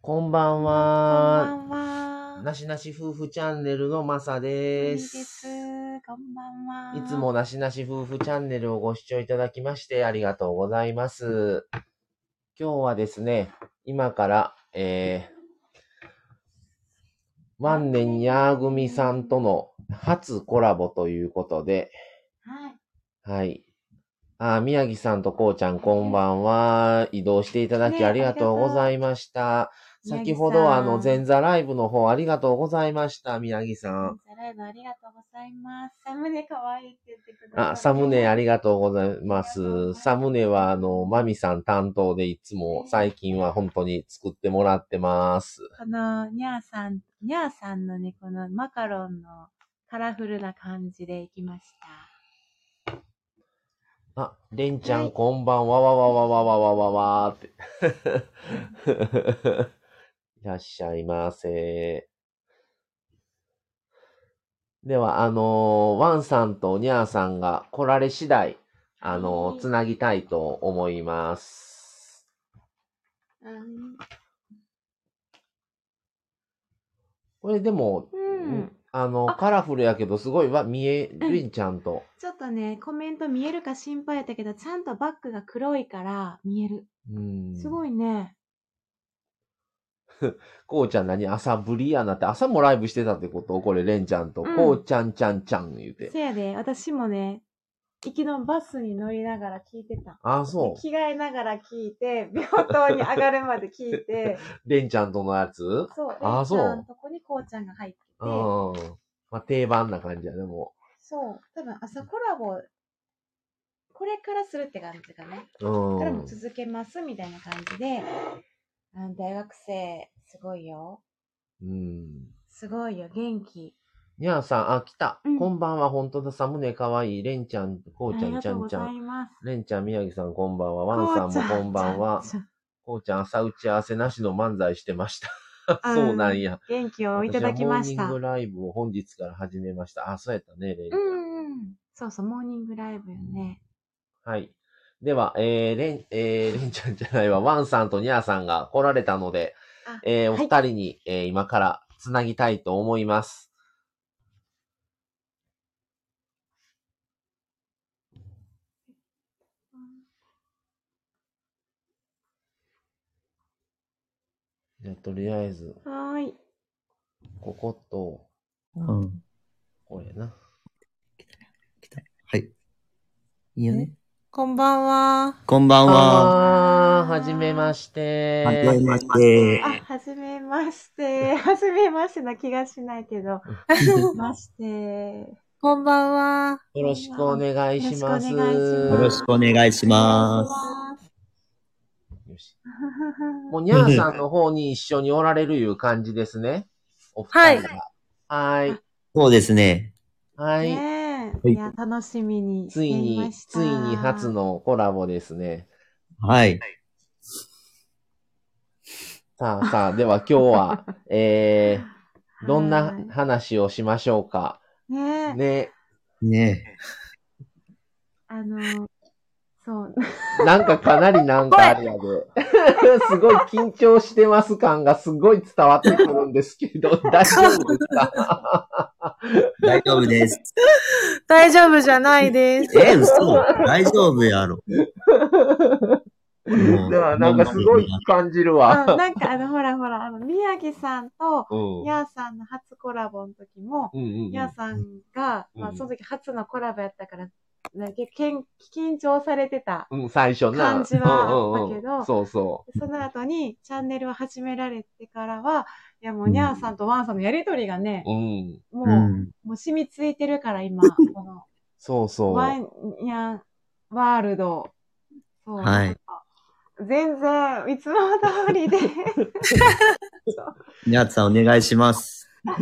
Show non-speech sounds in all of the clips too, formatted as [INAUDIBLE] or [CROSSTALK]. こんばんこは。んばんは。なしなし夫婦チャンネルのまさいいで。ですす。こんばんは。いつもなしなし夫婦チャンネルをご視聴いただきましてありがとうございます。今日はですね、今から、えー、万年やーぐみさんとの初コラボということで、はい。はい。あー、宮城さんとこうちゃんこんばんは。移動していただきねありがとうございました。宮先城さんほどあの前座ライブの方ありがとうございました。宮城さん。ライブありがとうございます。サムネ可愛いって言ってくださって。あ、サムネありがとうございまありがとうすございま。すサムネはあの、マミさん担当でいつも最近は本当に作ってもらってます。このニャーさん、ニャーさんのね、このマカロンのカラフルな感じでいきました。あ、レンちゃはんいこんばんはわわわわわわわわわーって。 [LAUGHS] いらっしゃいませ。では、あのーワンさんとニャーさんが来られ次第、あのーはいつなぎたいと思います。うん。これでも、うん。あの、あカラフルやけど、すごいわ、見えうんるいちゃんと。ちょっとね、コメント見えるか心配やったけど、ちゃんとバッグが黒いから見える。うん。すごい。いね。こうちゃん何朝ぶりやなって、朝もライブしてたってことこれ、レンちゃんと。うんこうちゃんちゃんちゃん言うて。せやで、私もね、行きのバスに乗りながら聞いてた。あ、そう。着替えながら聞いて、 [LAUGHS] 病棟に上がるまで聞い [LAUGHS] て、レンちゃんとのやつそう、あそうレイちゃんのとこにこうちゃんが入ってて、うん。まあ、定番な感じやね、もそう、多分朝コラボ、これからするって感じかな。う。こうれもん。続けますみたいな感じで、あ大学生、すごいよ。うん。すごいよ、元気。にゃーさん、あ、来た。うんこんばんは、ほんとだ、サムネかわいい。れんちゃん、こあうちゃりん、がちゃとうんごちゃざん。います。れんちゃん、宮城さん、こんばんは。ワンさんもこんばんはこう。ちゃんこうちゃん、朝打ち合わせなしの漫才してました。あ [LAUGHS] ーそうなんや。元気をいただきまし私はたモーニ。ングライブを本日から始めました。あ、そうやったね、れんちゃ。うんんうん。そうそう、モーニングライブよね。はい。では、えー、れん、えー、れんちゃんじゃないわ、ワンさんとニャーさんが来られたのであ、えー、おはい二人に、えー今からつなぎたいと思います。じゃあとりあえず、はーい。ここと、うん。これな。はい。いいよね。こんばんは。こんばんは。あはー、はじめまして。はじめまして。あ、はじめまして。 [LAUGHS] はじめましてな気がしないけ [LAUGHS] ど。まして。こんばんは。よろしくお願いします。よろしくお願いしますよろしくお願いします。よしもう、にゃーさんの方に一緒におられるいう感じですね。お二人が。はーい。そうですね。はーい。ねはえ。いいや、楽しみについしてまに、したついに初。のコラボですね。はい。さあさあ、では今日 [LAUGHS] は、えー、どんはない話をしましょうか。ねえ。ね、ねあの、そう。なんかかなりなんかあれや [LAUGHS] で。すごい緊張してます感がすごい伝わってくるんですけ [LAUGHS] ど、大丈夫ですかえ。大丈夫です。大丈夫じゃない [LAUGHS] です。え、嘘大丈夫やろ。もうではなんかすごい感じるあわ。なんかあの、ほらほら、あの、宮城さんと、うん。やーさんの初コラボの時も、うんうんうんやーさんが、うんまあ、その時初のコラボやったから、なんかけん緊張されてた。うん、最初な。感じはうんうんうんだけどそうそその後にチャンネルを始められてからは、いやもうニャーさんとワンさんのやりとりがね、う。うん。もう、うん。もう染みついてるから今、このそうそう。ワンニャンワールド。そうはいなんか全然、いつも通りで。にゃつさんお願いします。い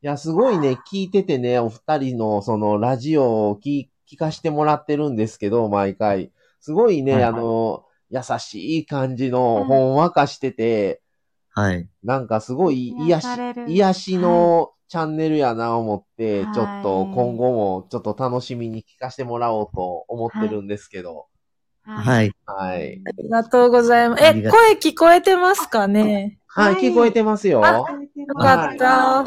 や、すごいね、聞いててね、お二人のそのラジオを聞聞かしてもらってるんですけど、毎回。すごいね、はいはいあの、優しい感じうの、んほんわかしてて、はい。なんかすご [LAUGHS] い癒 [LAUGHS] 癒しされ、る癒しのチャンネルやな思って、はいちょっと今後もちょっと楽しみに聞かしてもらおうと思ってるんですけど。は。はいい。はい。ありがとうございます。あえ、りがとう声聞こえてますかねはい、はい聞こえてますよ。あよかっはた。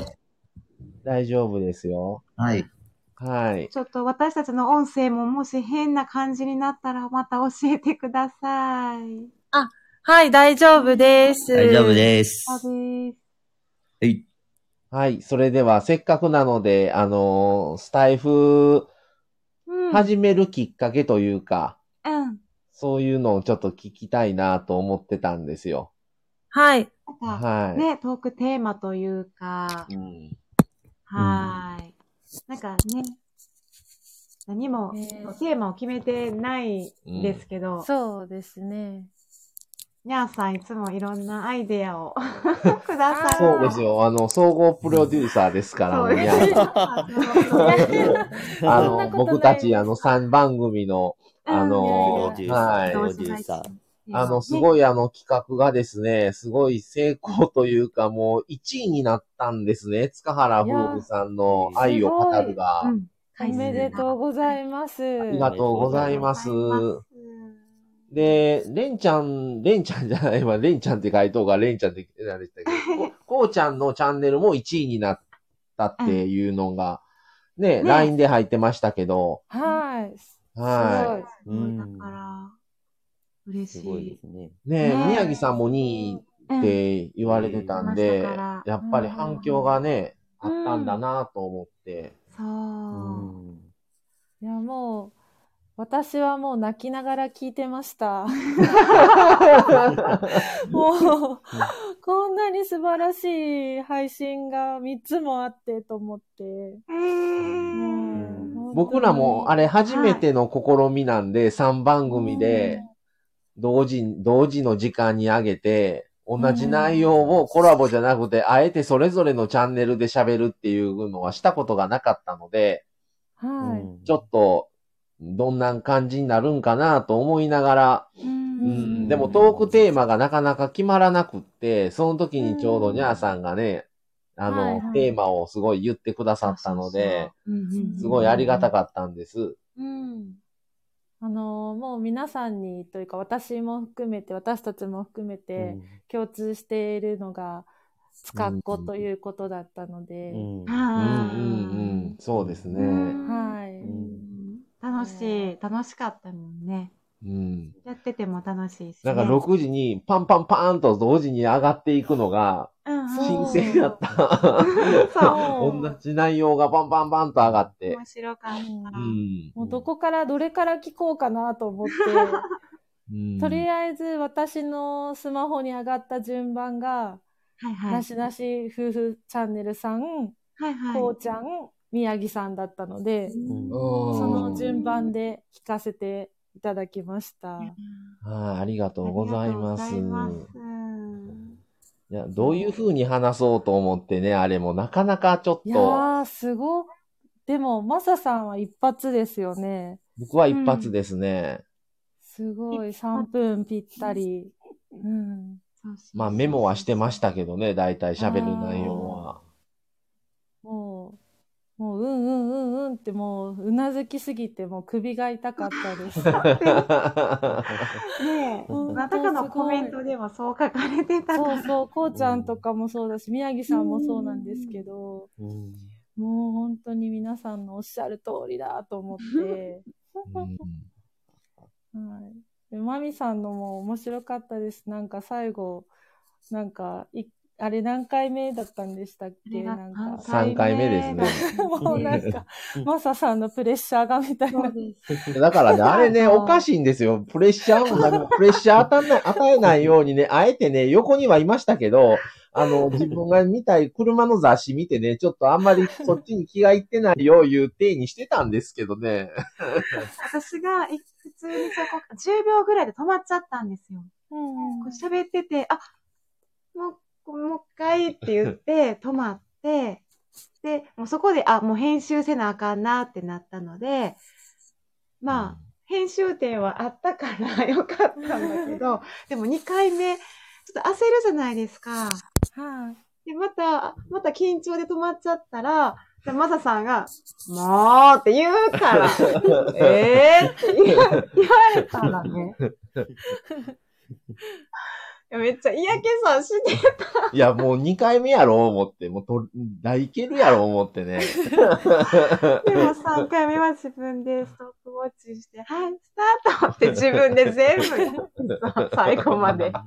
大丈夫ですよ。はい。はい。ちょっと私たちの音声ももし変な感じになったらまた教えてください。はい、大丈夫です。大丈夫です。そうです。はい。はい。それでは、せっかくなので、あのースタイフうん。始めるきっかけというか、うん。そういうのをちょっと聞きたいなと思ってたんですよ。はい。なんか、はい。ね、トークテーマというか、うんはーい。なんかね、何も、ねテーマを決めてないですけど、そうですね。 [LAUGHS] にゃーさんいつもいろんなアイデアを [LAUGHS] ください。そうですよ。あの、総合プロデューサーですから、そうでねす [LAUGHS] あのなことなあいの、僕たち、あの、3番組の、あのうんー、はい。同同時時配信配信あの、すねごいあの企画がですね、すごい成功というか、もう1位になったんですね。塚原夫婦さんの愛を語るが。うんおめでとうございます。ありがとうございます。で、レンちゃん、レンちゃんじゃないわ、レンちゃんって回答がレンちゃんって言われてたけど、ここうちゃんのチャンネルも1位になったっていうのが、ね、ね LINE で入ってましたけど、はい。すはすごごいだから、嬉すしごいでいす。ね。い。ね、ね宮城さんも2位うんって言われてたんうんで言ってましたから、やっぱり反響がね、あうっんたんだなと思っ [LAUGHS] て。そうう。んい。いや、もう、私はもう泣きながら聞いて [LAUGHS] ました。もう、こんなに素晴らしい配信が3つもあってと思って。えんー僕らも、あれ、れ、初めての試みなんで、3番組で、同時、同時の時間に上げて、同じ内容をコラボじゃなくて、あえてそれぞれのチャンネルで喋るっていうのはしたことがなかったので、はい。ちょっと、どんな感じになるんかなと思いながら、ううんん、でもトークテーマがなかなか決まらなくって、その時にちょうどうんニャーさんがね、あの、はいはいテーマをすごい言ってくださったので、うんうんうんすごいありがたかったんです。うん。あのーもう皆さんにというか、私も含めて、私たちも含めうて、ん共通しているのが、使っ子ということだったので、うんうんうんはうん、そうですね。うんはいい。楽しい。楽しかったもんね。うん。やってても楽しいし、なね。んか6時にパンパンパーンと同時に上がっていくのがうんうん、そ新う鮮だった。 [LAUGHS] そう同じ内容がパンパンパンと上がって面。白かった。ううん。もうどこからどれから聞こうかなと思って、うんとりあえず私のスマホに上がった順番が、はいはい。なしなし夫婦チャンネルさん、はいはい。こうちゃん、宮城さんだったので、うんうんその順番で聞かせていただきました。はいありがとうありがとうごござざいいま。ますす。。いやどういう風に話そうと思ってね、あれもなかなかちょっいやと、ー、すごっ。でも、マサさんは一発ですよね。僕は一発ですね。すごい、3分ぴったり。うん。まあメモはしてましたたけどね、だいたい喋る内容は。もう、もう、うんうんうんうんって、もう、うなずきすぎて、もう首が痛かった [LAUGHS] です。ねえ、うんまたかのコメントでもそう書かれてたかそらう。そう、こうちゃんとかもそうだし、宮城さんもそうなんですけど、もう本当に皆さんのおっしゃる通りだと思って、うん [LAUGHS] はい。で、まみさんのも面白かったです。なんか最後、なんか、いあれ何回目だったんでしたっけなんか、三回目ですねもうなんか、マサさんのプレッシャーがみたいそうな。です。だからね、あれね、そうおかしいんですよ。プレッシャーもなんか、プレッシャー与えない、与えないようにね、あえてね、横にはいましたけど、あの、自分が見たい車の雑誌見てね、ちょっとあんまりそっちに気がいってないよ、いう体にしてたんですけどね。私がい普通にそこ、10秒ぐらいで止まっちゃったんですよ。うんこう喋ってて、あもう、もう一回って言 [LAUGHS] って、止まって、で、もうそこで、あ、もう編集せなあかんなってなったので、まあ、編集点はあったから [LAUGHS] よかったんだけど、でも2回目、ちょっと焦るじゃないですか。はい。で、また、また緊張で止まっちゃったら、でマサさんが、もうって言うから、ええって言わ言われたらね。いやめっちゃ嫌気さしてた。いや、もう2回目やろ、思って。もうと、大けるやろ、思ってね。でも3回目は自分でストップウォッチして、はい、スタートって自分で全部、最後まで。 [LAUGHS]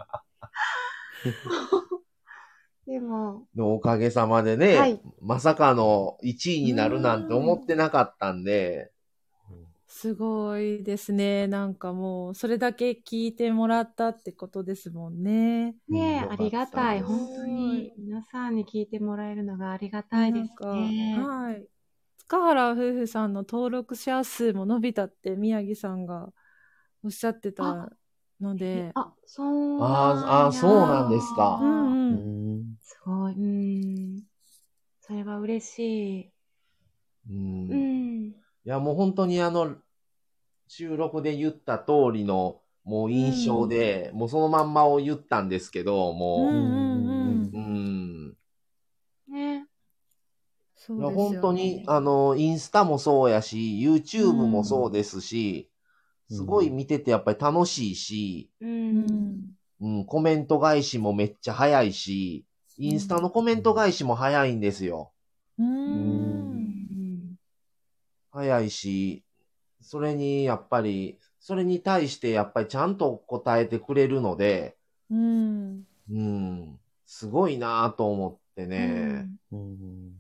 でも、のおかげさまでね、はいまさかの1位になるなんて思ってなかったんで、すごいですね。なんかもう、それだけ聞いてもらったってことですもんね。ねえ、ありがたい。よかった本当に、皆さんに聞いてもらえるのがありがたいですね。なんかはい。塚原夫婦さんの登録者数も伸びたって宮城さんがおっしゃってたので。あ、そうなんや。あーあーそうなんですかううんんうん。んすごい。うん。それは嬉しうんい。うん。いや、もう本当にあの、収録で言った通りの、もう印象で、もうそのまんまを言ったんですけど、うんもうんうんう、う。ん。ね。そういでやすよね本当に、あの、インスタもそうやし、YouTube もそうですし、うんすごい見ててやっぱり楽しいし、う。うんん。うん、コメント返しもめっちゃ早いし、インスタのコメント返しも早いんですよ。う。うんん。早いし、それにやっぱり、それに対してやっぱりちゃんと答えてくれるので、うん。うん、すごいなぁと思ってね。うん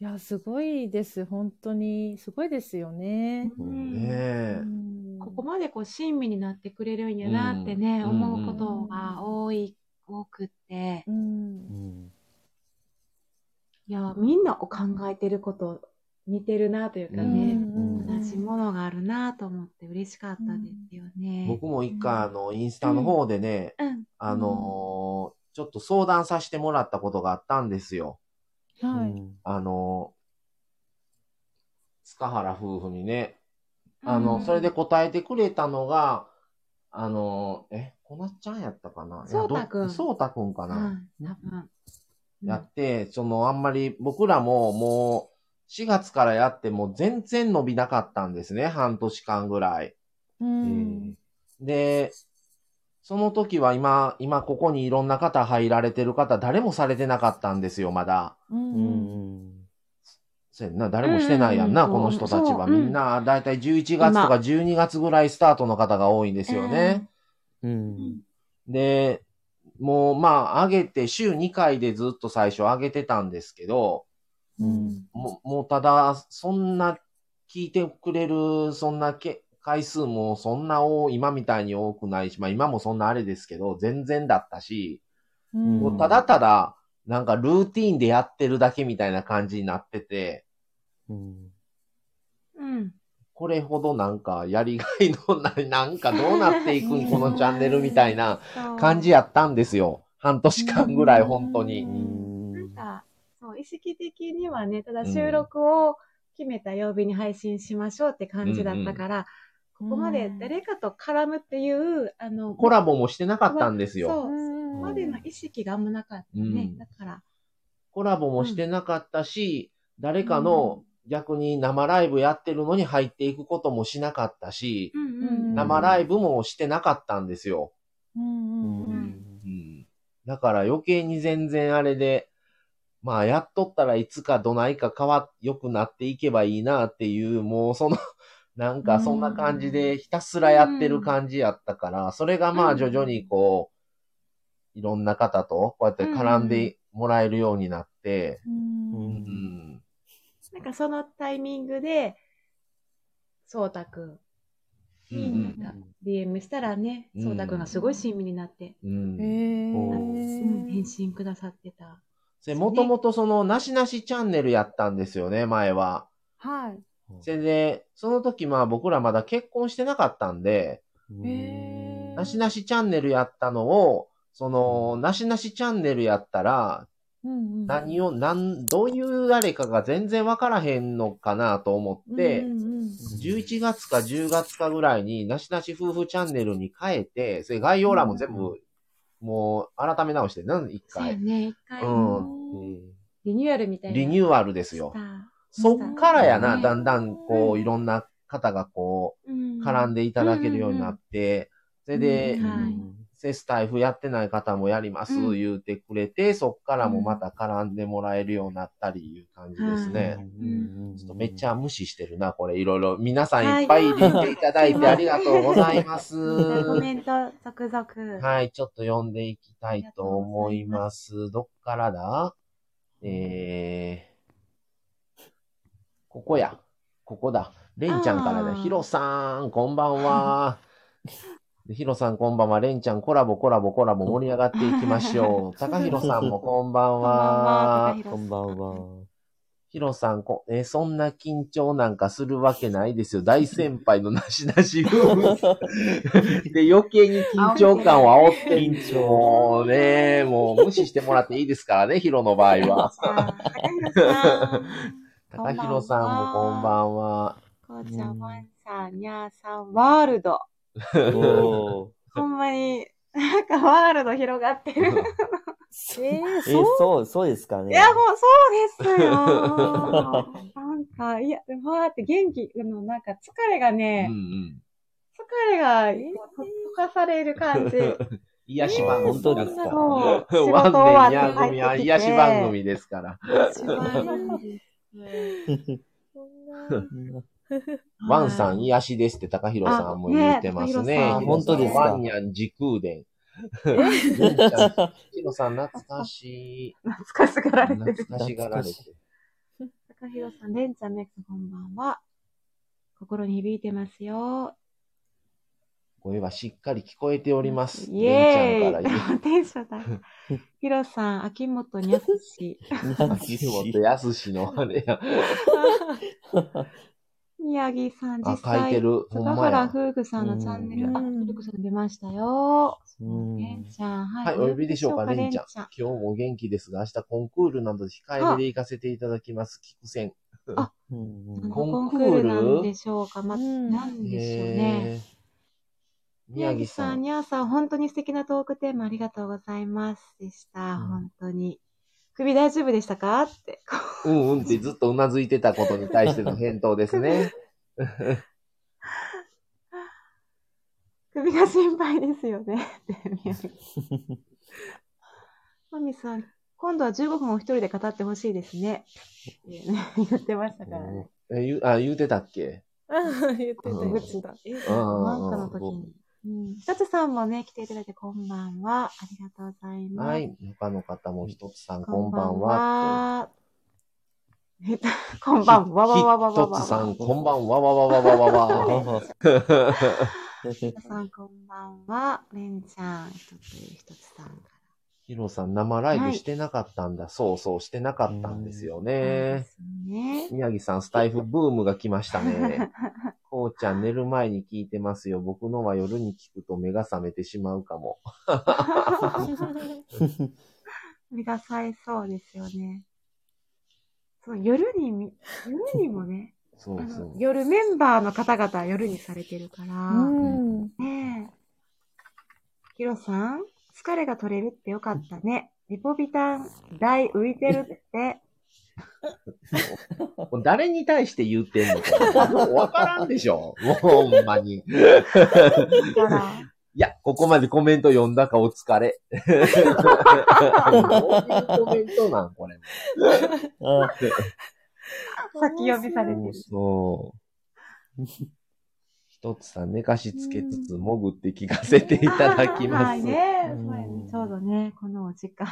いや、すごいです。本当に。すごいですよね。うんねえう。んここまでこう親身になってくれるんやなってね、うん思うことが多い、多くって。うん。いや、みんなこう考えてること似てるなというかね、うん同じものがあるなと思って嬉しかったですよね。僕も一回あの、インスタの方でね、うん。あのーちょっと相談させてもらったことがあったんですよ。はい。あのー塚原夫婦にね。あの、うんそれで答えてくれたのが、あのーえ、こなっちゃんやったかないやそうたくんどそうたくんかうな、ん、多分。やって、その、あんまり僕らももう、4月からやっても全然伸びなかったんですね、半年間ぐらい。うん。で、その時は今、今ここにいろんな方入られてる方、誰もされてなかったんですよ、まだ。うん。せんな、誰もしてないやんな、うんうんうんこの人たちは。そううんみんな、だいたい11月とか12月ぐらいスタートの方が多いんですよね。で、もう、まあ、上げて、週2回でずっと最初上げてたんですけど、うん。もう、もうただ、そんな、聞いてくれる、そんなけ、回数もそんな多、今みたいに多くないし、まあ今もそんなあれですけど、全然だったし、うんもうただただ、なんかルーティーンでやってるだけみたいな感じになってて、うん。これほどなんかやりがいのない、 [LAUGHS] なんかどうなっていく [LAUGHS] ん、このチャンネルみたいなそう感じやったんですよ。半年間ぐらい、本当に。なんか、そう、意識的にはね、ただ収録を決めた曜日に配信しましょうって感じだったから、こここまで誰かと絡むっていう、あの、コラボもしてなかったんですよ。そう、そこままでの意識があんまなかったね。うんだから、コラボもしてなかったし、誰かの逆に生ライブやってるのに入っていくこともしなかったし、うんうん生ライブもしてなかったんですよ。うんうんだから余計に全然あれで、まあやっとったらいつかどないか変わ、良くなっていけばいいなっていう、もうその、 [LAUGHS] なんかそんな感じでひたすらやってる感じやったから、それがまうあん徐々にこう、いろんな方とこうやって絡んでもらえるようになって、うんうんなんかそのタイミングで、そうたくんに、なんか DM したらね、うんそうたくんがすごい親身になって、うんへうんえ返。信くださってた。で、もともとその、なしなしチャンネルやったんですよね、前は。はい。それで、その時まあ僕らまだ結婚してなかったんで、へなしなしチャンネルやったのを、その、なしなしチャンネルやったら、うんうん何を、なん、どういうあれかが全然わからへんのかなと思ってう、んうんうん11月か10月かぐらいに、なしなし夫婦チャンネルに変えて、それ概要欄も全部、もう、改め直して、なん、一そうや回。ね、一回、うんリニューアルみたいな。リニューューアルですよ。アそっからやな、うんだんだん、こう、いろんな方がこう、絡んでいただけるようになって、それでうん、はいセスタイフやってない方もやります、うん言うてくれて、そっからもまた絡んでもらえるようになったりいう感じですね。ちょっとめっちゃ。ゃ無視してるな、これいろいろ。皆さんいっぱい入れていただいてありがとうござい [LAUGHS] ます。コメント続々。はい、ちょっと読んでいきたいと思います。どっからだえーここや。ここだ。レンちゃんからあだ。ーヒロさん、こんばんは。でヒロさん、こんばんは。レンちゃん、コラボ、コラボ、コラボ、盛り上がっていきまし [LAUGHS] ょう。高ヒロさんも、こんばんは。ここんばんは。ヒロさんこ、えーそんな緊張なんかするわけないですよ。大先輩のなしなし夫婦で、余計に緊張感を煽ってん緊張もうね、もう無視してもらっていいですからね、ヒロの場合は。高弘さん。こ高んばんはヒロさんもこんばんは。こうちゃん、ワンさん、にゃーさん、ワールド。おーほんまに、なんかワールド広がってる。えー、えそうそう、そうですかね。いや、もうそうですよ。 [LAUGHS] なんか、いや、わーって元気、あの、なんか疲れがうんうね、ん。疲れが、こうと溶かされる [LAUGHS] 感じ。癒し番組。本当ですかそう。仕事ワン終デンわっニてャー組は帰ってきて。癒し番組ですから。一番いいです。ワンさはいん癒しですって高ヒロさんも言ってますね。あねヒロさえ高弘さんん本当ですかワンニャン時空伝。 [LAUGHS] レンちゃんヒロさん懐かしい。懐かしがられてる。懐かしがられて。高弘さん、レンちゃん、メイクさん、こんばんは。心に響いてますよ。声はしっかり聞こえております。イエレンちゃんからーイ [LAUGHS] テンション高い。 [LAUGHS] ヒロさん、秋元にゃすし。秋元康のあ [LAUGHS] れや。宮城さん、あ書い実、て際、る。ほ塚んま原や。夫婦さんのチャンネル、うんあ、トルクさん出ましたよ。うんレンちゃん、ははい、お呼びでしょうか、レンちゃん。今ん日もお元気ですが、明日コンクールなどで控えめで行かせていただきます。菊戦。うんココンンククールールなんでしょうか、ま、うんなんでしょうね。へー宮宮城城ささん、ん。にゃーさん、本当に素敵なトークテーマありがとうございます。でした。ん本当に。首大丈夫でしたかって。うんうんってずっとうなずいてたことに対しての返答です [LAUGHS] ね。首が心配ですよね。って宮城マミさん、今度は15分お一人で語ってほしいですね。ってね言ってましたからね。え言うあ、言うてたっけ言ってたうん言ってた。えうんなんかうのんう時ん。に。うん。ひとつさんもね、来ていただいてこんばんは。ありがとうございます。はい。他の方も一つさん、こんばんは。えっ [LAUGHS] とこんばんは。わわわわわわ。一つさん、ひこんばんは。わわわわわわわ。とつさん、こんばんは。れんちゃん、ひとつ、ひとつさんかヒロさん、生ライブしてなかったんだ。そうそう、してなかったんですよら。ねで。す [LAUGHS] ね。宮城さん、スタイフブームが来ました [LAUGHS] ね。こうちゃん、寝る前に聞いてますよ。僕のは夜に聞くと目が覚めてしまうかも。目が冴えそうですよね。そう、夜にみ、夜にもね、そうあそのう。夜メンバーの方々は夜にされてるから、うん。ねえ。ヒロさん、疲れが取れるってよかったね。リポビタン、台浮いてる [LAUGHS] って。これ誰に対して言ってんのか。もうわからんでしょ。もうほんまに。いだから、や、ここまでコメント読んだかお疲 [LAUGHS] れ。どういうコメントなんこれ。先読みされてる。そう。一つさん寝かしつけつつ潜って聞かせていただきまはいす。ねう。んそうやねちょうどね、このお時間。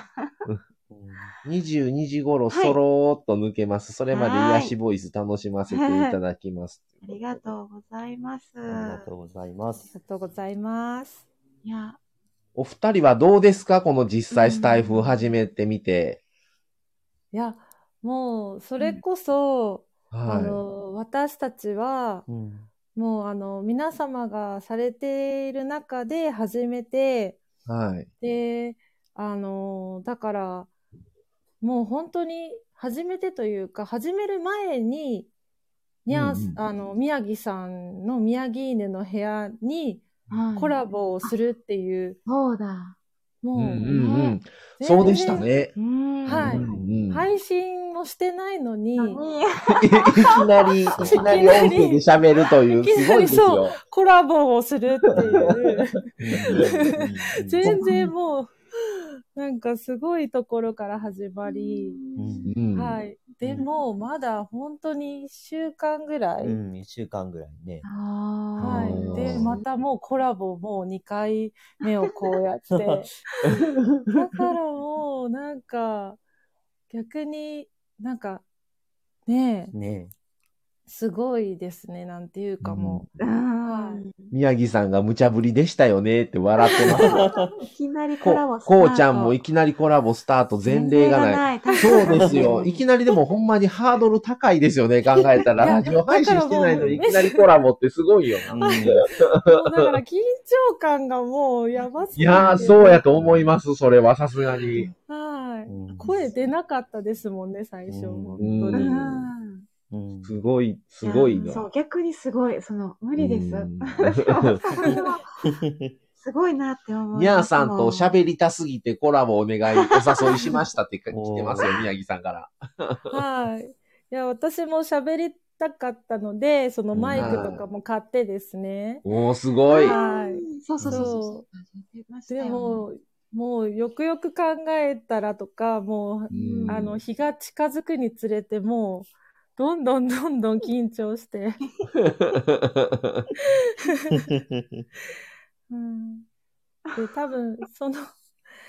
22時頃はいそろーっと抜けます。それまで癒しボイス楽しませていただきます。ありがとうございます。ありがとうございまありすが。とうございます。いや、お二人はどうですかこの実際スタイフを始めてみて。いや、もう、それこそ、あはの、私たちは、うんもう、あの、皆様がされている中で初めて、い。はい。で、あの、だから、もう本当に初めてというか、始める前に、にゃんうんうんあの、宮城さんの宮城犬の部屋にはいコラボをするっていう、そうだ。もう、うんうんうんね。そうでしたね。うんはいうんうん配信もしてないのに、に、いきなり、いきな [LAUGHS] り音声で喋るという、いきなりすごいですよ。コラボをするっていう。然。全然もう、なんかすごいところから始まり、うんうんはい。でも、まだ本当に1週間ぐらい、うん、一週間ぐらいね。ははい。うで、んまたもうコラボもう2回目をこうやって。だからもう、なんか、逆になんか、ねえ、ねすごいですね、なんていうかもうはん。宮城さんが無茶ぶりでしたよねって笑ってます。いきなりコこラボスターこトうちゃんもいきなりコラボスタート前例がない。い。確そうかにです [LAUGHS] よ。いきなりでもほんまにハードル高いですよね、考えたら。いやラジオ配信してないのにいきなりコラボってすごいよな。ういんう、もうだから緊張感がもうやばすぎて。やー、そうやと思います、それはさすがに。はい。うん声出なかったですもんね、最初。うん本う当うにんうんすごい、すごいいやな。そう、逆にすごい、その、無理です。うんすごいなって思う。にゃーさんと喋りたすぎてコラボお願い、お誘いしましたってか来てます [LAUGHS] よ、宮城さんから。はい。いや、私も喋りたかったので、そのマイクとかも買ってですね。おー、すごい。はいうんそうそうそうそう。で、も、もうよくよく考えたらとか、もうんう、あの、日が近づくにつれて、もう、どんどんどんどん緊張して。うん、で、多分、その、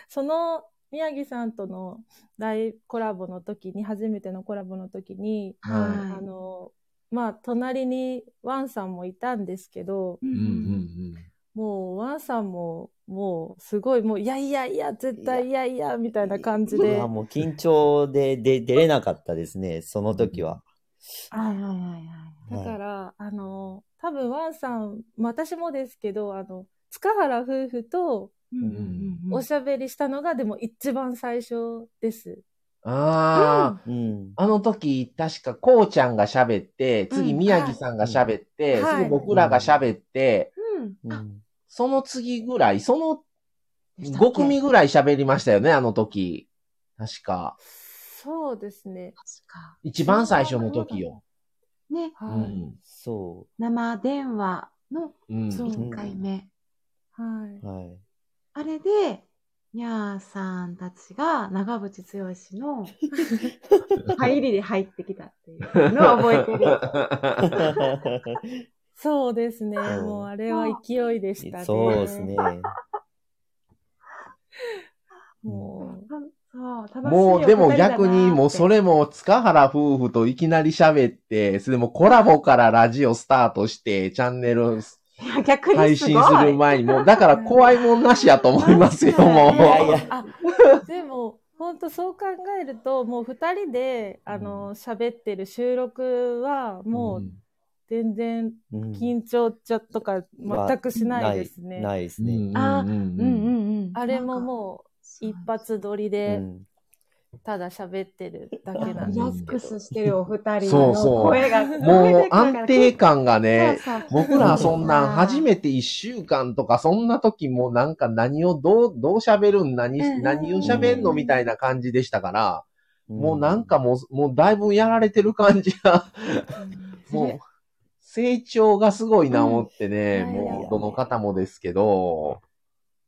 その、宮城さんとの大コラボの時に、初めてのコラボの時に、はいあの、まあ、隣にワンさんもいたんですけど、うんううんんもう、ワンさんも、もう、すごい、もう、いやいやいや、絶対いやいや、みたいな感じであ、もう緊張でで出れなかったですね、その時は。はいはいはいはい。だから、あの、多分ワンさん、まあ私もですけど、あの、塚原夫婦とうんうんうんうおんしゃべりしたのが、でも一番最初です。ああ、うん。あの時、確か、こうちゃんが喋って、次、うん宮城さんが喋って、はい次、僕らが喋って、うんうんその次ぐらい、そのでしたっけ5組ぐらい喋りましたよね、あの時。確か。そうですね。確か。一番最初の時よ。ね、うはい。ん。そ生電話のうん。そう1回目。はう。い。はい。あれで、にゃーさんたちが長渕剛 [LAUGHS] の入りで入ってきたっていうのを覚えてる。そうですね。そうもう、あれは勢いでしたね。そうですね。もそう、楽しい [LAUGHS] もう、でも逆に、もうそれ。れも、塚原夫婦といきなり喋って、それもコラボからラジオスタートして、チャンネルいや逆に配すごい。信する前に、もう、だから怖いもんなしやと [LAUGHS] 思います [LAUGHS] よ、う、も。いやいうやあでも、本当そう考えると、もう二人で、あの、喋ってる収録は、もう、全然うん緊張ちゃとか全くしないですね。ないですうん、ね。あうんうんうんうん。あれももう一発撮りうでんただ喋ってるだけリなラんでッすクけど。スしてるお二人そのうそう声が。もう安定感がそうね、そう僕らそんなん初て。めて一週間とか、そんな時もなんか何をどう、どう喋るん何うんう、ん何を喋んのみたいな感じでしたから、もうなんか、かもう、もうだいぶやられてる感じが、もう、成長がすごいな思ってね、うんもうどの方もですけど、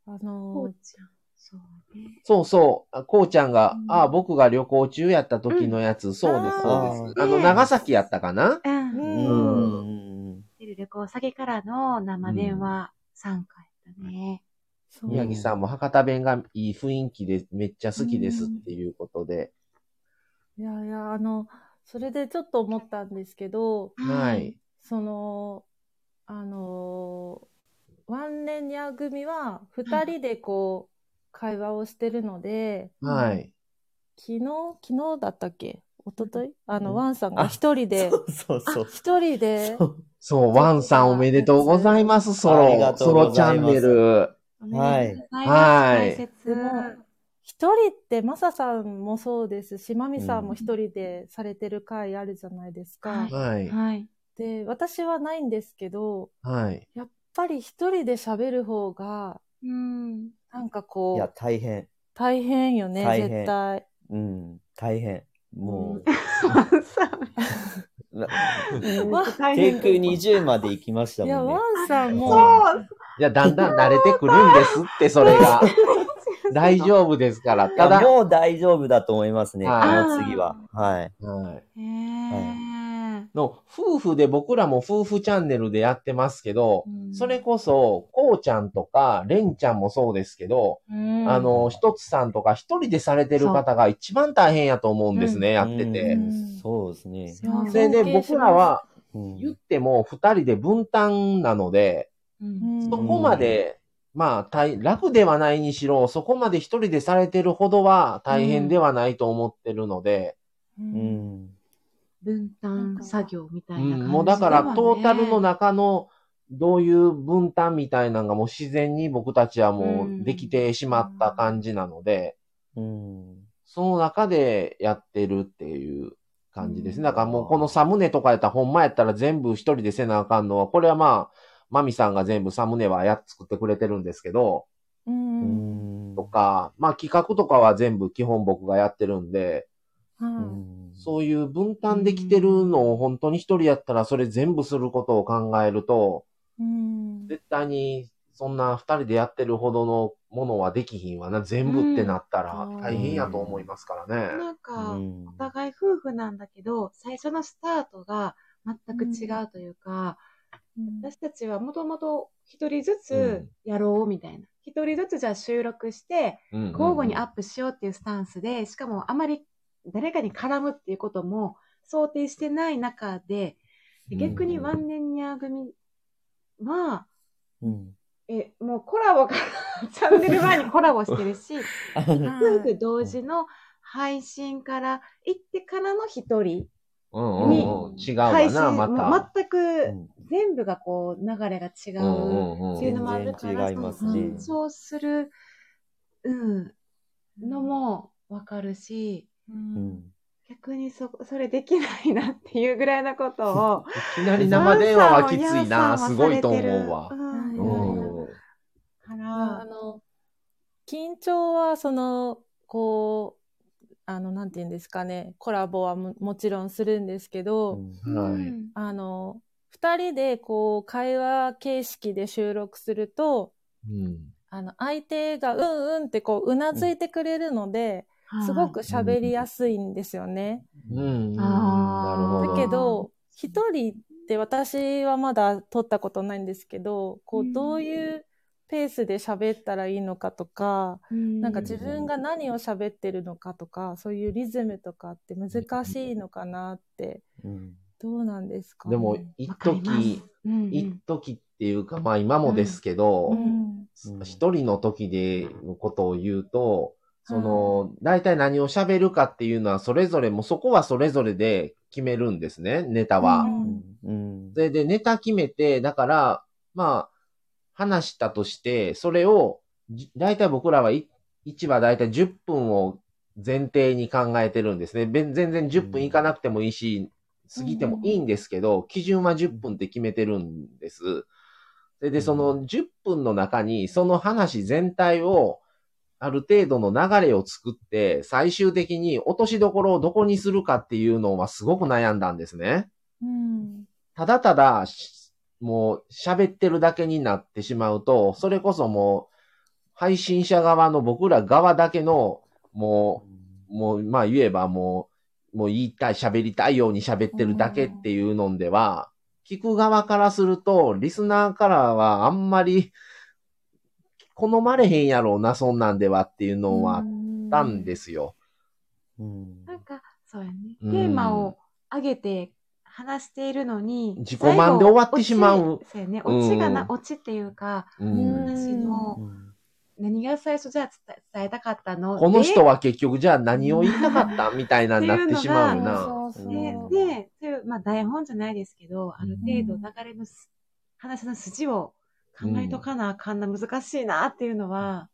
あこのうちゃんそうね。そうそう、あこうちゃんが、うんあ僕が旅行中やった時のやつ、そうです、あーそうです。ああーの、長崎やったかなうんううんん。旅行先からの生電話参加やったね。そう宮城さんも博多弁がいい雰囲気でめっちゃ好きですっていうことで。いやいや、あの、それでちょっと思ったんですけど、は。い。その、あの、ワンレンニャ組は二人でこう、会話をしてるので、はい。昨日、昨日だったっけ一昨日あうの、んワンさんが一人で、そうそう一人で、そう。そう、ワンさんおめでとうございます、ソありがロ、とソうごロチざャいンますネル。おめでとうございます。はい大切。一人って、マサさんもそうですし、マミさんも一人でされてる回あるじゃないですはか。いはい。はい。で、私はないんですけど、はい。やっぱり一人で喋る方が、うん。なんかいこや、う、大変。大変よね、大変絶対。うん、大変。もワンサンう、なわ大低変空20まで行きましたいもや、んワね。ンさんそもう、ういや、だんだん慣れてくるんですって、それ [LAUGHS] が。大丈夫ですから。いやただ、もう大丈夫だと思いますね、こはいの次は。はい。はいへえ。の夫婦で僕らも夫婦チャンネルでやってますけど、それこそ、こうちゃんとか、れんちゃんもそうですけど、うんあの、ひとつさんとか一人でされてる方が一番大変やと思うんですね、やってうて。んそうですね。そうそれで尊敬僕しますらはうん言っても二人で分担なので、うんそこまで、まあ大、楽ではないにしろ、そこまで一人でされてるほどは大変ではないと思ってるので、うん分担作業みたういな感んじ、もうだからではねトータルの中のどういう分担みたいなのがもう自然に僕たちはもうできてしまった感じなので、うんその中でやってるっていう感じですね。うんだからもうこのサムネとかやったらほんまやったら全部一人でせなあかんのは、これはまあ、マミさんが全部サムネはやっ作ってくれてるんですけど、うんううんんとか、まあ企画とかは全部基本僕がやってるんで、はいそういう分担できてるのを本当に一人やったらそれ全部することを考えると、うん絶対にそんな二人でやってるほどのものはできひんわな。全部ってなったらうん大変やと思いますからね。なんか、うんお互い夫婦なんだけど、最初のスタートが全く違うというか、私たちはもともと一人ずつやろうみたいな。一、人ずつじゃあ収録して、うん交互にアップしようっていうスタンスで、しかもあまり誰かに絡むっていうことも想定してない中で、で逆にワンネンニャー組は、うんえ、もうコラボから、 [LAUGHS] チャンネル前にコラボしてるし、はい夫婦同時の配信から行ってからの一人、うんうんうん、違うわ配信な、また。もう全うくん全部がこう流れが違うんううんっていうのもあるか全ら、然違いそのますね干渉する、うん、のもわかるし、うん逆にそ、それできないなっていうぐらいのことを。いきなり生電話はきついな、すごいと思うわう。。うんうんかあら、の緊張はそのこうあのなんて言うんですかねコラボはももちろんするんですけど、はいうんあの2人でこう会話形式で収録するとうんあの相手がうんうんってこううなずいてくれるので、すごく喋りやすいんですよね。うんうん。なあるーほど。だけど一人で私はまだ撮ったことないんですけどこうんうどういうペースで喋ったらいいのかとか、ななんか自分が何を喋ってるのかとか、そういうリズムとかって難しいのかなって、うんどうなんですか、でね、も、一わかります時、うんう一ん時っていうか、まあ今もですけうど、ん、うん一人の時でのことを言うと、その、大体何を喋るかっていうのは、それぞれも、そこはそれぞれで決めるんですね、ネタは。うんそれでネタ決めて、だから、まあ、話したとして、それを、じ大体僕らは1話大体10分を前提に考えてるんですね。べん全然10分いかなくてもいいし、過ぎてもいいんですけど、基準は10分って決めてるんです。それで、その10分の中に、その話全体を、ある程度の流れを作って、最終的に落としどころをどこにするかっていうのはすごく悩んだんですね。うん、ただただし、もう喋ってるだけになってしまうと、それこそもう、配信者側の僕ら側だけの、もう、もう、まあ言えばもう、もう言いたい、喋りたいように喋ってるだけっていうのでは、聞く側からすると、リスナーからはあんまり、好まれへんやろうな、そんなんではっていうのはあったんですよ。うんなんか、そうやね。テうんーマを上げて話しているのに、自己満で終わってしまう最後オチそうやね。オチがうな、んオチっていうか、うんうん私の何が最初じゃあ伝え伝えたかったのこの人はは結局じゃあ何を言いたかったみたいなになってしまうっていうのな。そうそうでそう、で、という、まあ台本じゃないですけど、ある程度流れのす、話の筋を考えとかなあかんな、難しいなっていうのは、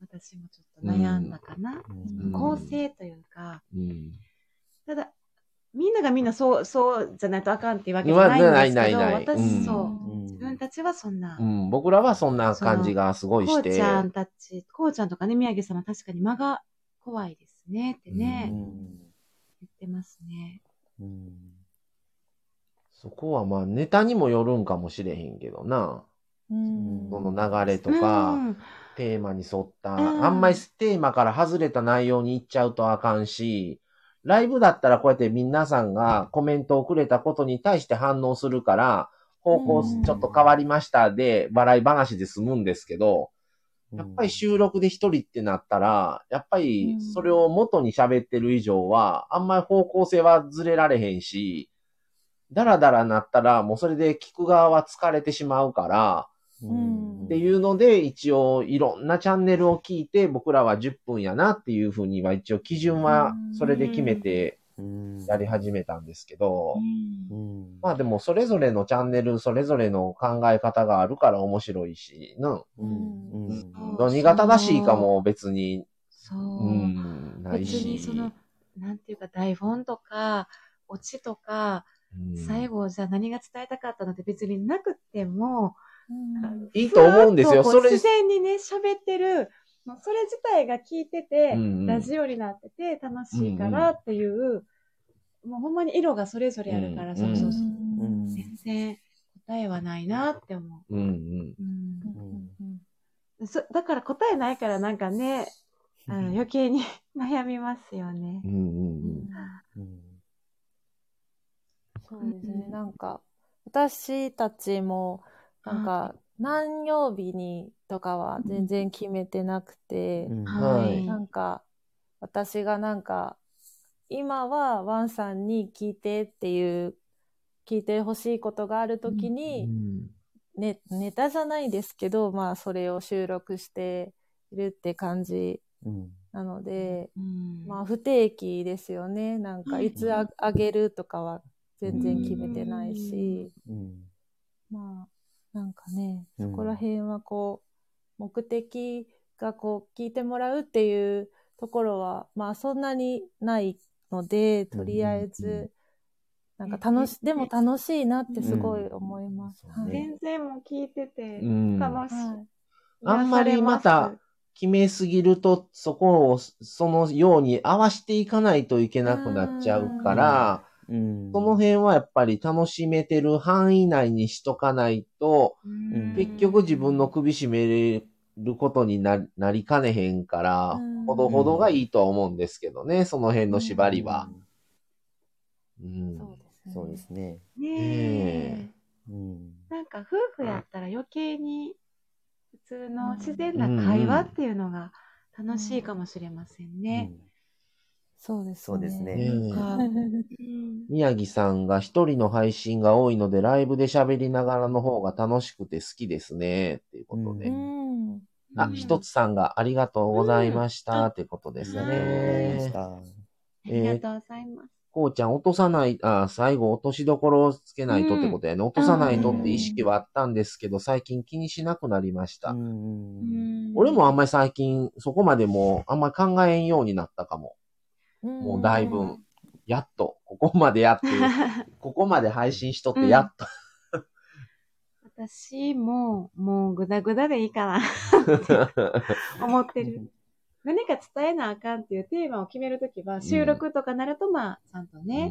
私もちょっと悩んだかな。うん構成というか、うんただ、みんながみんなそう、そうじゃないとあかんっていうわけじゃないんですけど、ないないない私、うんそう、うん自分たちはそんな、うん、僕らはそんな感じがすごいこしうて。ちゃんたち、こうちゃんとかね、宮城様確かに間が怖いですねってね、う言んってますね。うんそこはまあネタにもよるんかもしれへんけどな。うんその流れとか、うんテーマに沿った、うんあんまりテーマから外れた内容に行っちゃうとあかんし、ライブだったらこうやって皆さんがコメントをくれたことに対して反応するから、方向うんちょっと変わりましたで、笑い話で済むんですけど、やっぱり収録で一人ってなったら、やっぱりそれを元に喋ってる以上は、あんまり方向性はずれられへんし、ダラダラなったら、もうそれで聞く側は疲れてしまうから、うんっていうので、一応いろんなチャンネルを聞いて、僕らは10分やなっていうふうには一応基準はそれで決めてうんやり始めたんですけどう、んうんまあでもそれぞれのチャンネル、それぞれの考え方があるから面白いし、なうんうんうん何が正しいかも別に、そうう。ん、ない別し。にその、なんていうか台本とか、オチとか、うん最後じゃあ何が伝えたかったのって別になくっても、うんいいと思うんですよ。ふわっそとこうれ、自然にね、喋ってる、まあそれ自体が聞いてて、うんうんラジオになってて楽しいからっていう、もうほんまに色がそれぞれあるから、うんそうそううそうんうん全然答えはないなって思うんうん。う。うんうんそだから答えないからなんかね、あの余計に [LAUGHS] 悩みますよねう。んうんうん。うんそうですうね。んなんか、私たちも、なんか、何曜日にとかは全然決めてなくて、うんはいなんか、私がなんか、今はワンさんに聞いてっていう、聞いてほしいことがあるときに、ね、ネタじゃないですけど、まあ、それを収録しているって感じうんなので、うんまあ、不定期ですよね。なんか、いつああげるとかは全然決めてないし、うんまあ、なんかね、うんそこら辺はこう、目的がこう、聞いてもらうっていうところは、まあ、そんなにないので、とりあえず、なんか楽し、でも楽しいなってすごい思います。うんはい全然もう聞いててう、ん。楽しい。はいあんまりまた決めすぎると、そこをそのように合わしていかないといけなくなっちゃうから、うんその辺はやっぱり楽しめてる範囲内にしとかないと、うん結局自分の首絞めることにななりかねへんからうん、ほどほどがいいとは思うんですけどね、その辺の縛りは。うんそうですそね。うですねねえ。うんなんか夫婦やったら余計に普通の自然な会話っていうのが楽しいかもしれませんね。そうですね。そうですねねえなんかうん宮城さんが一人の配信が多いので、ライブで喋りながらの方が楽しくて好きですね、っていうことで。うん。あ、ひとつさんがありがとうございましうんた、ってことですありがとうございましね。たありがとうございます。こうちゃん落とさない、あ、最後落としどころをつけないとってことやね。落とさないとって意識はあったんですけど、最近気にしなくなりました。うん俺もあんまり最近、そこまでもうあんまり考えんようになったかも。ももうだいぶ、やっと、ここまでや [LAUGHS] って、ここまで配信しとってやっと。私ももうグダグダでいい [LAUGHS] かな思ってる。何か伝えなあかんっていうテーマを決めるときは収録とかなるとまあちゃんとね、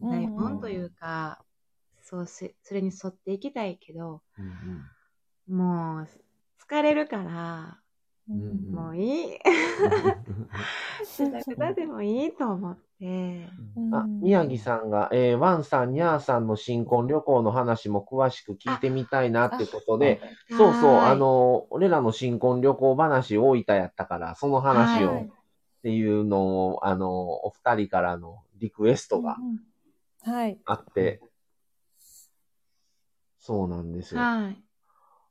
うんうん台本というか、そうし、それに沿っていきたいけど、うんもう疲れるから、うんうん [LAUGHS] もういい。グダグダでもいいと思って。あ、宮城さんが、えーワンさん、ニャーさんの新婚旅行の話も詳しく聞いてみたいなってことで、そうそう、はーいあ、の、俺らの新婚旅行話大分やったから、その話はをいっていうのを、あの、お二人からのリクエストがうんうんはい。あって、そうなんですよ。はい。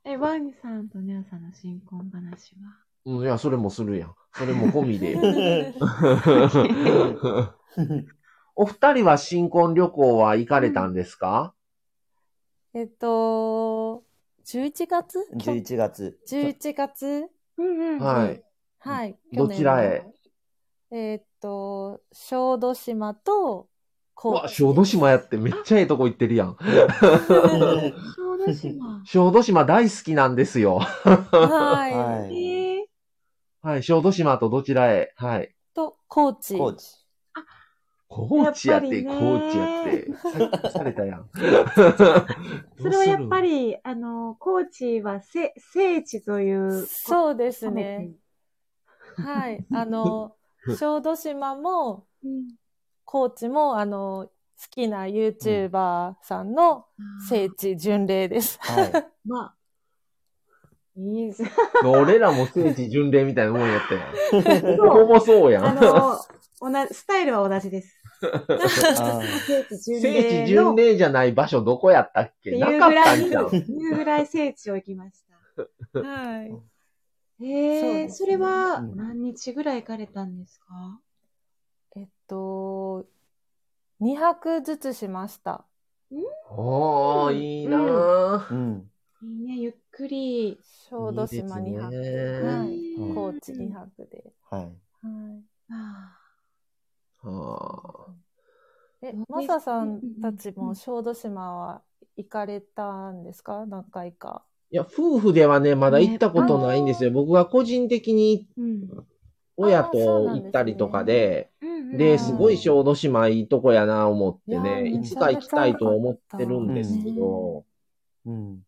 え、ワニさんとネオさんの新婚話はうん、いや、それもするやん。それも込み [LAUGHS] で。 [LAUGHS] お二人は新婚旅行は行かれたんですか、えっと、11月十一月 ?11 月うんうん。はい。はい。どちらへ去年のえっと、小豆島とう高わ、小豆島やってめっちゃええとこ行ってるやん。。小豆 [LAUGHS] 島小豆島大好きなんですよ。 [LAUGHS] ははいえいー、はい、小豆島とどちらへはい。い。と、高知。高知コーチやって、やっぱコりねーチやって。さっきされたやん。 [LAUGHS] それはやっぱり、あの、高知はせ聖地という。そうですうね。。はい。あの、小豆島も、うん高知も、あの、好きな YouTuber さんの聖地巡礼です。はい。まあ、[LAUGHS] いいじゃん。俺らも聖地巡礼みたいなもんやった [LAUGHS] やん。ここもそうやあん。の、同じ、スタイルは同じです。あー聖地 [LAUGHS] 巡聖地礼の巡って礼じゃない場所どこやったっけいなうかっぐらたい、んじゃん。いうぐらい聖地を行きました。はい。そうええですそねれはうん何日ぐらい行かれたんですかえっと、2泊ずつしました。おー、いいなぁ。うん。いいね、ゆっくり。小豆島2泊。いいですねはい。うん高知2には泊で。はい。はい。はえどう、マですサさんたちうんうんうんも小豆島は行かれたんですか何回か。いや、夫婦ではね、まだ行ったことないんですよ。僕は個人的にうん。親と行ったりとかで、うんでうんすごい小豆島いいとこやな思ってね、いやいーつか行きたいと思ってるんですけめちゃめちゃど、うん。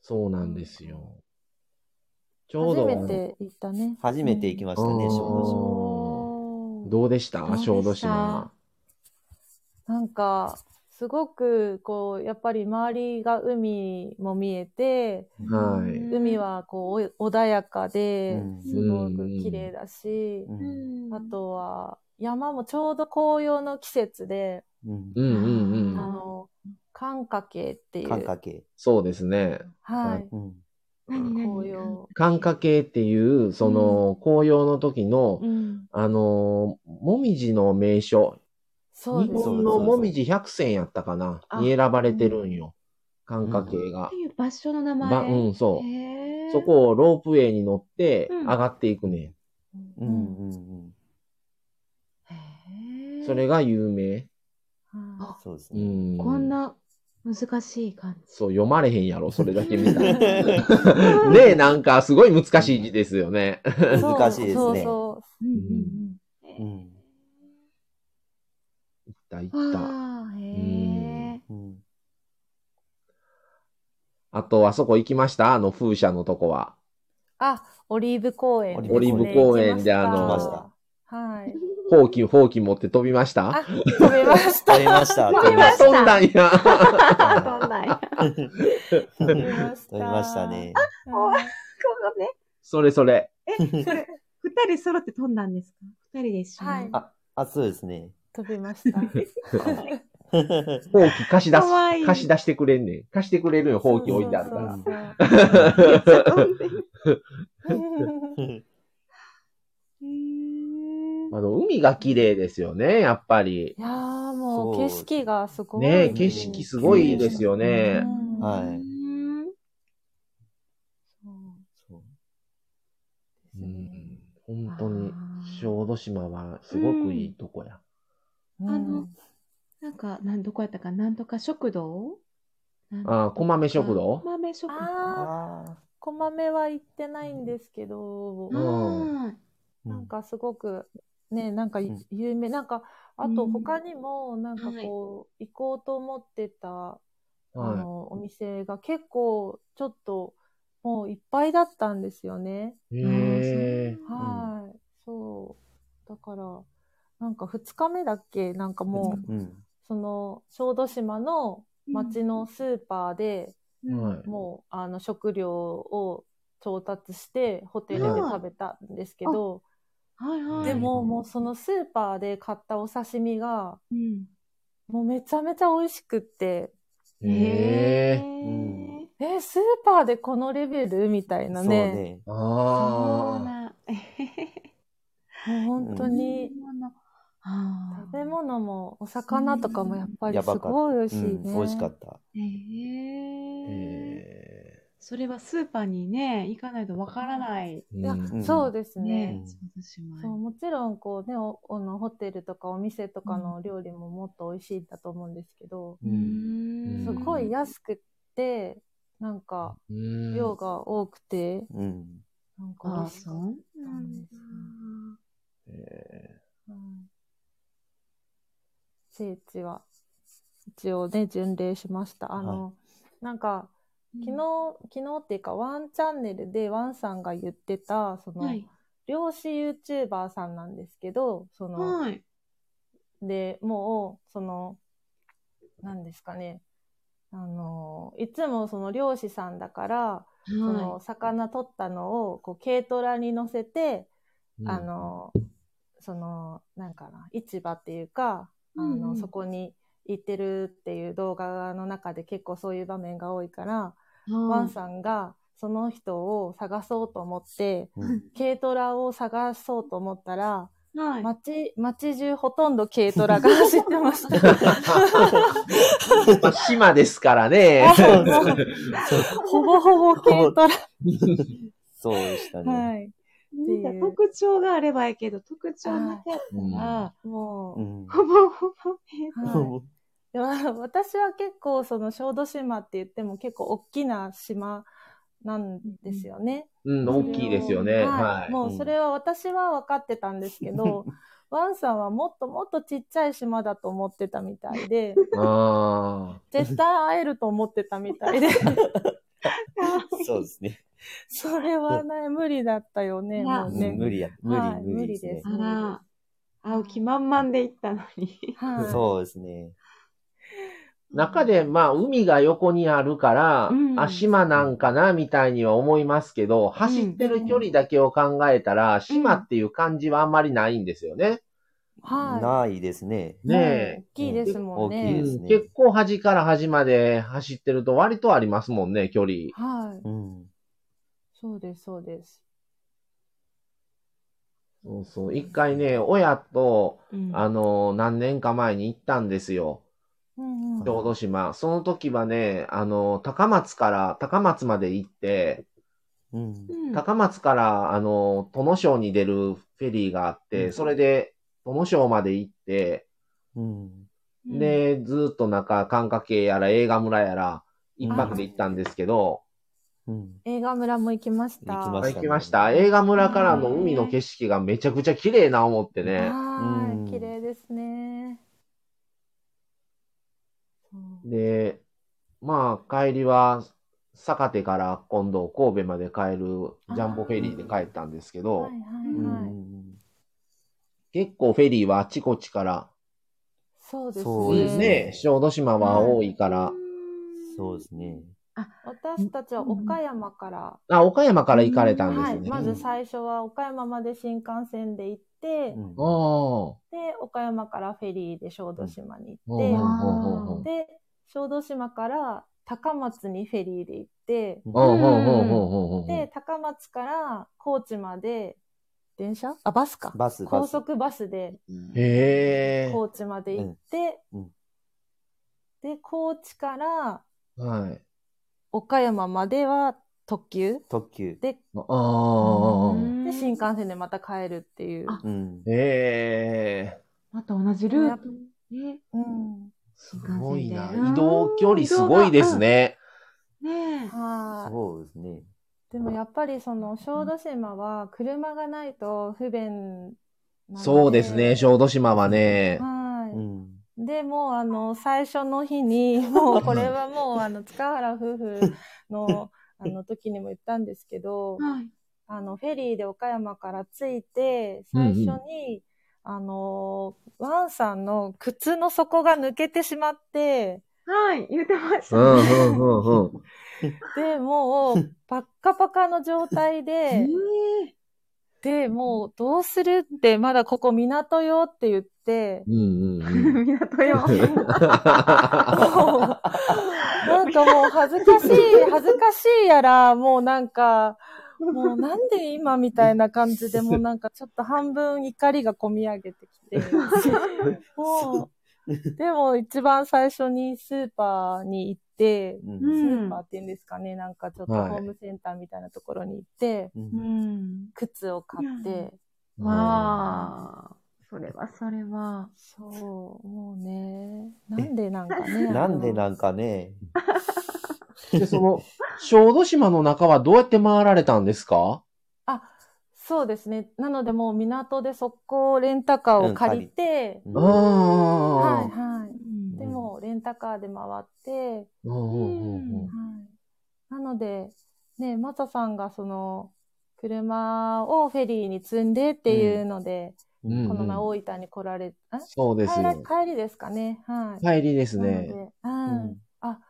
そうなんですよ。ちょう初ど、めて行ったね。初めて行きましたね、うん小豆島。おーどうでしたどうでした小豆島。なんか、すごく、こう、やっぱり周りが海も見えて、はうい。ん海はこう、お穏やかでうん、すごく綺麗だし、う。うんんあ、とは、山もちょうど紅葉の季節で、うん。うんうんうあん。の、寒掛けっていう、感覚系。そうですね。はい、うん。何々紅葉。寒化系っていう、その、紅葉の時の、うん、あのー、もみじの名所、そう日です本のもみじ百選やったかな、あに選ばれてるんよ。寒化系がって。いう場所の名ば前。うん、そう。へーそこをロープウェイに乗ってうん上がっていくね。うん。うん。うん。へーそれが有名。はそうですうね。ん。こんな難しい感じ。そう、読まれへんやろ、それだけ見たら。ねえ、なんか、すごい難しい字ですよね。 [LAUGHS] いそう難しいですねそうそううんうんううん。ん。行った、行った。ああ、へえ。うん。あと、あそこ行きましたあの風車のとこは。あ、オリーブ公園ですね。オリーブ公園であの行きましたはい。ほうき、ほうき持って飛びましたあ、飛べました。取れました。取れました飛んだんや。 [LAUGHS] あ、そんなんや。取飛びました。れましたね。はい。このね、それそれ。それ、二人揃って飛んだんですか二人で一緒に。はいあ、あ、そうですね。飛びま [LAUGHS] した。ほうき貸し出すかわい。い貸し出してくれんねん。貸してくれるよ、ほうき置いてあるから。そうそうそう飛んでる。そうへーあの、海が綺麗ですよね、やっぱり。いやーもうそう景色がすごい。ねえ、ん景色すごいですよね。うんはいうーんそうううんん本当に、小豆島はすごくいいとこや。うんあのなんか、なん、どこやったか、なんとか食堂ああ、こまめ食堂豆食堂。あー、あこまめは行ってないんですけど、うんはいーなんかすごく、ね、なんかん有名、なんか、あうとん他にも、なんかこう、行こうと思ってた、あはの、お店が結構、ちょっと、もういっぱいだったんですよね。い。へえ。はい。そう。だから、なんか2日目だっけなんかもう、うん。その、小豆島の町のスーパーで、はい。もう、あの、食料を調達して、ホテルで食べたんですけど、はいはい。でうも、んもうそのスーパーで買ったお刺身が、うん、もうめちゃめちゃ美味しくって、へえ。えんえー、スーパーでこのレベルみたいそなうね。ね。そうああ。な。もう本 [LAUGHS] 当に、食食べ物もお魚とかもやっぱりやすばかったごい美味うしいね。ん。美味しかった。へえ。へそれはスーパーにね、行かないとわからない。ーいやうんんそうですね、ね。小豆島そうもちろんこうねおあのホテルとかお店とかの料理ももっと美味しいんだと思うんですけど、ううん。んすごい安くてなんかうん量が多くて、うん。なんか美あ、味しかそっうなんだ。へーたうん聖地は、一応ね、巡礼しました。あの、なんか、昨日、昨日っていうか、ワンチャンネルでワンさんが言ってた、その、はい。漁師 YouTuber さんなんですけど、その、はい。で、もう、その、なんですかね、あの、いつもその漁師さんだから、その魚取ったのをこう軽トラに乗せて、[LAUGHS] あの、その、なんかな、市場っていうか、あの、うんうんそこに行ってるっていう動画の中で結構そういう場面が多いから、ワンさんがその人を探そうと思って、うん軽トラを探そうと思ったら、ん。はい。街、街中ほとんど軽トラが [LAUGHS] 走ってました。まあ、島ですからね。 [LAUGHS] そうですね [LAUGHS] ほぼほぼ軽トラ。そうでしたね。はい。なんか特徴があればいいけど、特徴なけうれんば、もうう、んほぼほぼ平はいでも [LAUGHS] 私は結構その小豆島って言っても結構大きな島なんですよね。うん、大きいですよね。はい。もうそれは私は分かってたんですけど、 [LAUGHS] ワンさんはもっともっとちっちゃい島だと思ってたみた [LAUGHS] いで、あ絶対会えると思ってたみたいで、 [LAUGHS] そうですね。それはね、無理だったよね、いやもううんね。無理や。無はい理、無理です無理ねで。あら、会う気満々で行ったのに。はいそうですね。ー中で、まあ、海が横にあるから、うんあ、島なんかな、みたいには思いますけど、走ってる距離だけを考えたら、島っていう感じはあんまりないんですよね。はないですね。い。ねもう大きいですもんえ。うんう大きいでね。すんね結構端から端まで走ってると割とありますもんね、距離。はい。うん。そうです、そうです。そうそう。一回ね、親と、うんあの、何年か前に行ったんですよ。うんうん小豆島。その時はね、あの、高松から、高松まで行って、うん。うん高松から、あの、都城に出るフェリーがあって、うんそれで、都城まで行って、うん。で、ずっと中、関係やら映画村やら、一泊で行ったんですけど、うん。映画村も行きました。行きまあはい行きました。映画村からの海の景色がめちゃくちゃ綺麗な思ってね。はうんい、綺麗ですね。そうで、まあ、帰りは、坂手から今度神戸まで帰るジャンボフェリーで帰ったんですけど、はいはいはい。結構フェリーはあちこちから、そうですそうですね。ね、小豆島は多いから、そうですね。私たちは岡山から、あ、岡山から行かれたんはでい、すね。まず最初は岡山まで新幹線で行って、うんああ、で、岡山からフェリーで小豆島にうんうん行うんうんって、で、小豆島から高松にフェリーで行って、うんうんうんうんうんうんで、高松から高知まで、電車あ、バスか。バス、高バス。速バスでへえ。高知まで行って、うんうんで、高知からはい。岡山までは特急特急。で、ああ、で新幹線でまた帰るっていう。あうん。へえ。また同じルート。ねうんすごいな。新幹線で移動距離すごいですね。ねえ。はいそうですね。でもやっぱりその小豆島は車がないと不便なのそうですね、小豆島はね。はい、うん。でもうあの最初の日にもうこれはもうあの塚原夫婦のあの時にも言ったんですけど、はい。あの、フェリーで岡山から着いて、最初に、あのー、ワンさんの靴の底が抜けてしまって、はい、言ってましうたん、うね。ん、うん、うん。で、もう、パッカパカの状態で、えで、もう、どうするって、まだここ港よって言って、うん、うん、うえん。港よ。もう [LAUGHS] なんかもう恥ずかし [LAUGHS] い、恥ずかしいやら、もうなんか、もうなんで今みたいな感じで、もうなんかちょっと半分怒りがこみ上げてき [LAUGHS] て、もう、でも一番最初にスーパーに行って、ううんん。スーパーって言うんですかね、なんかちょっとホはいームセンターみたいなところに行って、うんうん。靴を買って、わあ、それはそれは。そう、もうね、なんでなんかね。なんでんなんかね。で、その、小豆島の中はどうやって回られたんですかあ、そうですね。なのでもう港で速攻レンタカーを借りて、うんはあいはうい。んでもレンタカーで回って、ーうんうんうんうんはい、なので、ね、マサさんがその車をフェリーに積んでっていうので、うんうんこの前大分に来られ、あそうです帰らよ。帰りですかね。はい。帰りですなのね。で、うんあ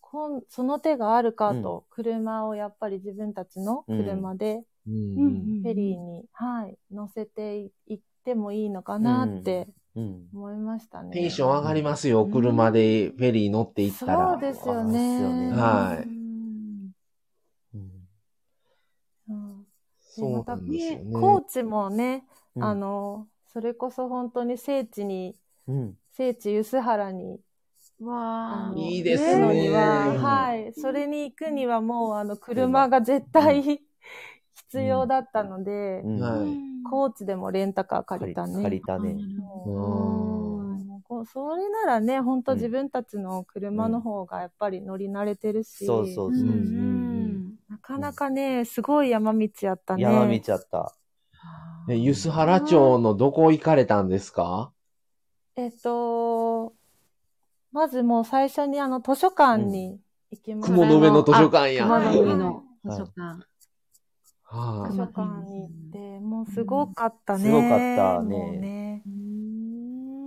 こんその手があるかと、車をやっぱり自分たちの車でううんんうんフェリーに、はい、乗せてい行ってもいいのかなってうん思いましたね。テンション上がりますよ。車でフェリー乗って行ったら。そうですそよね。うですよねはいうんうんうんそうなんですよね高ね。知もね、うんあの、それこそ本当に聖地に、うん聖地梼原にわああ。のいいです行くのねには、ねはい、それに行くにはもう、あの、車が絶対 [LAUGHS] 必要だったので、うんはい高知でもレンタカー借りたね。借りたね。うんうんこうそれならね、本当自分たちの車の方がやっぱり乗り慣れてるし、そうそううんそうう。んなかなかね、すごい山道やったね。山見ちゃった。え、梼原町のどこ行かれたんですかえっと、まずもう最初にあの図書館に行きました。雲の上の図書館や。熊はあのい上の図書館。図は書館に行って、もうすごかったね。すごかったねもうね。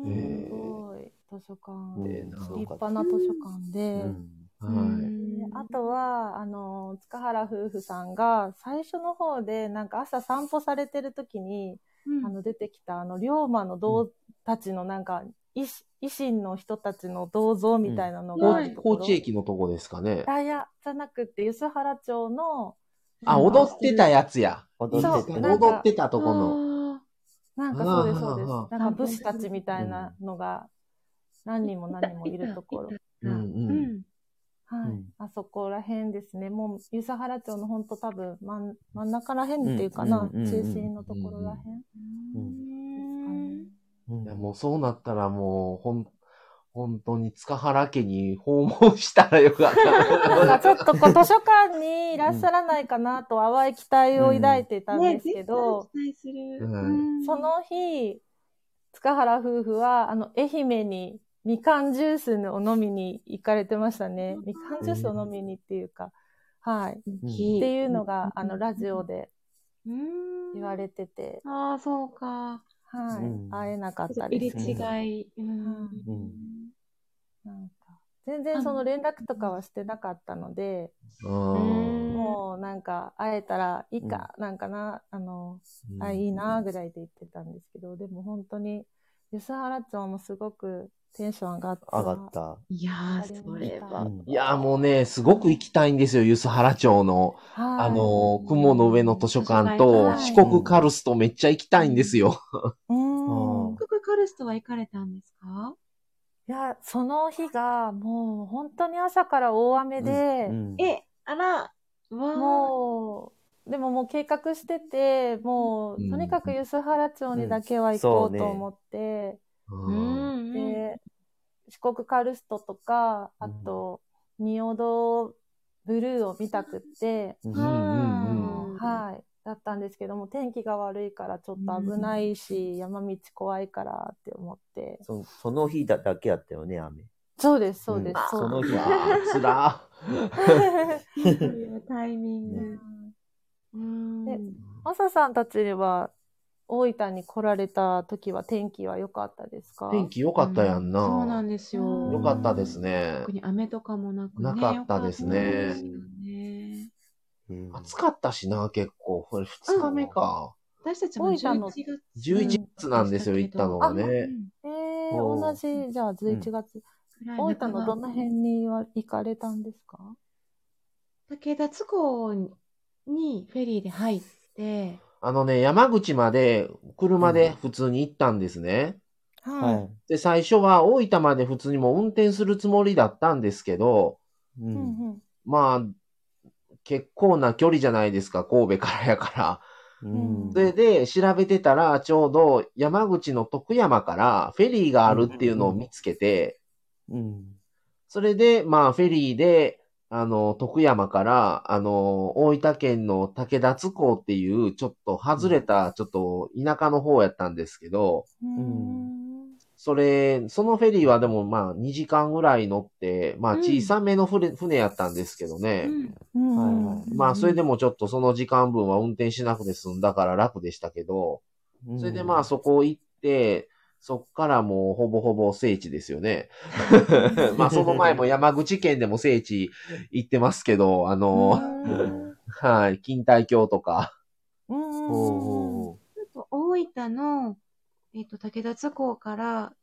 えーすごい図書館。ええな立派な図書館うで。い。んはい。であとは、あの、塚原夫婦さんが最初の方で、なんか朝散歩されてる時に、あの出てきた、あの、龍馬の銅たちのなんか、維新維新の人たちの銅像みたいなのがあるとこ高ろ、知駅のとこですかね。あ、いや、じゃなくて、梼原町の、あ、踊ってたやつや。踊そうっててなんか踊ってたとこの。の。なんかそうです、あーそうです。あなんか武士たちみたいなのが、何人も何人もいるところ。うんうんはい、うんあそこら辺ですね。もう、湯沢原町のほんと多分真ん、真ん中ら辺っていうかな、うんうんうんうん中心のところら辺うん。うんいやもうそうなったらもう、ほん、本当に塚原家に訪問したらよかっ [LAUGHS] なんかちた。ょっとこう図書館にいらっしゃらないかなと淡い期待を抱いてたんですけど、絶対する。そ、の日、塚原夫婦は、あの、愛媛にみかんジュースを飲みに行かれてましたね。みかんジュースを飲みにっていうか、はい。っていうのが、あの、ラジオで言われてて、ああ、そうか。はうんい。会えなかった入れです。違い。うんなんか全然その連絡とかはしてなかったので、うんもうなんか会えたらいいか、なんかな、あの、あ、いいなぐらいで言ってたんですけど、でも本当に、吉原町もすごくテンション上がった。上がった。いやー、それは。うんいや、もうね、すごく行きたいんですよ、梼原町の。はい。あのー、雲の上の図書館と、はい四国カルストめっちゃ行きたいんですよ。ううんん。い韓国カルストは行かれたんですかや、その日が、もう本当に朝から大雨で、うん、え、あら、ももう、でももう計画してて、もう、うんとにかく梼原町にだけは行こうと思って、う、うん。で、四国カルストとか、あと、仁淀ブルーを見たくって、うんうんうんうんうんはい。だったんですけども、天気が悪いからちょっと危ないし、山道怖いからって思って。そその日だだけやったよね、雨。そうです、そうです。んそそうのです日うわは。ーつ [LAUGHS] らタイミング。うん。マサさんたちは、大分に来られた時は天気は良かったですかー。天気良かったやんな。そうなんですよ。良かったですね特。に雨とかもなくね。なかったですねよかったですよねうん暑かったしな、結構。これ二日目か。私たちも大分の11月。 11月なんですよ、行ったのがね。えー、お同じ、じゃあ11月。大分のどの辺には行かれたんですか竹田津港にフェリーで入って、あのね、山口まで車で普通に行ったんですね。は。はいで、最初は大分まで普通にもう運転するつもりだったんですけど、うい。うんんうん。まあ、結構な距離じゃないですか、神戸からやから。うんそれで、調べてたら、ちょうど山口の徳山からフェリーがあるっていうのを見つけて、うんそれで、まあ、フェリーで、あの、徳山から、あの、大分県の武田津港っていう、ちょっと外れた、ちょっと田舎の方やったんですけど、んそれ、そのフェリーはでもまあ2時間ぐらい乗って、まあうん小さめの船,、船やったんですけどね、うんはういんはいまあそれでもちょっとその時間分は運転しなくて済んだから楽でしたけど、それでまあそこ行って、そっからもうほぼほぼ聖地ですよ [LAUGHS] ね。まあその前も山口県でも聖地行ってますけど、あの、はい、錦帯橋とか、うんおーと大分の、えっと武田津港から、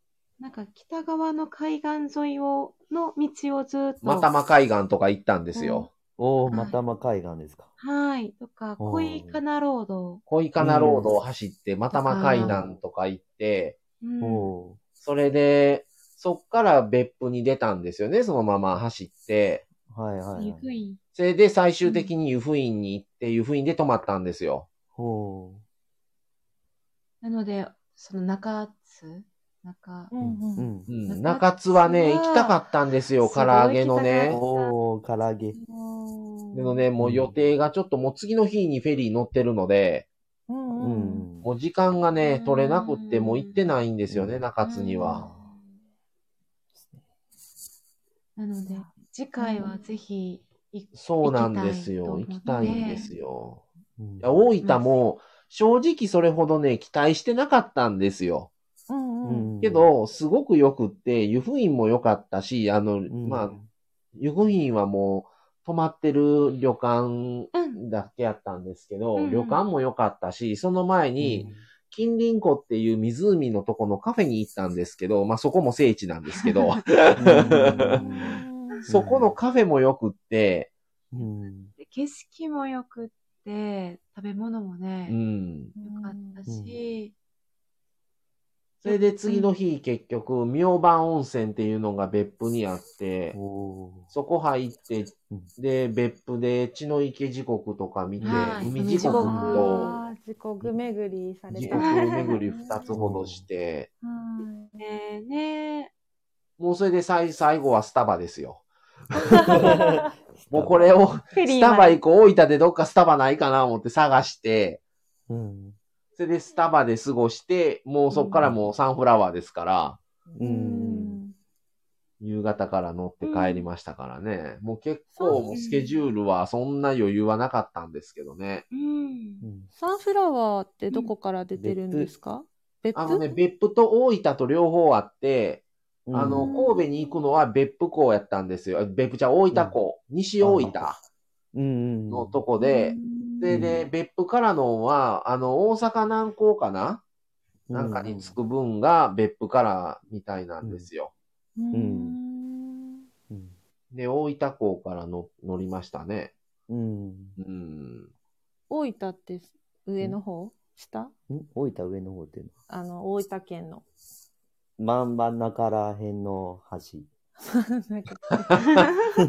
なんか北側の海岸沿いを、の道をずっと、またま海岸とか行ったんですよ。おおまたま海岸ですか。はい、とか、おー恋かなロード、恋かなロードを走って、またま海岸とか行って、うんおおそれで、そっから別府に出たんですよね、そのまま走って。ーはいはい湯はい。布院それで最終的に湯布院に行って、湯布院で泊まったんですよ。おおなので、その中津、中、うんううんんう。ん、中中津津ははね、行きたかったんですよ、す唐ごい揚げの行きたねか。おお唐揚げ。でのね、もう予定がちょっともう次の日にフェリー乗ってるので、ううんうんん。もう時間がね、取れなくって、うんもう行ってないんですよね、うん中津には。なので、次回はぜひ、いそうなんですよ。行行ききたたいいんですよ。うんいや、大分も、正直それほどね、期待してなかったんですよ。うんけ、ど、すごく良くって、湯布院も良かったし、あの、うんまあ、湯布院はもう、泊まってる旅館うんだけやったんですけど、うんうん旅館も良かったし、その前に、、金輪湖っていう湖のとこのカフェに行ったんですけど、まあそこも聖地なんですけど、そこのカフェも良くって、うん景色も良くって、食べ物もうね、ん。良かったし、それで次の日結局、明晩温泉っていうのが別府にあって、おーそこ入ってうん、で、別府で血の池時刻とか見て、はい海時刻とあー地獄巡りされ時た。刻巡り二つはほどして、いねえ、ねえ、もうそれで最最後はスタバですよ。もうこれ、を、フェリスーまタバで行こう、大分でどっかスタバないかな思って探して、うんそれでスタバで過ごして、もうそっからもうサンフラワーですから、ううんん夕方から乗って帰りましたからね。もう結構もうスケジュールはそんな余裕はなかったんですけどね。うん。うんサンフラワーってどこから出てるんですか別府あのね、別府と大分と両方あって、あの、うん神戸に行くのは別府港やったんですよ。別府じゃ大分港、西大分うんのとこで、で、で、別府からのは、あの、大阪南港かな、なんかに着く分が別府からみたいなんですよ。んうんで、大分港からの乗りましたね。うんうん。大分って上の方下ん大分上の方っていうあの、大分県の。のは真ん中ら辺の橋なん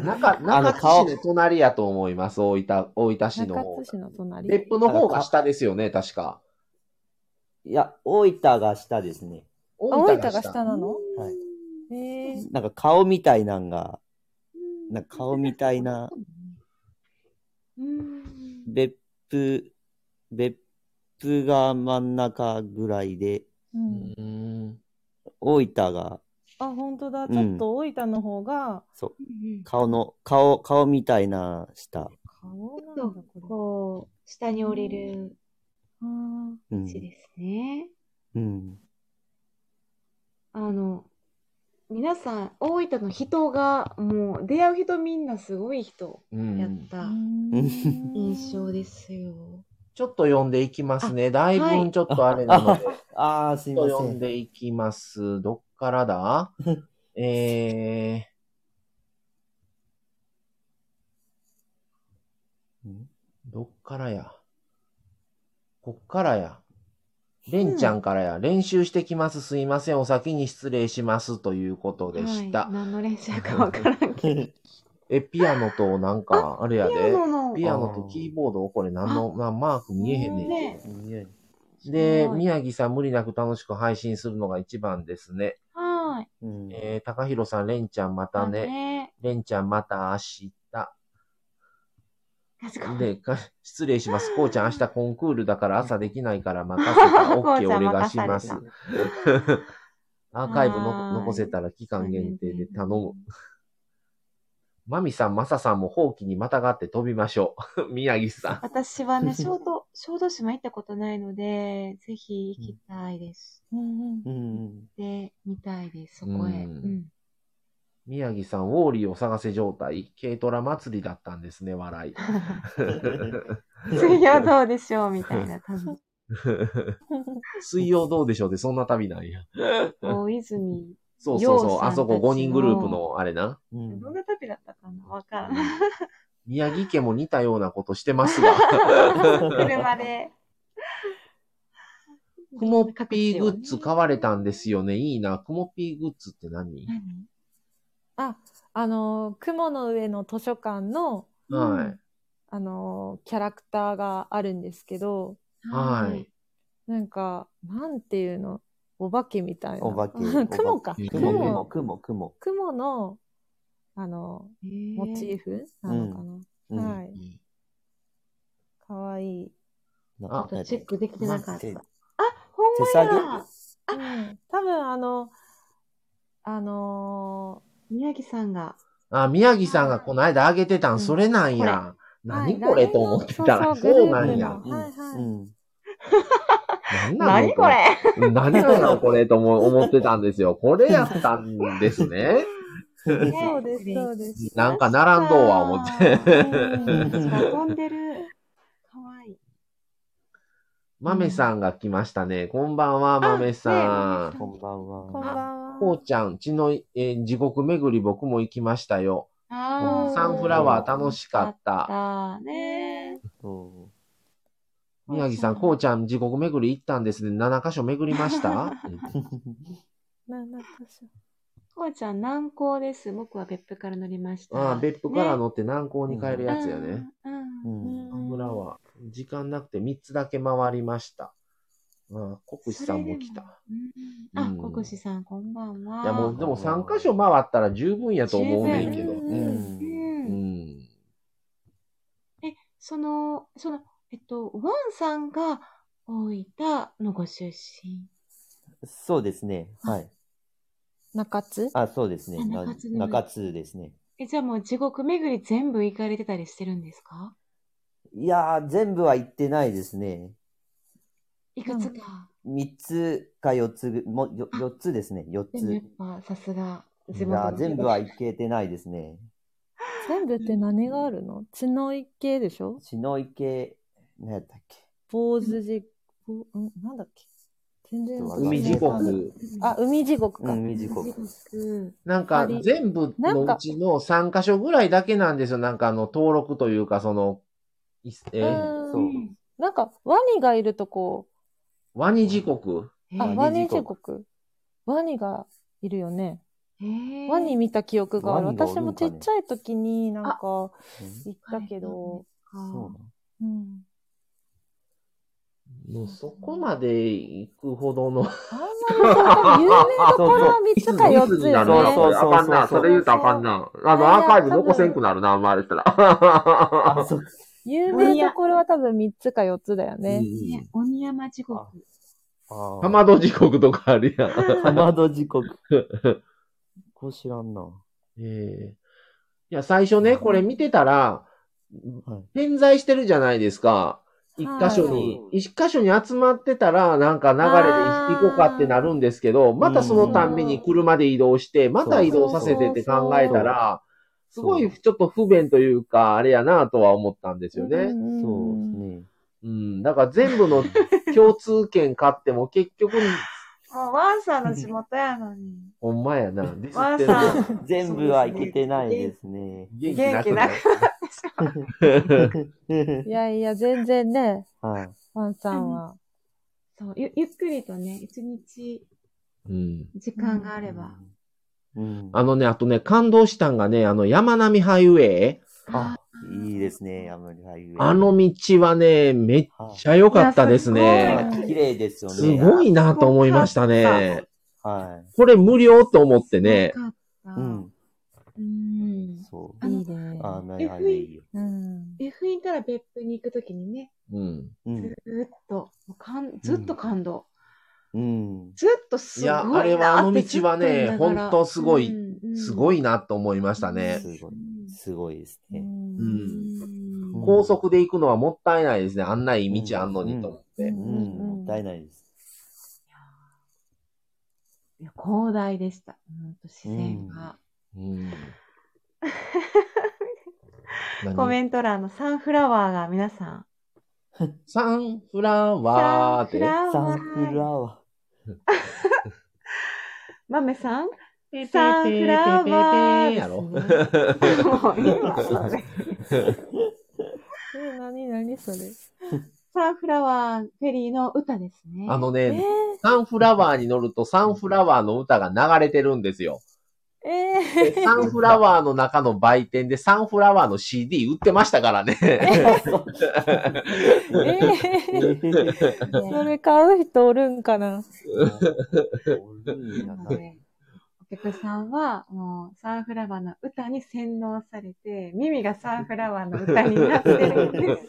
か [LAUGHS] 中、中津市の隣やと思います、大分、大分市の中方津。市の隣。別府の方が下ですよね、確か。いや大分が下ですねあ大大分分が下なのはいへーなんか顔みたいなんがなんか顔みたいなうん。別府別府が真ん中ぐらいでうんうん。大分があ、本当だ。んちょっと大分の方が、そううん顔の顔顔みたいな下顔なんちょだっここう、下に降りるれ。あう道んですね。うんあの、皆さん、大分の人が、もう、出会う人みんなすごい人うやっん。ーたうん印象ですよ。ちょっと読んでいきますね。だいぶちょっとあれなので。ああすいちょまっとせ読んんでいきます。どっからだえうんー、どっからやこっからや。レンちゃんからや。練習してきます。すいません。お先に失礼します。ということでした。はい、何の練習かわからんけど。え、ピアノとなんか、あれやで。のピアノとキーボードこれ何の、まあ、マーク見えへんねんけど。ね、匂いで、すごい宮城さん無理なく楽しく配信するのが一番ですね。はい。 [LAUGHS] うんえー、高弘さん、レンちゃんまたね。ね。レンちゃんまた明日。確かに。で、か失礼し [LAUGHS] ます。こうちゃん明日コンクールだから朝できないから任せたらこうち OK ゃんお願いします任。アーカイブはーのい残せたら期間限定で頼む。マミさん、マサさんもほうきにまたがって飛びましょう。 [LAUGHS] 宮城さん。私はね、小豆、小豆島行ったことないので、ぜひ行きたいです。うんうん。で、見たいです、そこへ。ううんん。宮城さん、ウォーリーを探せ状態。軽トラ祭りだったんですね、笑 [LAUGHS] い。 [LAUGHS] 次はどうでしょうみたいな、多分。水曜どうでしょうって、そんな旅なんや。大泉。そうそうようさんそう、たちのあそこ5人グループの、あれな。うんどんな旅だったかなわからない。宮城家も似たようなことしてますが。 [LAUGHS] [LAUGHS] 車で。クモッピーグッズ買われたんですよね。いいな。クモッピーグッズって何何あ、あの、雲の上の図書館の、はい。あの、キャラクターがあるんですけど、はい。。なんか、なんていうのお化けみたいな。お化け。雲か。雲雲、。雲雲、雲。雲の、あの、モチーフ。フなのかな、うんはい。かわいい。あちょっとチェックできてなかった。手あ、ほんま手や提うん、多分あの、あの宮城さんが。あ、宮城さんがこの間あげてたうんん、それなんや。何これと思ってたら、そうなんや。うんはいはいう何ん。なの何これ何なのこ [LAUGHS] れとも思ってたんですよ。これやったんですね。ーそうです、そうです。なんか並んどうは思って。て。運んでる。かわいい。豆さんが来ましたね。こんばんは、豆さん。こんばんこんばは。んこは。うちゃん、血の、えー地獄巡り僕も行きましたよ。あーサンフラワー楽しかった。あーねそ宮城さん、こうちゃん、地獄巡り行ったんですね。7箇所巡りま [LAUGHS] したうんなんだかしこうちゃん南高です。僕は別府から乗りました。ああ、別府から乗って南港に帰るやつやね。。うんう。ううんん。あ村は、時間なくて3つだけ回りました。ああ、国士さんも来た。うんあ、国士さん、こんばんは。いや、もう、でも3箇所回ったら十分やと思うねんけど十。う分んう。うんん。その、その、えっと、ワンさんが大分のご出身。そうですね。はい。中津あ、そうですね。あな中津ね中津ですね。え、じゃあもう地獄巡り全部行かれてたりしてるんですかいやー、全部は行ってないですね。いくつか。三つか四つぐ、も、よ四つですね。四つ。でもやっぱさすが、地い元やのー、全部は行けてないですね。全部って何があるの血の池でしょ血の池、何やったっけ。坊主地獄、うん、なんだっけ全然わかんない海地獄。あ、海地獄か。うん、二時地刻。獄。なんか、全部のうちの3箇所ぐらいだけなんですよ。なんか、あの、登録というか、その、いえーうんそう。なんか、ワニがいるとこ、ワニ時刻。えあ、ーワワニニ地地獄獄。ワニがいるよね。えーワニ見た記憶がある。ワニがお私るもんちかねっちゃい時になんか行うんったけど、かそううん。もうそこまで行くほどの。あんまりそう多分有名どころは3つか4つなよるな、ね。これ。あかんな。そうそうそうそうそれ言うたらあかんな。あいやの、いやアーカイブ残せんくなるな、生まれたら。あ、そう。有名どころは多分3つか4つだよね。ね、鬼山地獄。あかまど時刻とかあるやん。かまど時刻。 [LAUGHS] こう知らんな。ええいや、最初ね、これ見てたら、はい。点在してるじゃないですか。一箇所に、一箇所に集まってたら、なんか流れで行こうかってなるんですけど、またそのたんびに車で移動して、また移動させてって考えたら、すごいちょっと不便というか、あれやなとは思ったんですよね。そううですん。ね。うん、だから全部の共通券買っても結局、もうワンさんの地元やのに。ほんまやな。ディスワっンてるなさん、全部は行けてないですね。元元気なくなってしまう。いやいや、全然ね、 [LAUGHS] はい。ワンさんは。そう、ゆゆっくりとね、一日 [LAUGHS] うん。時間があれば。うん。あのね、あとね、感動したんがね、あの、山並ハイウェイあ、いいですね、あまりハイウェイ。あの道はね、めっちゃ良かったですね。はい、綺麗ですよね。すごいなと思いましたね。はこれ無料と思ってねね。かった。い。うん。うん。そあう。のいいね。あー、ない、はい、いいよ。うん。 f 院から別府に行くときにね、うん。うんず。ーっと、もうかんずっと感動。うん。ずっとすいごいなや、あれはあの道はね、本本当当すごい、すごい。いなと思いましたねす。ごい。すごいですう。ね。うんん。うん高速で行くのはもったいないですね。あんないい道あんのにと思って。うん。もったいないです。いや広大でした。本当自然が。 [LAUGHS] うん。コん。メント欄のサンフラワーが皆さん。サンフラワーって。サンフラー。ワ豆さんペサンフラワーやろですね。もう今それえ、なになにそれ。サンフラワーフェリーの歌ですね。あのえね、サンフラワーに乗るとサンフラワーの歌が流れてるんですよ。ー、え [LAUGHS] でサンフラワーの中の売店でサンフラワーの CD 売ってましたからね。ー、えー。 [LAUGHS] ー、それ買う人おるんかな。なのでお客さんは、もう、サンフラワーの歌に洗脳されて、耳がサンフラワーの歌になってるんです。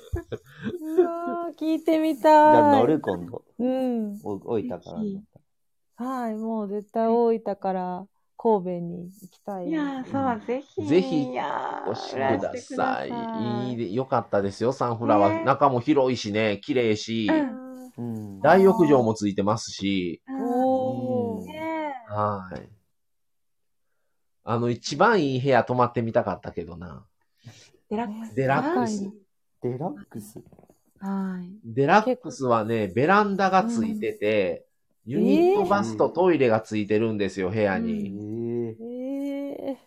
うわー聞いてみじゃたあ乗い。る今度。うん。お置いたから。はい、もう絶対大分から神戸に行きたい。いやー、そう、ぜひ。ぜひいやーおしてください。いいで、よかったですよ、サンフラワー。ね中も広いしね、綺麗し、うんうん。大浴場もついてますし、うんおうんー。ねはい。あの、一番いい部屋泊まってみたかったけどな。えデラックス。デラックス。デラックス。はい。デラックスはね、ベランダがついてて、ユニットバスとトイレがついてるんですよ、部屋ええに。ー。え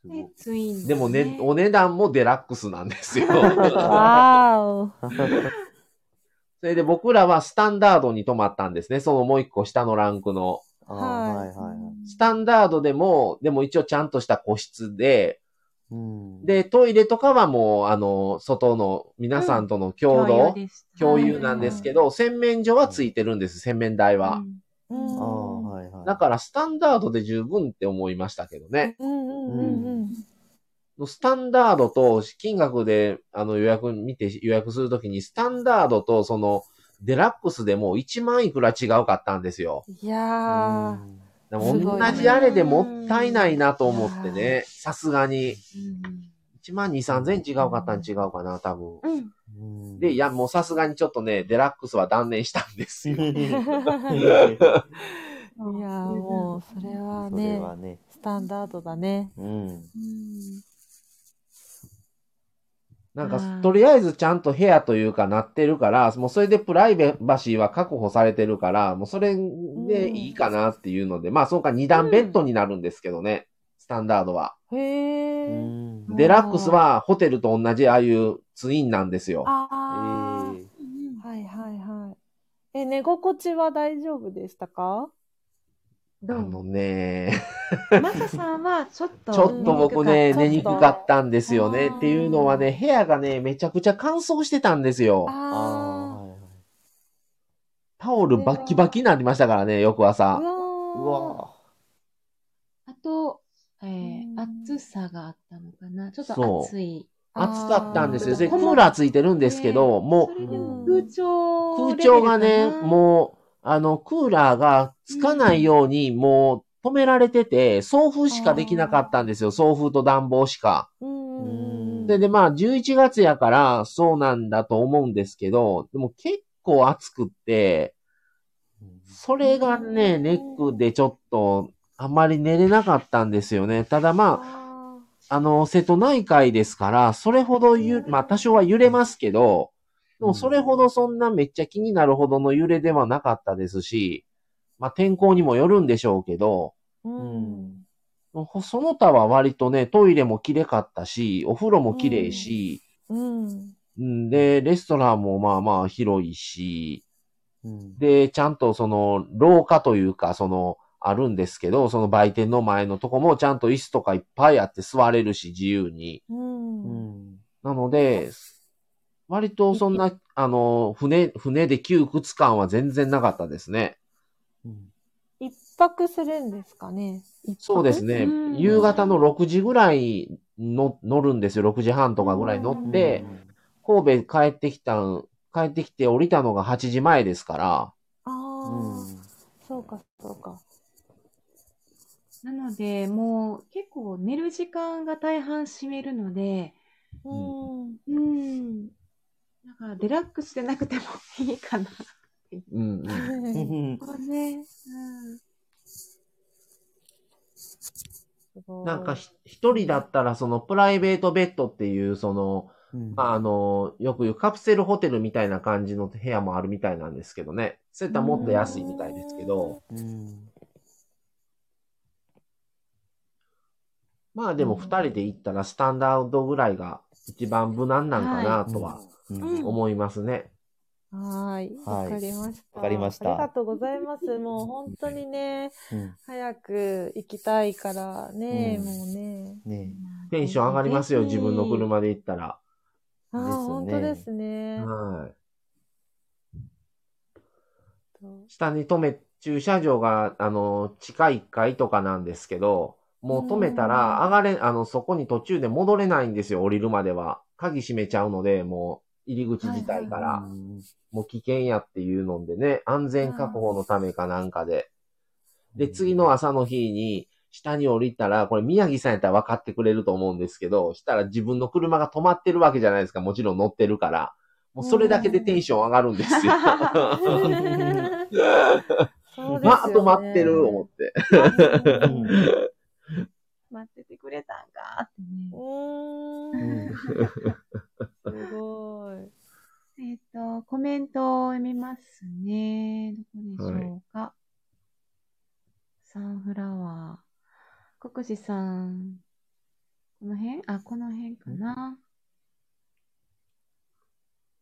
すごい [LAUGHS] で、ツイン、でもね、お値段もデラックスなんです [LAUGHS] よ。ー、わーお。それで僕らはスタンダードに泊まったんですね。そのもう一個下のランクの。あーはいはいはいはい。スタンダードでも、でも一応ちゃんとした個室で、うん、で、トイレとかはもう、あの、外の皆さんとの共同、です共有なんですけど、洗面所はついてるんです、洗面台は。あーうん。はいはい。だから、スタンダードで十分って思いましたけどね。うんうんうんうん。スタンダードと、金額で、あの、予約見て予約するときに、スタンダードと、その、デラックスでも1万いくら違うかったんですよ。いやー、ですもごいね同じあれでもったいないなと思ってね、さすがに。1万2、3千違うかったん違うかな、多うん。分。うん。うんで、い、や、もうさすがにちょっとね、デラックスは断念したんですよ。いやーもう、それはそれね、はね、スタンダードだね。うん。うん。なんかあ、ーとりあえずちゃんと部屋というかなってるから、もうそれでプライバシーは確保されてるから、もうそれでいいかなっていうので、まあそうか、2段ベッドになるんですけどね、スタンダードは。へうー。んデラックスはホテルと同じああいうツインなんですよ。あー。はいはいはい。え、寝心地は大丈夫でしたあかどうのね、マサさんは、ちょっと。ちょっと僕ね、寝寝ににくかったくかったんですよねあ。ーっていうのはね、部屋がね、めちゃくちゃ乾燥してたんですよ。ああ、あはいはい。タオルバッキバキになりましたからね、翌ー。う朝。うわー。わあと、えーうん暑さがあったのかな。ちょっそうと暑い。暑かったんですよ。あーで、クーラーついてるんですけど、ねもそれでもう空ん調う、空レベル調がかなね、もう、あの、クーラーがつかないように、もう止められてて、送風しかできなかったんですよ。送風と暖房しか。うんうんで、で、まあ、11月やから、そうなんだと思うんですけど、でも結構暑くって、それがね、ネックでちょっと、あまり寝れなかったんですよね。ただまああ、あの、瀬戸内海ですから、それほどゆ、まあ多少は揺れますけど、でもそれほどそんなめっちゃ気になるほどの揺れではなかったですし、まあ天候にもよるんでしょうけど、ー。うん。その他は割とね、トイレも綺麗かったし、お風呂も綺麗し、うん。うん、で、レストランもまあまあ広いし、うん。で、ちゃんとその、廊下というか、その、あるんですけど、その売店の前のとこもちゃんと椅子とかいっぱいあって座れるし、自由に。う。うんん。なので、割とそんな、あの、船、船で窮屈感は全然なかったですね。うん一泊するんですかね。そうですねう。ん夕方の6時ぐらいの乗るんですよ。6時半とかぐらい乗って、神戸帰ってきたん、帰ってきて降りたのが8時前ですから、あうあ、ん、うんそうか、そうか。なので、もう結構寝る時間が大半占めるので、うん。うん。だからデラックスでなくてもいいかな。うん、うんうんそう [LAUGHS] ね。すごいなんかひ一人だったらそのプライベートベッドっていうその、うんまああの、よく言うカプセルホテルみたいな感じの部屋もあるみたいなんですけどね。そういったらもっと安いみたいですけど、うんまあでも二人で行ったらスタンダードぐらいが一番無難なんかなとはうん思いますね。はーい。はいわかりました。わかりましたありがとうございます。もう本当にね、うん早く行きたいからね、うんもうね。ねテンション上がりますよ、嬉しい自分の車で行ったら。ああ、ですね本当ですね。はい。と下に止め、駐車場が、あの、地下1階とかなんですけど、もう止めたら、上がれ、あの、そこに途中で戻れないんですよ、降りるまでは。鍵閉めちゃうので、もう、入り口自体かえら、もう危険やっていうのでね、安全確保のためかなんかで。で、次の朝の日に、下に降りたら、これ宮城さんやったら分かってくれると思うんですけど、したら自分の車が止まってるわけじゃないですか、もちろん乗ってるから。もうそれだけでテンション上がるんです [LAUGHS] よ。そうですよねまあ、止まってる、思って。うん待っててくれたんかってね。ううんーん。すごい。えっ、と、コメントを読みますね。どこでしょうか。サンフラワー。国士さん。この辺あ、この辺かな。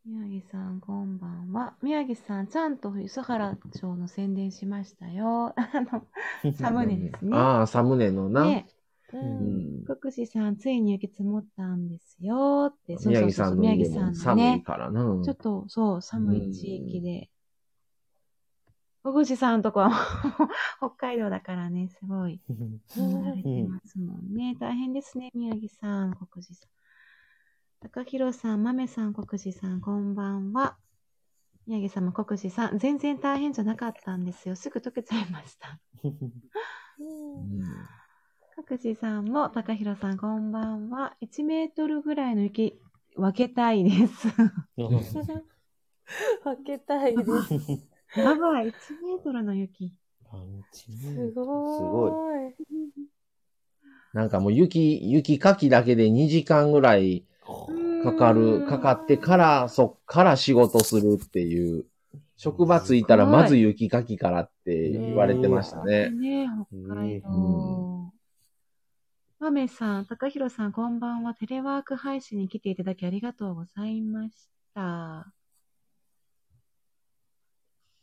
宮城さん、こんばんは。宮城さん、ちゃんと梼原町の宣伝しましたよ。 [LAUGHS] あの、サムネですね。ああ、サムネのな。ねう。うんん、福士さん、ついに雪積もったんですよって。そう宮そ城うそうさそんう、の宮家城さもんの寒いね。からな。ちょっと、そう、寒い地域で。福士さんとこはもう [LAUGHS] 北海道だからね、すごい。見られてますもんね。大変ですね、宮城さん、国士さん。高弘さん、豆さん、国士さん、こんばんは。宮城様、国士さん、全然大変じゃなかったんですよ。すぐ溶けちゃいました。うん各自さんも、高弘さん、こんばんは。1メートルぐらいの雪、分けたいです。分けたいです。 [LAUGHS] やばい、1メートルの雪。すごい。い。なんかもう雪、雪かきだけで2時間ぐらいかかる、かかってから、そっから仕事するっていう。職場着いたらすごいまず雪かきからって言われてましたね。ね北海う道。マメさん、高弘さん、こんばんは。テレワーク配信に来ていただきありがとうございました。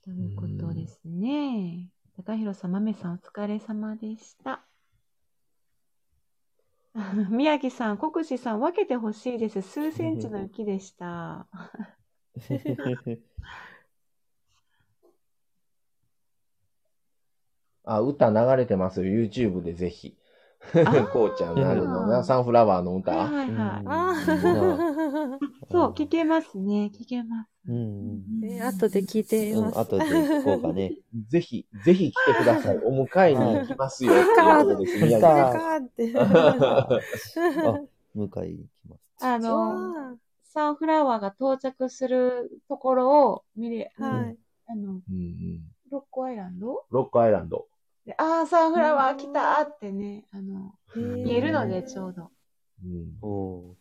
ということですね。高弘さん、マメさん、お疲れ様でした。 [LAUGHS] 宮城さん、国士さん、分けてほしいです。数センチの雪でした。あ、歌流れてますよ。YouTube でぜひ。ー [LAUGHS] こうちゃんなるのな。サンフラワーの歌。はいはいはい。ああ。そう、聞けますね。聞けます。うん。え、後で聞いてうまん、す。あとで聞 [LAUGHS] こうかね。ぜひ、ぜひ来てください。お迎えに行きますよ。はといいうことです宮城あさんかって。あ、向かい行きます。あの、サンフラワーが到着するところを見れ、はい。あの、うんうんロックアイランドロックアイランド。で、ああ、サンフラワー来たーってね、あの、見えるので、ちょうど。うんおお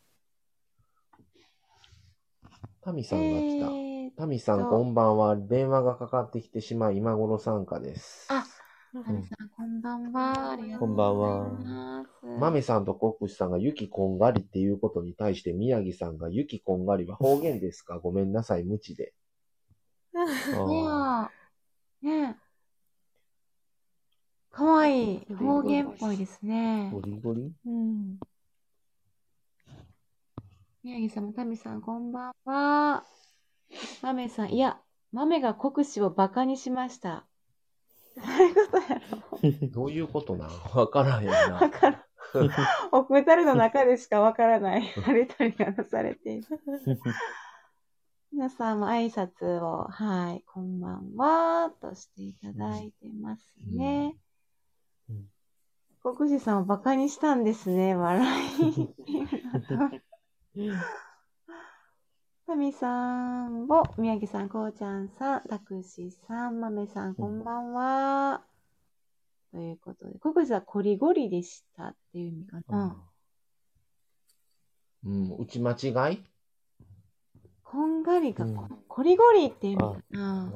タミさんが来た。えータミさん、こんばんは。電話がかかってきてしまい、今頃参加です。あ、タミさん、こんばんは。ありがとうございます。マメさんとコックスさんが雪こんがりっていうことに対して、宮城さんが雪こんがりは方言ですか [LAUGHS] ごめんなさい、無知で。ー。ねえ。ねえ。かわいい。方言っぽいですねゴ。リゴリうん。宮城様、タミさん、こんばん [LAUGHS] は。マメさん、いや、マメが国士をバカにしました。そういうことやろ。どういうことなんわからへんだ [LAUGHS] な。から、オクタルの中でしかわからないやりとりがなされている。 [LAUGHS] 皆さんも挨拶を、はい、こんばんは、としていただいてますね。うんうん国士さんをバカにしたんですね、笑い。タミさんも、宮城さん、こうちゃんさん、タクシさん、まめさん、こんばんは。ということで、国士はコリゴリでしたっていう意味かな。うん、打ち間違いこんがりがこ、うコリゴリっていう意味かな。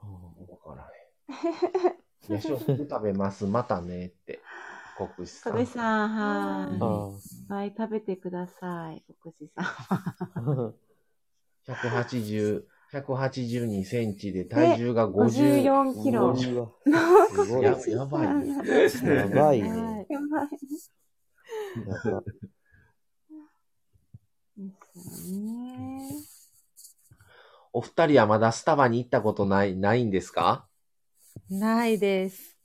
わからへん。夜食食べます、またねって。国士さそん。れさん、はい。うんあいっぱい食べてください、国士さん。 180、182センチで体重が50。 54キロ。 50 [LAUGHS] すごいややばいね。やばいね。はいやばいやばですよね。お二人はまだスタバに行ったことない、ないんですかないです。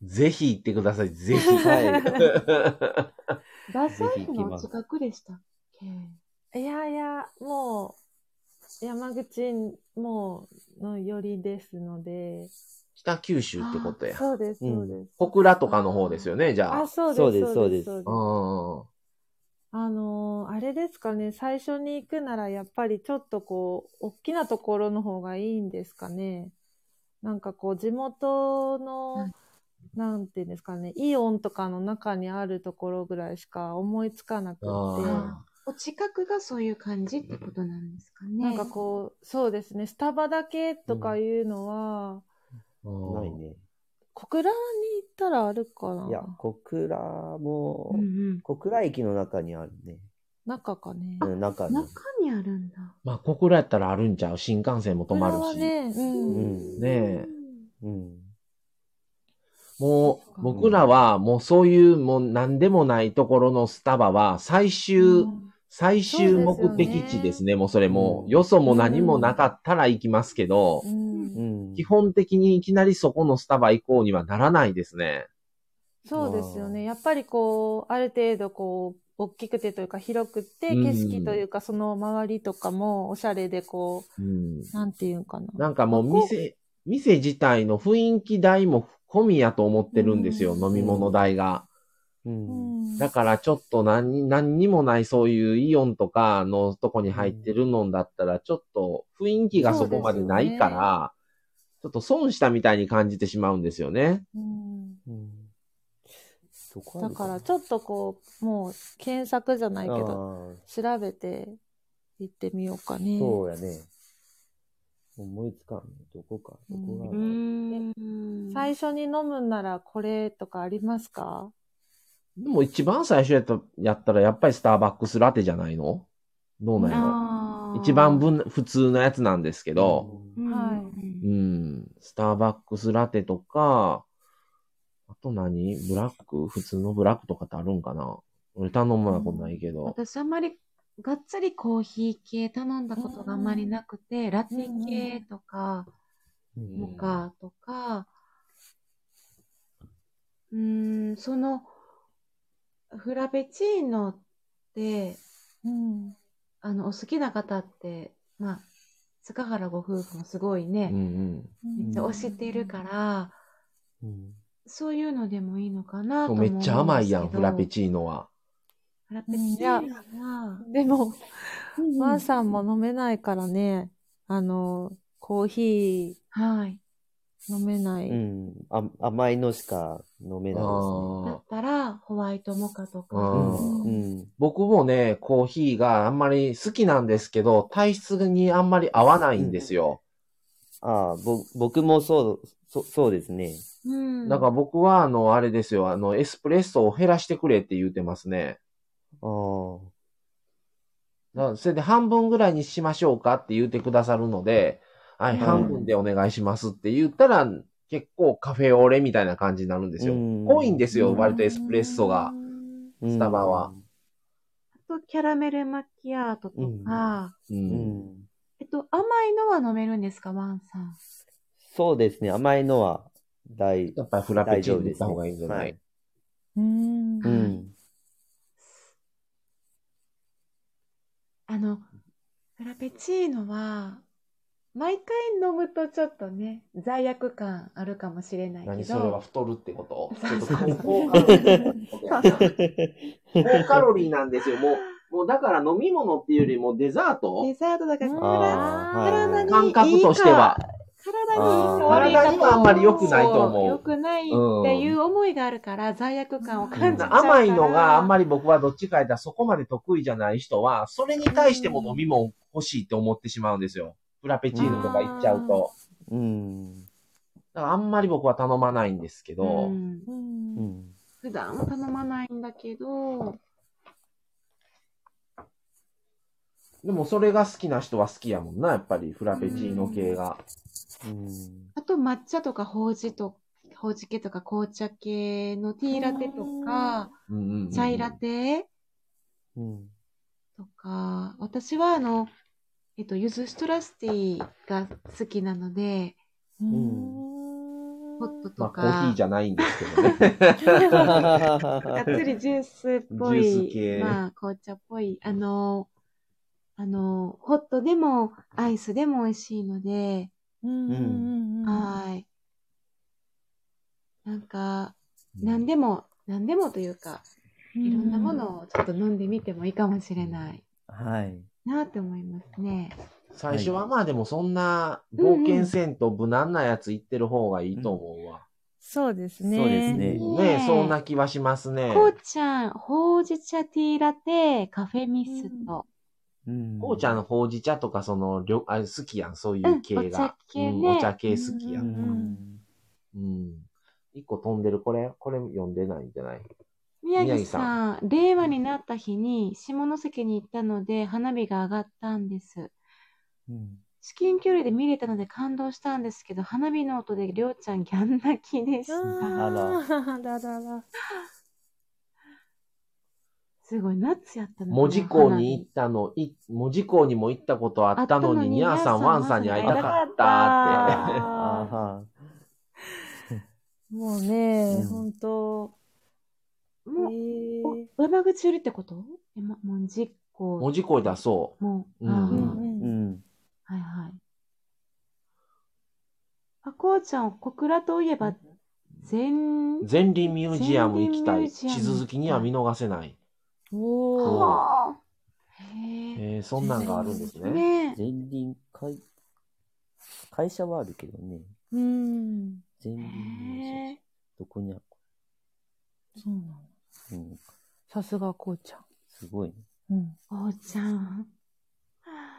ぜひ行ってください、ぜひ。 [LAUGHS] はダサぜイひ行きのます近くでしたっけいやいや、もう、山口もうのよりですので。北九州ってことや。そうです、うんそうです。小倉とかの方ですよね、じゃあ、あ。そうそうで、ですすそうです。そそううでですうんうんうん。あのーあれですかね、最初に行くならやっぱりちょっとこう、大きなところの方がいいんですかね。なんかこう、地元うの、なんていうんですかね、イオンとかの中にあるところぐらいしか思いつかなくって、あお近くがそういう感じってことなんですかね。なんかこう、そうですね、スタバだけとかいうのは、ーない。ね。小倉に行ったらあるかないや、小倉もうん、うん、小倉駅の中にあるね。中かね。うん中に。中にあるんだ。まあ、小倉やったらあるんちゃう新幹線も止ま小倉はるし。ね、うん。うん。ねえうん。もう、僕らは、もうそういう、もう何でもないところのスタバは、最終、最終目的地ですね。もうそれも、うんよそも何もなかったら行きますけど、うんうん。基本的にいきなりそこのスタバ行こうにはならないですね。そうですようね。んやっぱりこう、ある程度こう、大きくてというか広くて、うん景色というか、その周りとかもおしゃれでこうん。う、なんていうんかな。なんかもう店、店自体の雰囲気代も込みやと思ってるんですよ、うん飲み物代が。う。うんんだからちょっと何、何にもないそういうイオンとかのとこに入ってるのんだったら、ちょっと雰囲気がそこまでないから、ちょっと損したみたいに感じてしまうんですよね。うんうん。そこだからちょっょっとこう、もう検索じゃないけど、ど。調べて行ってみようかね。そうやね。思いつかんね。どこか、どこがあうる。ん。最初に飲むんならこれとかありますかでも一番最初やったやったらやっぱりスターバックスラテじゃないのどうなんやろあー一番ぶん普通のやつなんですけど、うんはいうん。スターバックスラテとか、あと何ブラック普通のブラックとかってあるんかな俺頼まなことないけど。私あんまりがっつりコーヒー系頼んだことがあんまりなくて、ラテ系とか、うんモカとか、うーん、その、フラペチーノって、うん。あの、お好きな方って、まあ、塚原ご夫婦もすごいうんうね、ん。めっちゃ推してるから、うんそういうのでもいいのかなとそうも思めうんっでちすけゃど。甘いやん、フラペチチーノは。ーノ。フラペチーノは、でも、ワンさんも。も飲めないからね、あの、コーヒはい。ー飲めない。うん。あ甘いのしか飲めないでだあーったら、ホワイトモカとあか。すね。うん。僕もね、コーヒーがあんまり好きなんですけど、体質にあんまり合わないんですよ。ああ、ぼ、僕もそう、そ、そうですね。うん。だから僕は、あの、あれですよ、あの、エスプレッソを減らしてくれって言うてますね。ああ。だからそれで半分ぐらいにしましょうかって言ってくださるので、はい、うん半分でお願いしますって言ったら、結構カフェオレみたいな感じになるんですよ。うん濃いんですよ、うん割とエスプレッソが。うんスタバは。あと、キャラメルマキアートとか、うん。うんうん。えっと、甘いのは飲めるんですか、ワンさん。そうですね。甘いのは大、やっぱりフラペ大チー丈夫ノで行ったす、ね。方がいいんじゃない、はい。うんう。ん。あの、フラペチーノは、毎回飲むとちょっとね、罪悪感あるかもしれないけ何それはど、太るってことそちうょっそとうそ高うカロリーのことやな高カロリーなんですよ。も [LAUGHS] う、もうだから飲み物っていうよりもデザーデトザートだから、うん体あーはい体感に覚としては。体にいいか悪い体かにとはあんまり良くないと思うそ良くないっていう思いがあるから、罪悪感を感じちゃうから。甘いのがあんまり。り僕はどっちかやったらそこまで得意じゃない人は、それに対しても飲み物欲しいって思ってしまうんですよ。フラペチーノとか行っちゃうと。うん。だからあんまり僕は頼まないんですけど、うんうんうん。普段は頼まないんだけど、でもそれが好きな人は好きやもんな、やっぱりフラペチーノ系が。うん。あと抹茶とかほうじと、ほうじ系とか紅茶系のティーラテとか、うんうんうんチャイラテうん。とか、私はあの、えっと、ゆずストラスティが好きなので、ホットまとあコーヒかー、じゃないんですけどね。 [LAUGHS] がっ [LAUGHS] つりジュースっぽジュースい系、まあ、紅茶っぽい、あの、あの、ホットでもアイスでも美味しいので、うんうんうんはーい。なんか、何でも、何でもというか、いろんなものをちょっと飲んでみてもいいかもしれないはい。なって思いますね。最初はまあでもそんな冒険せんと無難なやつ行ってる方がいいと思うわ。そうですね。そうですねうんねえ、そんな気はしますね。こうちゃん、ほうじ茶ティーラテ、カフェミスト。うん。こうちゃんのほうじ茶とかその、りょあれ好きやん、そういううん系お茶が。系ねうんお茶系好きや。うんん。うん。一個飛んでる、これ、これ読んでないんじゃない宮城さん、令和になった日に下関に行ったので花火が上がったんです。うん。至近距離で見れたので感動したんですけど、花火の音でりょうちゃんギャン泣きでしあた。あ、だだだ。すごい、夏やったな。文字港に行ったの、い、文字港にも行ったことあったのに、にゃーさん、ワンさんに会いたかったって。ああは。ーもうねう、ん本当。花火。もうおえ山口よりってことえ、ま、もう実行。文字港だそもう、うんあーうんうん。はいはい。あ、こうちゃん、小倉といえば、全う。、前輪ミュージアム行きたい。前輪ミュージアム地図好きには見逃せない。ー、おお。はあへえー、そんなんがあるんですえ。ね。ねえ。前輪会、会社はあるけどね。うん。前へ輪のえ。どこにあるそうなの。うん。さすがこうちゃすごいね。ん。うん。こうちゃん。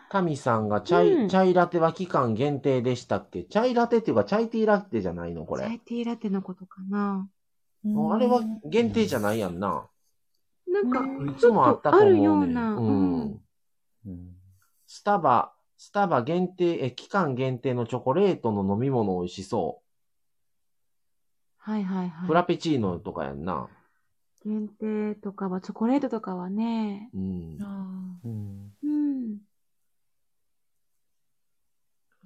神さんがチャイ、うんチャイラテは期間限定でしたっけチャイラテっていうか、チャイティーラテじゃないのこれ。チャイティーラテのことかな。あれは限定じゃないやんな。なんか、いつもあったと思う、ね。あるようなうん。うんうん。スタバ、スタバ限定、え、期間限定のチョコレートの飲み物美味しそ。はいはいうはフい。ラペチーノとかやんな。限定とかは、チョコレートとかはね。うん。あうん。うん。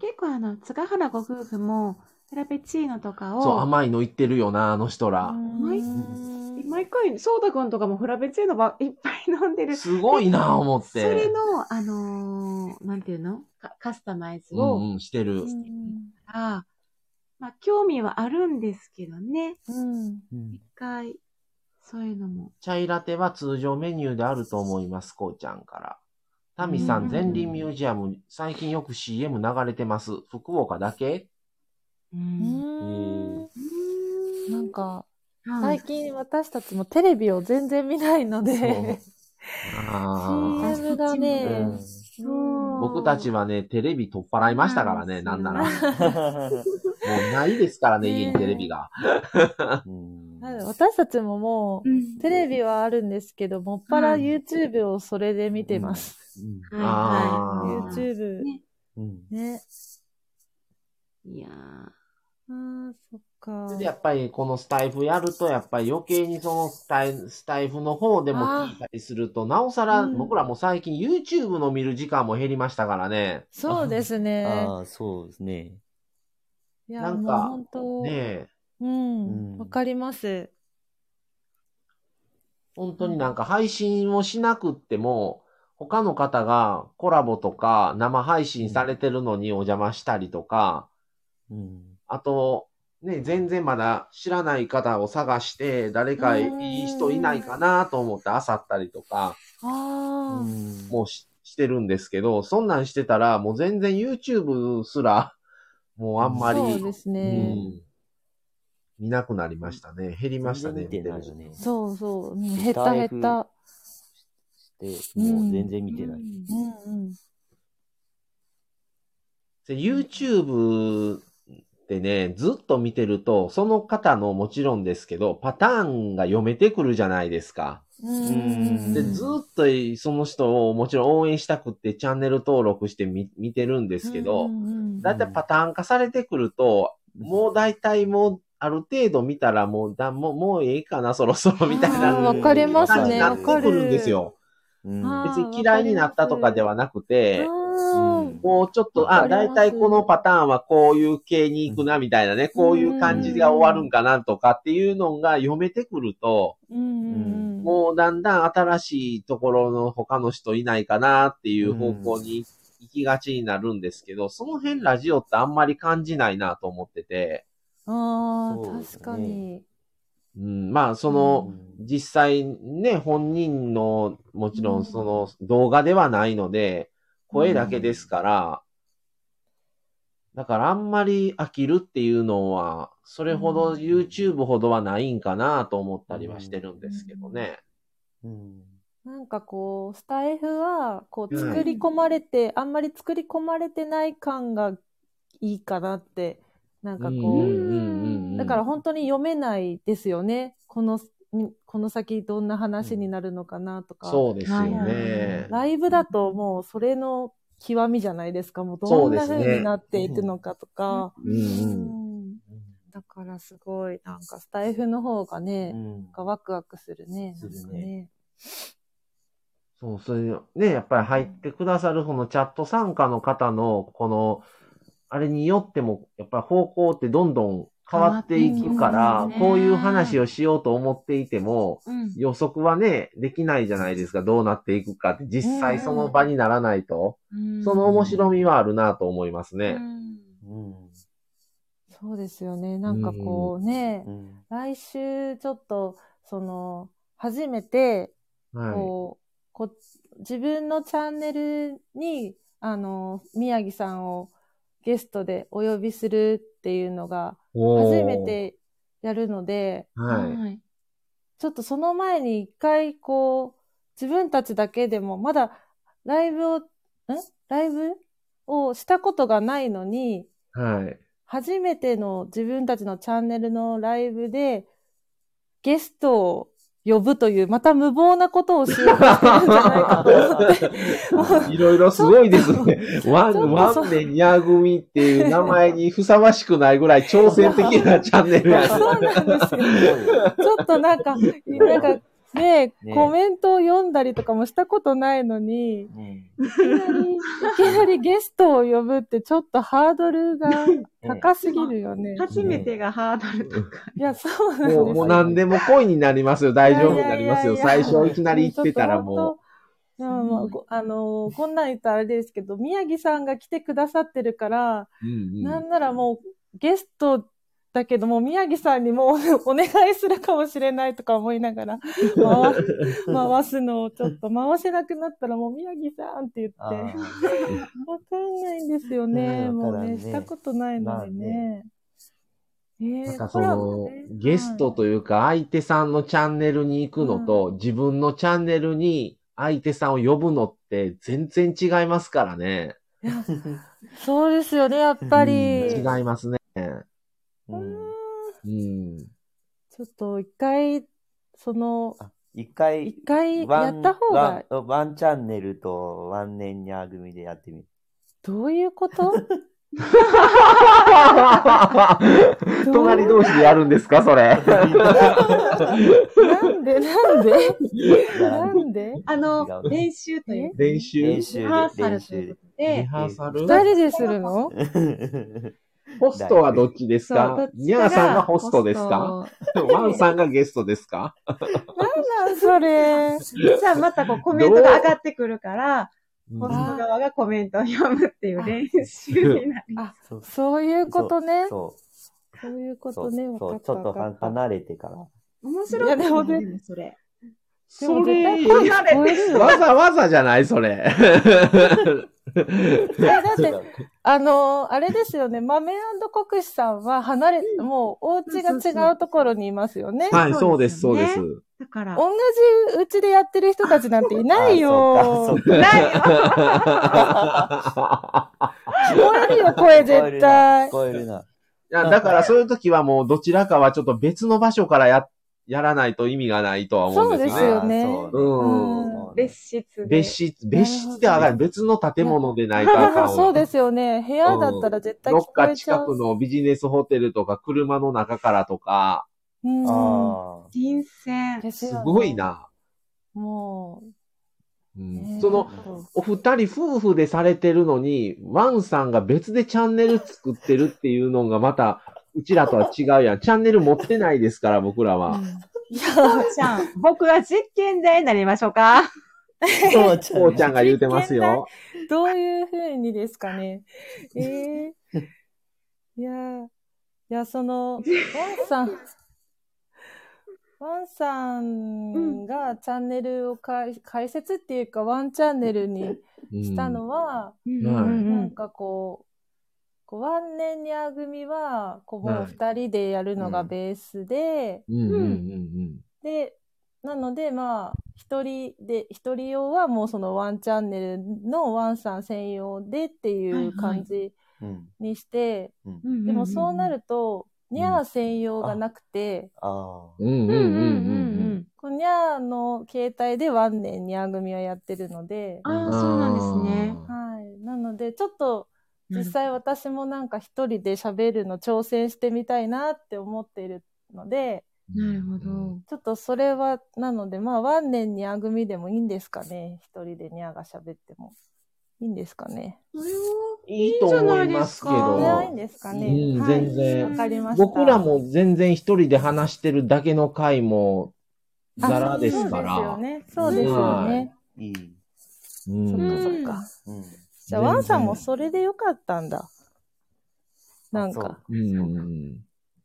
結構あの、塚原ご夫婦も、フラペチーノとかを、そう、甘いの言ってるよな、あの人あ。ら。うえん毎回、そうたくんとかもフラペチーノばいっぱい飲んでる。すごいな、思っそれて。の、あのーなんていうのかカスタマイズうを、んうん、してる。あーまあ、興味はあるんですけどね。うん。うん [LAUGHS] 一。回、そういうのも。チャイラテは通常メニューであると思います、こうちゃんから。タミさうんん、前輪ミュージアム、最近よく CM 流れてます。福岡だけう。うんん。なんか、は最い。近私たちもテレビを全然見ないので、ああ。 CM がね、うんそう僕たちはね、テレビ取っ払いましたからね、なんなら。もうないですからね、ね家にテレビが。うんなんだ私たちももう、うんテレビはあるんですけど、もっぱらうん YouTube をそれで見てます。はういうんはい YouTube。ん。ね。いやーああ、そっか。で、やっぱりこのスタイフやると、やっぱり余計にそのスタイスタイフの方でも聞いたりすると、なおさらうん僕らも最近 YouTube の見る時間も減りましたからね。そうですね。ああ、そうですね。いや、なんかもう本当、ねえ。ううんん、わかります。本当になんか配信をしなくっても、他の方がコラボとか生配信されてるのにお邪魔したりとか、うん。あと、ね、全然まだ知らない方を探して、誰かいい人いないかなと思って漁ったりとか、ああ、もうししてるんですけど、そんなんしてたら、もう全然 YouTube すら、もうあんまり、そうですうね。ん、見なくなりましたね。減りましたね。全然見てない見よるね。そうそう、うんス減っタたイ減っフた。して、もう全然見てない。うんうん。で YouTube ってね、ずっと見てると、その方のもちろんですけど、パターンが読めてくるじゃないですか。うんで、うんずっとその人をもちろん応援したくってチャンネル登録してみ見てるんですけど、うんうんだいたいパターン化されてくると、もうだいたいもうある程度見たらもうだ、もう、もうええかな、そろそろみたいあーなわかります感じにね。なわってかくる。るんですよ。うん。あー別に嫌いになったとかではなくて、うんもうちょっと、わあ、かりまだすいたいこのパターンはこういう系に行くな、みたいなね、こういう感じが終わるんかな、とかっていうのが読めてくると、うんうんうん、もうだんだん新しいところの他の人いないかな、っていう方向に行きがちになるんですけど、その辺ラジオってあんまり感じないなと思ってて、あそうあ、ですね確かに。うん、まあ、そうの、ん実際ね、本人の、もちろんその動画ではないので、声だけですから、だからあんまり飽きるっていうのは、それほどうん YouTube ほどはないんかなと思ったりはしてるんですけどね。うんなんかこう、スタイフは、こう、うん作り込まれて、あんまり作り込まれてない感がいいかなって、なんかこう、んだから本当に読めないですよね。この、みこの先どんな話になるのかなとか。そうですよね。ライブだともうそれの極みじゃないですか。もうそどうんでなすね風になっていくのかとか。うんうんうんだからすごい、なんかスタイフの方がね、うんなんかワクワクするね。するねなんかねそう、それね、やっぱり入ってくださるこのチャット参加の方の、この、あれによっても、やっぱり方向ってどんどん変わっていくから、変わっていくんですねこういう話をしようと思っていても、うん。予測はね、できないじゃないですか、どうなっていくかって、実際その場にならないと、うんその面白みはあるなと思いますうね。んうんそうですよね。なんかこうね、うん来週ちょっと、その、初めて、はこう、こ自分のチャンネルに、あの、宮城さんをゲストでお呼びするっていうのが、い。おー初め。てやるので、はい。い。ちょっとその前に一回こう、自分たちだけでも、まだライブを、んライブをしたことがないのに、はい。初めての自分たちのチャンネルのライブで、ゲストを呼ぶという、また無謀なことをしようとしてるんじゃないかと [LAUGHS] 思って。いろいろすごいですね。ワちょっン、とワそうンでニャー組っていう名前にふさわしくないぐらい挑戦的なチャンネルやね。そうなんですよ。ちょっとなんか、なんかねね、コメントを読んだりとかもしたことないのに、うんいきなり、いきなりゲストを呼ぶってちょっとハードルが高すぎるよね。初めてがハードルとか。いや、そうなんですもう、よ。もう何でも恋になりますよ。大丈夫になりますよ。いやいやい最や初いきなり言ってたらちょっもと本当。いやもうごあのーこんなん言ったらあれですけど、宮城さんが来てくださってるから、う。うんなうんんならもうゲストだけども、宮城さんにもう [LAUGHS] お願いするかもしれないとか思いながら、回す [LAUGHS] 回すのをちょっと回せなくなったらもう宮城さんって言って、あわーかんないんですよね。うんもわからんうねね、したことないのでね。えなんーかそコラボのね、ゲストというか、相手さんのチャンネルに行くのと、自分のチャンネルに相手さんを呼ぶのって全然違いますからね。そうですよね、やっぱり。違いますね。 [LAUGHS] うんうん。ちょっと一回、その、あ一回一、回やった方ワン、ワがンワンチャンネルとワンネンニャー組でやって [LAUGHS] みる。どういうこと [LAUGHS] 隣同士でやるんですか、それ。なんでなんでなんで [LAUGHS] あの違う、ね練習という練習練リ習ハーで、サル練という習ことリで、ハーサル二人でするので。ホストはどっちですそうどっかちニャーさんがホストですかホスワンさんがゲストですかトなんそれ。じゃあまたこうコメントが上がってくるから、ホストあ側がコメントを読むっていう練習になる。そう [LAUGHS] そういうことね。そうそういうこそとうね。分そかうっちたょっと分かはった。離れてから。面白いいやでもね、ねでもそれ。それ、絶対離れてるわざわざじゃない、それ。えだって、あのーあれで [LAUGHS] すよね。豆国士さんは離れ、もうお家が違うところにいますよね。はい、そうです、そそううでですすよ。だから、同じうちでやってる人たちなんていないあそようか。そうかないよ聞こえるよ、声絶対聞。こえるな。いやだから、そういう時はもう、どちらかはちょっと別の場所からや、やらないと意味がないとは思うんですそうですよねあーそううんう [LAUGHS] ん別室で。別室、別室ではない、別の建物でないとあかんわ [LAUGHS] そうですよね。部屋だったら絶対ど聞っこかえちゃ近くう。のビジネスホテルとか車の中からとか、うんあ新鮮。ですすよねごい。な。もうう、ねん、その、、お二人夫婦でされてるのに、ワンさんが別でチャンネル作ってるっていうのがまた、うちらとは違うやん。チャンネル持ってないですから、僕ら [LAUGHS] は。いや、ちゃん、僕は実験台になりましょうか。そうちこうちゃんが言うてますよ。どういうふうにですかね。ええいやー、いや、その、ワンさん、ワンさんがチャンネルをかい開設っていうか、ワンチャンネルにうんしたのは、うんはいなんかこう、こうワンネンニャ組は、こうもはうい二人でやるのがベースで、うんうんうんで、なので、まあ、一人で、一人用はもうそのワンチャンネルのワンさん専用でってはいいはいう感じうんにして、うんでもそうなると、んニャー専用がなくて、あうん。うんうんううんうんんううんんんこうニャーの携帯でワンネンニャー組はやってるので、うはん。ああ、そうなんですね。い。なので、ちょっと、実際私もなんか一人で喋るの挑戦してみたいなって思っているので、なるほど。。ちょっとそれは、なので、まあ、ワンネンニャー組でもいいんですかね。一人でニャーが喋っても。いいんですかね。それを、いいと思いますけいいんじゃそれはいいどん。ですかね。うんはい全然わかりました。僕らも全然一人で話してるだけの回も、あザラですかそらう。ですよね。そうですよね。あ、いい。うんそっうかんそっか。うん。じゃあ、ワンさんもそれでよかったんだ。なんか、うんそうか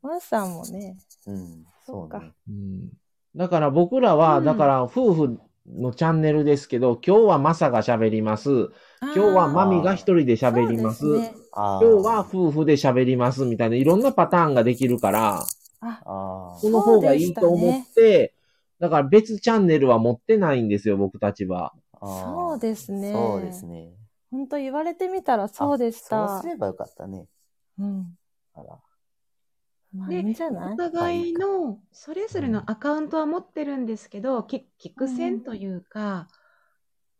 ワンさんもね。うん。そうね。うんだから僕らは、うんだから夫婦のチャンネルですけど、今日はマサが喋ります。今日はマミが一人で喋ります。そうですねああ。今日は、夫婦で喋りますみたいないろんなパターンができるから、ああそ。の方がいいと思って、だから別チャンネルは持ってないんですよ、僕たちは。そうですね。そうです。ね。本当言われてみたらそうでしあそうたす。ればよかったね。うん。あら。まあ、いでいんじゃないお互いの、それぞれのアカウントは持ってるんですけど、キキック線というか、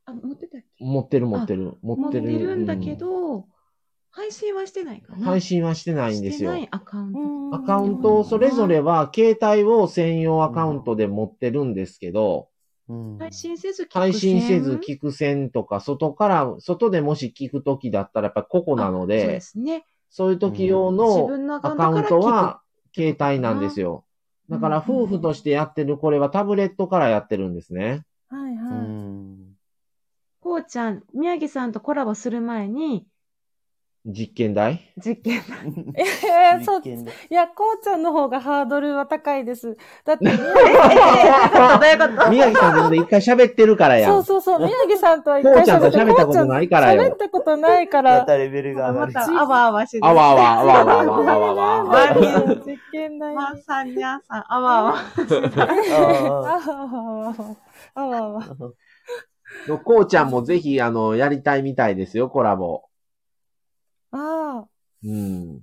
あ、持ってたっけ持ってる持ってる。持持っっててる。るんだけど、配信はしてないかうんな。配信はしてないんでしすてよな。いアカウント。アカウントをそれぞれは携帯を専用アカウントで持ってるんですけど、うん。配信せず聞く配信せず聞く線とか、外から、外でもし聞くときだったらやっぱ個々なのそうでで、すね。そういう時用自の分のアカウアンカトウントから聞く。は携帯なんですよ。うんだから夫婦としてやってるこれはタブレットからやってるんですね。はいはうい。ん。こうちゃん、宮城さんとコラボする前に、実験台実験え [LAUGHS] ー、そう。い実験でや、こうちゃんの方がハードルは高いです。だっ [LAUGHS] て、宮城さんと一回喋ってるからや。そうんそうそう、宮城さんとは一こ回うちゃんと喋ったことこうちゃんないから喋よっ。たことないかまら。たレベルがま上たがる。あわあわしてあわあわ、あわあわ、あわあわ、あわ [LAUGHS] あわ。実験台。ワンさん、ニャンさん、あわあわ。ああわわわ。あわわ。のこうちゃんもぜひ、あの、やりたいみたいですよ、コラボ。ああ。うん。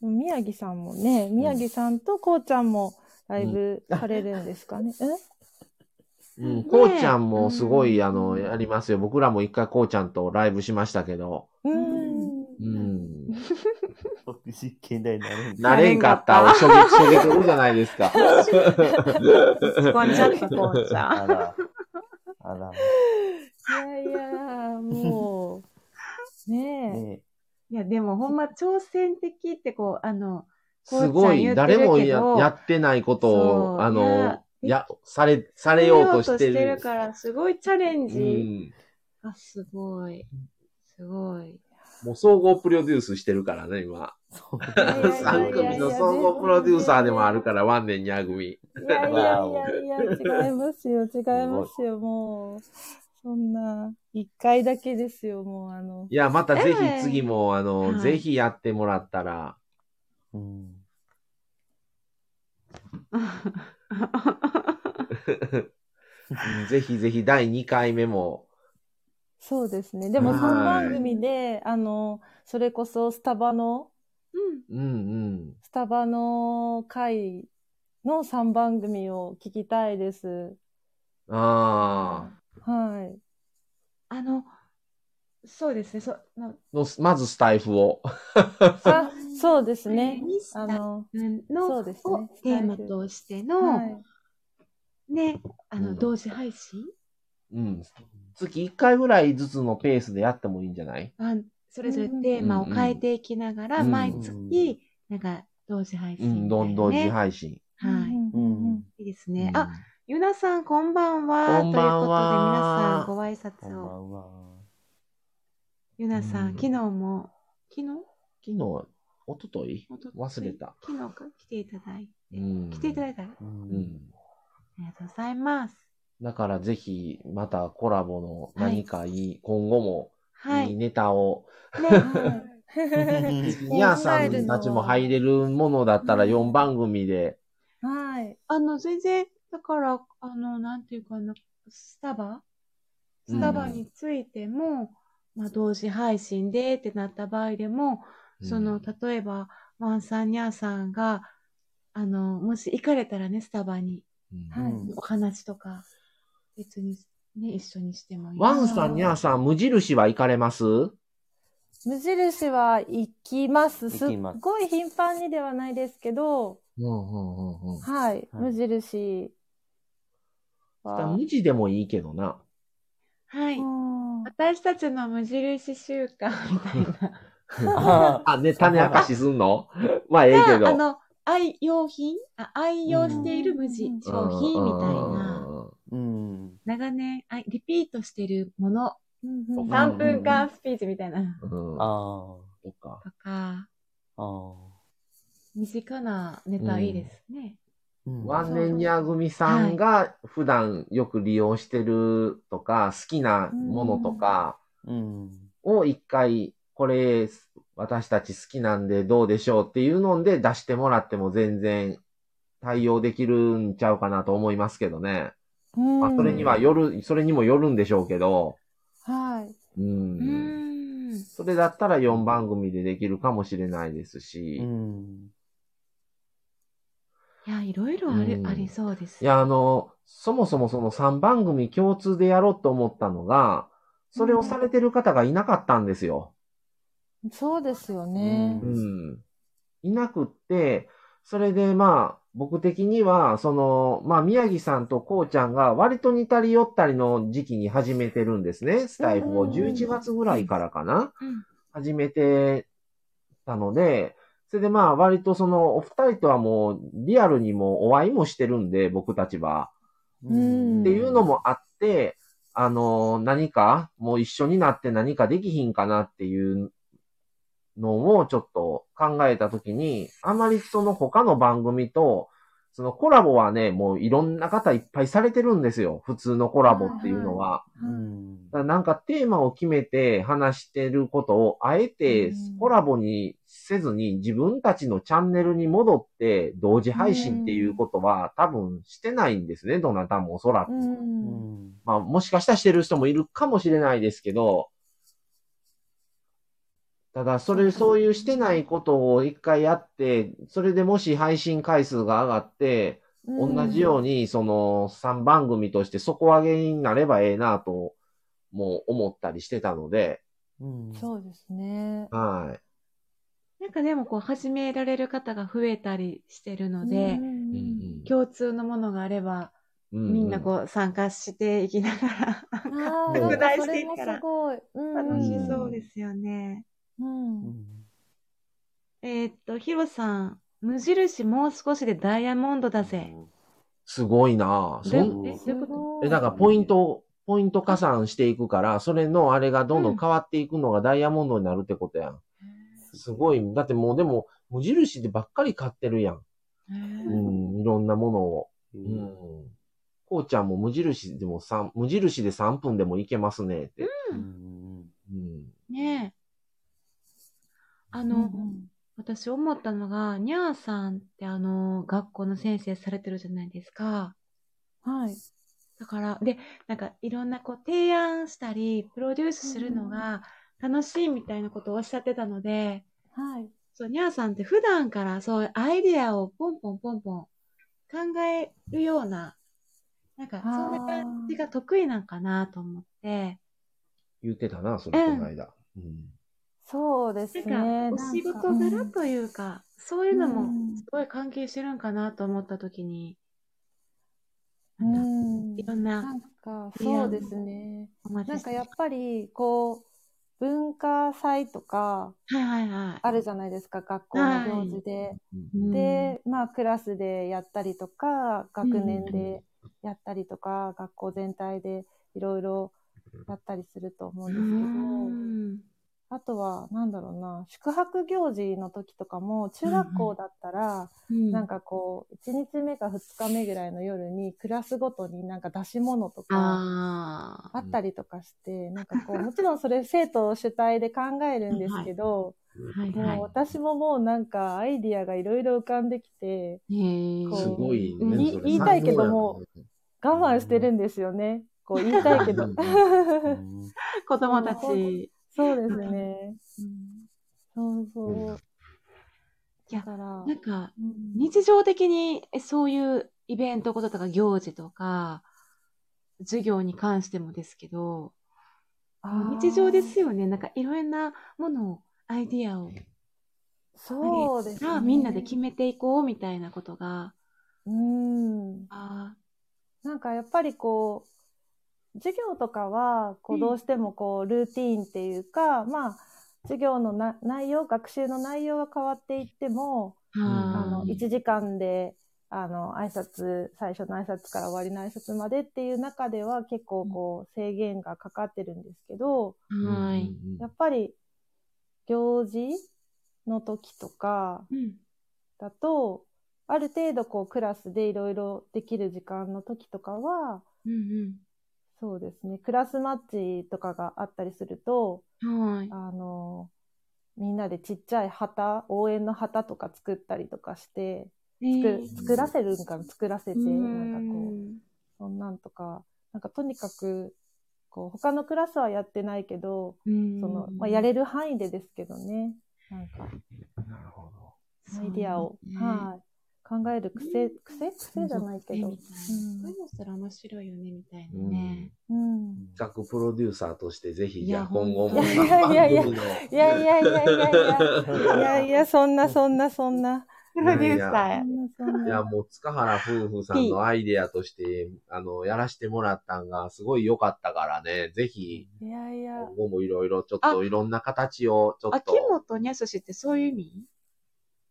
宮城さんもね、宮城さんとこうちゃんもライブされるんですかね。うん、ねこうちゃんもすごい、うんあの、やりますよ。僕らも一回こうちゃんとライブしましたけど。えうん。うん。僕実験台になるんだ。なれんかった。おしょげ、しょげてるじゃないですか。こんちゃんとこうちゃん。あら。あら。いやいや、もう。ねえ。ねいや、でもほ [LAUGHS] んま挑戦的ってこう、あの、すごい、こうちゃん言ってるけど誰もややってないことそうを、あいのや、や、され、されようとしてやろうる。から、すごいチャレンうジ。ん。あ、すごい。す [LAUGHS] ごい。もう総合プロデュースしてるからね、今。や3いやいや組の総合プロデューサーでもあるから、ワンネンニャ組。いやいやいやいや、違いますよ、違いますよ、もう。そんな、一回だけですよ、もう、あの。いや、またぜええひ次も、あはの、いぜひやってもらったら、うんぜひぜひ第2回目も、そうですね。でも、はい3番組で、あの、それこそ、スタバの、うん。うんうん。スタバの会の3番組を聞きたいです。あはい。あの、そうですね、そ、の、あ、の、まずスタイフを。あ、そうですね。ミスタあーの、の、そうですねをテーマとしての、はい。ね、あの、うん同時配信うん。月1回ぐらいずつのペースでやってもいいんじゃないあそれぞれテーマを変えていきながら、うんうん毎月、なんか、同時配う信ん、みたいなどね、んどん自配信。はうい。んううんうんんいいですね。うんあ、、ゆなさん、こんばんは。こんばんはということで、皆さん、ごこ挨んば拶を。んは。ゆなさん、うん昨日も、昨日昨日、おとといおととい忘れた。昨日か来ていただいて。うん来ていただいたあう。うんん。りがとうございます。だからぜひ、またコラボのはい何かいい、今後もはいいいい。ネタを、ね、 [LAUGHS] ニャーさんたちも入れるものだったら4番組で、はい。あの、全然、だから、あの、なんていうかな、スタバうんスタバについても、まあ、同時配信でってなった場合でも、その、例えば、ワンさん、ニャーさんが、あの、もし行かれたらね、スタバに、うんはいお話とか、別に、ね、一緒にしてもいい。ワンさん、ニャーさん、無印は行かれます無印は行きます。すっ行きますごい頻繁にではないですけど、はい。はい無印は。無地でもいいけどな。はい。うん私たちの無印習慣みたいな。ああ、ね、種明かしすんの [LAUGHS] まあ、ええけど。あの、愛用品あ愛用している無地、うん商品みたいな。うん。長年あ、リピートしてるもの。うんううんん3分間スピーチみたいうな。ん。あ、あとか。とか、あ。ああ。身近なネタいいですね。うんワンネンニャー組さんが普段よく利用してるとか、好きなものとかうん。を一回、これ、私たち好きなんでどうでしょうっていうので出してもらっても全然対応できるんちゃうかなと思いますけどね。まあ、それにはよる、それにもよるんでしょうけど、はい。ううーん。ん。それだったら4番組でできるかもしれないですし、うん。いや、いろいろある、うんありそうです。いや、あの、そもそもその3番組共通でやろうと思ったのが、それをされてる方がいなかったんですよ。そうですよね。う。うんいなくって、それでまあ、僕的には、その、まあ、宮城さんとこうちゃんが割と似たり寄ったりの時期に始めてるんですね。スタイフをうん11月ぐらいからかな。うん始めてたので、それでまあ、割とその、お二人とはもう、リアルにもお会いもしてるんで、僕たちは。うんっていうのもあって、あの、何か、もう一緒になって何かできひんかなっていうのをちょっと考えたときに、あまりその他の番組と、そのコラボはね、もういろんな方いっぱいされてるんですよ。普通のコラボっていうのは。うん。だからなんかテーマを決めて話してることを、あえてうんコラボにせずに自分たちのチャンネルに戻って同時配信っていうことは多分してないんですね。どなたもおそらく。ううんん。まあ、もしかしたらしてる人もいるかもしれないですけど、ただ、それ、そういうしてないことを一回やって、それでもし配信回数が上がって、同じように、その、3番組として底上げになればええなと、もう思ったりしてたので、うん。そうですね。はなんかでもこう、始められる方が増えたりしてるのうで、い。ん共通のものがあれば、みんなこう、参加していきながら、ああ、拡なんか大そしていれっもたすらごい。うん楽しんそうですよね。ううん。えーっと、ヒロさん、無印もう少しでダイヤモンドだぜ。すごいなぁ。そでんえどういうこえ、だからポイントを、ポイント加算していくから、それのあれがどんどん変わっていくのがダイヤモンドになるってことやん。すごい。だってもうでも、無印でばっかり買ってるやん。うん、いろんなものを。うん。こうちゃんも無印でも三無印で3分でもいけますねって。うん。とねえ。あの、私思ったのが、にゃーさんってあの、学校の先生されてるじゃないですか。はい。だから、で、なんかいろんなこう提案したり、プロデュースするのが楽しいみたいなことをおっしゃってたので、はい。そう、にゃーさんって普段からそういうアイディアをポンポンポンポン考えるような、なんかそんな感じが得意なんかなと思って、言ってたな、それ、うんこの間。うん。そうですね。なんかお仕事柄いというか、そういうのうもんすごい関係してるんかなと思った時に、うん。いろなんな、か、そうですね。お待なちんしかてやっぱり、こう、文化祭とか、はいはいはい。あるじゃないですか、学校の行事で。で、まあ、クラスでやったりとか、学年でやったりとか、学校全体でいろいろやったりすると思ううんん、ですけど、あとは、なんだろうな、宿泊行事の時とかも、中学校だったら、うんなんかこう、1日目か2日目ぐらいの夜に、クラスごとになんか出し物とか、ああ。あったりとかして、なんかこう、 [LAUGHS] もちろんそれ生徒主体で考えるんですけど、はいはもう私ももうなんかアイディアがいろいろ浮かんできて、い。へえ。こうすごいねうんいそれ言いたいけども三我慢してるんですよね。こう言いたいけど。子供たち。 [LAUGHS] そうですね。うんそうそう。いやだからな、んか、うん日常的にえそういうイベントこととか行事とか、授業に関してもですけど、日常です。よね。なんかいろんなものを、アイディアを、あーそうですがね。みんなで決めていこうみたいなことが、うん。あなんかやっぱりこう、授業とかは、こううんどうしてもこうルーティーンっていうか、まあ、授業のな内容、学習の内容が変わっていっても、ーああー、の、1時間で、あの、挨拶、最初の挨拶から終わりの挨拶までっていう中では結構こう制限がかかってるんですけど、はい。。やっぱり行事の時とかうん。だと、ある程度こうクラスでいろいろできる時間の時とかは、うんそうですね、クラスマッチとかがあったりすると、うん。はい。あの、みんなでちっちゃい旗、応援の旗とか作ったりとかして、作える作らせるんかな作らせて、ーなんかこう、そんなんとか、なんかとにかく、こう、他のクラスはやってないけど、うんその、まあ、やれる範囲でですけどね、なんか、なるほど。アイディアを、そうねはい、考える癖、うん癖癖じゃないけそど、ううんいうのしたら面白いよね、みたいなうんね。うん。企画プロデューサーとしてぜひ、いじゃやあ今後ほもんと三 [LAUGHS] 番組の。いやいやいいやいやいやいやい [LAUGHS] や、いやいや、そんなそんなそんな、プロデューサーそんなそんいな。や、もう塚原夫婦さんのアイデアとして、あの、やらしてもらったんが、すごい良かったからね、ぜひ、いやいや今、後もいろいろ、ちょっといろんな形を、ちょっ秋と、元にゃすしってそういう意味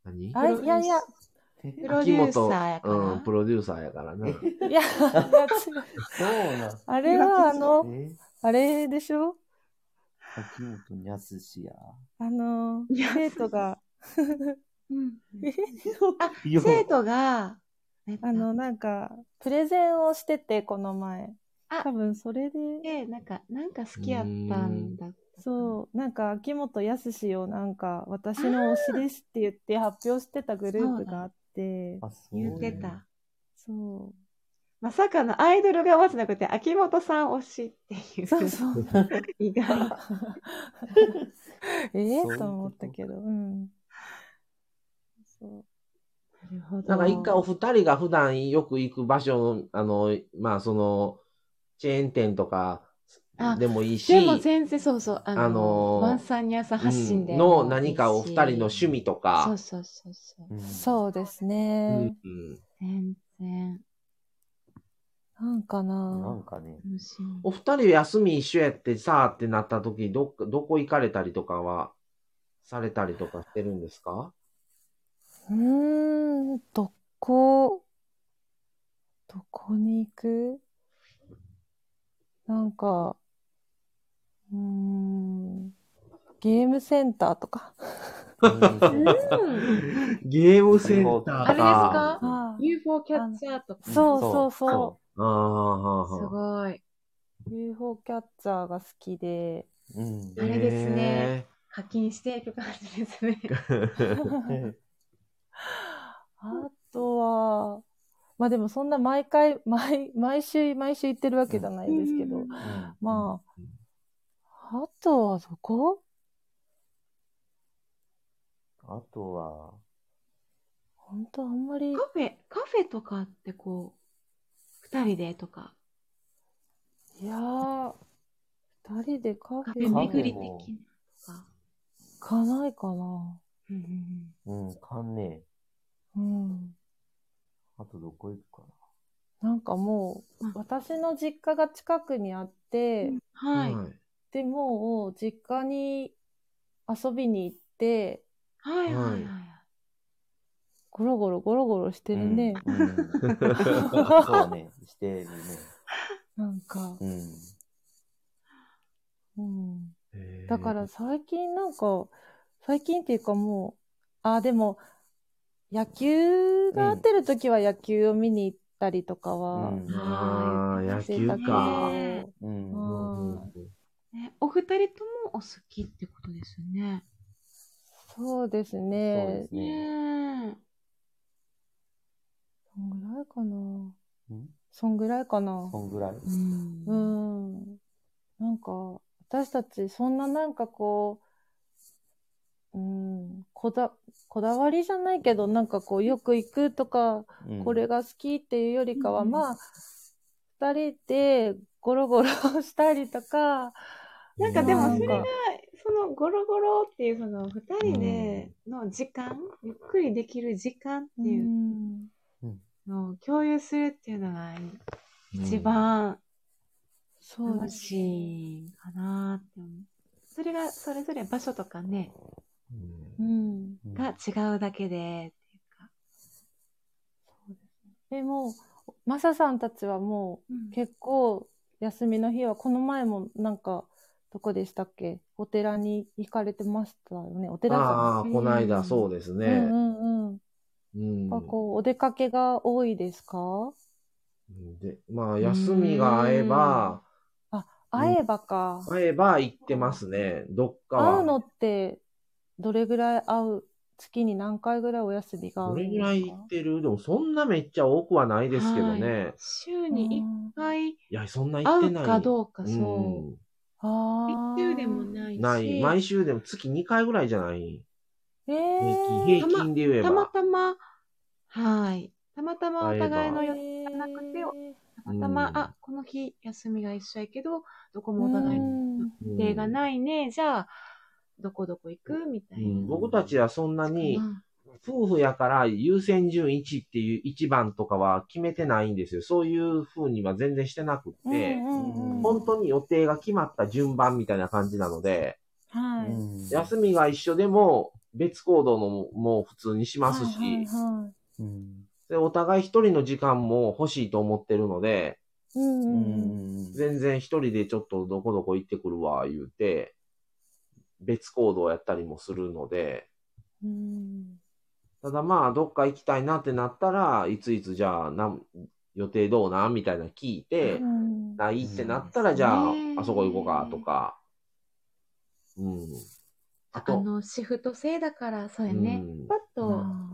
何あいやいや、プロデューサーやから。うん、プロデューサーやからな。いや、 [LAUGHS] そうなん。あれはあの、えあれでしょ秋元にゃすしや。あの、いや生徒が、うんあ、よ生徒が、あの、、なんか、プレゼンをしてて、この前。あ多分それで、で、なんか、なんか好きやったんだ。そう、なんか、秋元康をなんか、私の推しですって言って発表してたグループがあって、あ、そう言ってた。そ。まさかのアイドル側じゃなくて、秋元さん推しっていうう。そ [LAUGHS] うそう。 [LAUGHS] 意外。えそえういうことと思ったけど、うん。そう。なるほど。 [LAUGHS] なんか一回お二人が普段よく行く場所の、あの、まあその、チェーン店とかあでもいいし、でも全然そうそう、あの、あのーワンさんにゃさんうん発信で、の何かお二人の趣味とか、そうそうそうそう。うんそうですうんね。うん全然。なんかななんかね、楽しみお二人休み一緒やってさーってなった時、どっか、どこ行かれたりとかはされたりとかしてるんですかうーん、どこ、どこに行くなんか、うーん、ゲームセンターとか。うん。 [LAUGHS] ゲームセンターか。あれですかあ UFO キャッチャーとか。そうそうそああ、はあすはあ。ごい。う。UFO キャッチャーが好きで。うんあれですねへ課金していく感じです [LAUGHS] ね。ー。あとは、まあでもそんな毎回、毎、毎週、毎週行ってるわけじゃないですけど、うんまあ、あとはどこあとは、本当あんまりカ、フェ、カフェとかってこう、二人でとか、いやー、二人でカカフフェェ巡り的カなフェもとか。行かないかな。うんうんうんうん、かんねえ。うん。あとどこ行くかなんかもうんう、私の実家が近くにあって、はい。でもう、実家に遊びに行って、はいはいははいい。ゴロゴロゴロゴロしてな。るね。うん。うんそうね、してるね。なんか、うん。うん。いだから、最近なんか、最近っていうかもう、あ、でも、野球が合ってる時は野球を見に行ったりとかうは、ん。ああ、野して球たけどか。うん。ううんんねお二人ともお好きってことですよね。そうですそうでね。すね。ねえ。そんぐらいかな。うんそんぐらいかなそ。んぐらい。うんう。ん。なんか、私たち、そんななんかこう、うん、こだ、こだわりじゃないけど、なんかこう、よく行くとか、うんこれが好きっていうよりかは、うんまあ、二人でゴロゴロしたりとか、なんかでもそれなんがか、そのゴロゴロっていうその二人での時間、ゆっくりできる時間ってう、いうんのを共有するっていうのがうん一。番そう楽ですしいかなって思う。それがそれぞれ場所とかね、うんうん。うんが違うだけでっていうか。でも、マサさんたちはもう、結構休みの日はこの前もなんかどこでしたっけお寺に行かれてましたよねお寺じゃなああ、こないだそうですいうんね。うんうんうんやっぱこうお出かけが多いですかでまあ、休みが合えば、会えばか、合えば行ってますね。どっかは。会うのってどれぐらい会う月に何回ぐらいお休みがあどるれんぐですらかい行ってるでもそんなめっちゃ多くはないですけどね。い、週に1回や、そんな行って会なうい。かどうか、そう。ああ一週でもないうんし、ない。毎週でも月2回ぐらいじゃない。え平均ー、平均で言えたまば。たま、はい。たまたまお互いの予定がなくて、たまたま、うんあ、この日休みが一緒やけど、どこもお互いうん予定がないね、じゃあ、どこどこ行くみたいうんな。僕たちはそんなにう、ん夫婦やから優先順位1っていう1番とかは決めてないんですよ。そういう風には全然してなくって、うんうん本当に予定が決まった順番みたいな感じなので、はういん休みが一緒でも別行動のももう普通にしますし、はいはうんでお互い一人の時間も欲しいと思ってるので、いうんううんうんん全然一人でちょっとどこどこ行ってくるわ、言うて、別行動やったりもするので、うんただまあ、どっか行きたいなってなったら、いついつじゃあ、なん予定どうなみたいなの聞いて、うんないってなったら、うんじゃあね、あそこ行こうか、とか。うん。ああと、の、シフト制だから、そうやうね。んパッと、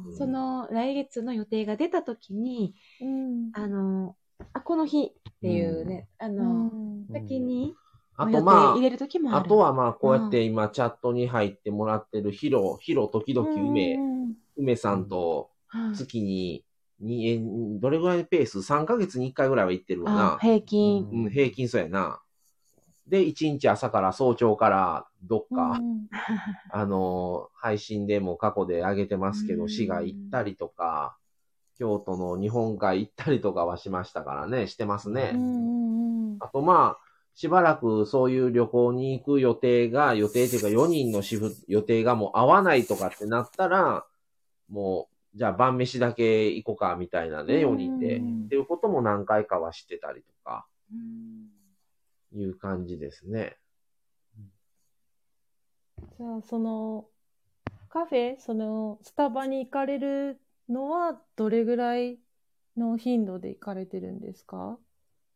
うんその、来月の予定が出た時に、うんあの、あ、この日っていうね、あうの、ん先に、あおと予定ま入れる時もあ、あある。とはまあ、こうやって今、チャットに入ってもらってるヒロ、ヒロ時々う梅、んうん梅さんと、はい、月に、にえどれぐらいのペース ?3 ヶ月に1回ぐらいは行ってるわあな。平均。うん、平均そうやな。で、1日朝から早朝からどっうんか、あのー、配信でも過去で上げてますけうど、ん市外行ったりとか、京都の日本海行ったりとかはしましたからね、してますうね。んうんうんあとまあ、しばらくそういう旅行に行く予定が、予定っていうか4人のシフ予定がもう合わないとかってなったら、もう、じゃあ晩飯だけ行こうかみたいなね、4人で。っていうことも何回かはしてたりとか、いう感じですね。じゃあ、その、カフェ、その、スタバに行かれるのは、どれぐらいの頻度で行かれてるんですか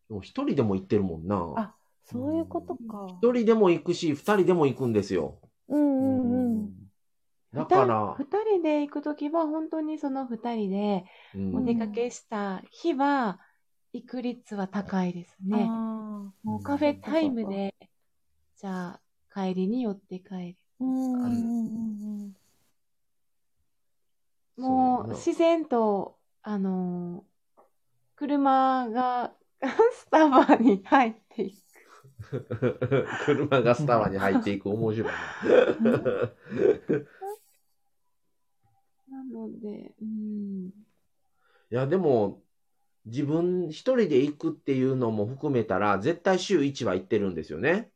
でも一人でも行ってるもんな。あ、そういうことか。一人でも行くし、二人でも行くんですよ。うんうんうん。だから二、人二人で行くときは、本当にその二人でうんお出かけした日は、行く率は高いですね。あもうカフェタイムで、じゃあ、帰りに寄って帰る。ーうんうんうんうん。もう、そう自然と、あのー車が [LAUGHS] スタバに入っていく。 [LAUGHS] 車がスタバに入っていく面白いな。なので、うん。いや、でも、自分一人で行くっていうのも含めたら、絶対週1は行ってるんですよね。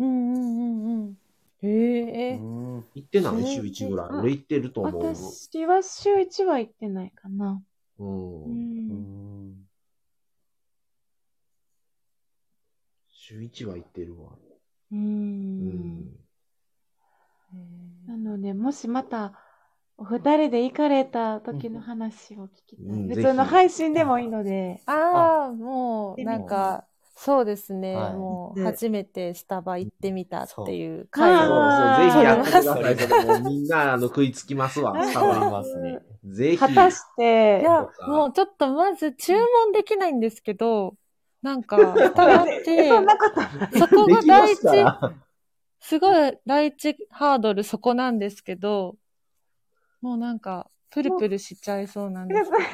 うんうんうんうん。へえうん行ってない週週1ぐらい。うん俺行ってると思う。私は週1は行ってないかな。う、うんん。週1は行ってるわ。ううんん。へなので、もしまた、お二人で行かれた時の話を聞きたい。うん普ぜ通ひの配信でもいいので。ああ、もう、なんか、そうですね。はいもう、で初めてスタバ行ってみたっていうそう回そを。あう、ーぜひやってください。そそれれもうみんなあの食いつきますわ。変わりますね。ぜひ。果たして、いやそう、かもうちょっとまず注文できないんですけど、なんか、疑っ [LAUGHS] て、そんなことない。そこでがきま第一す、から。すごい第一ハードルそこなんですけど、もうなんか、プルプルしちゃいそうなんですけど。 [LAUGHS]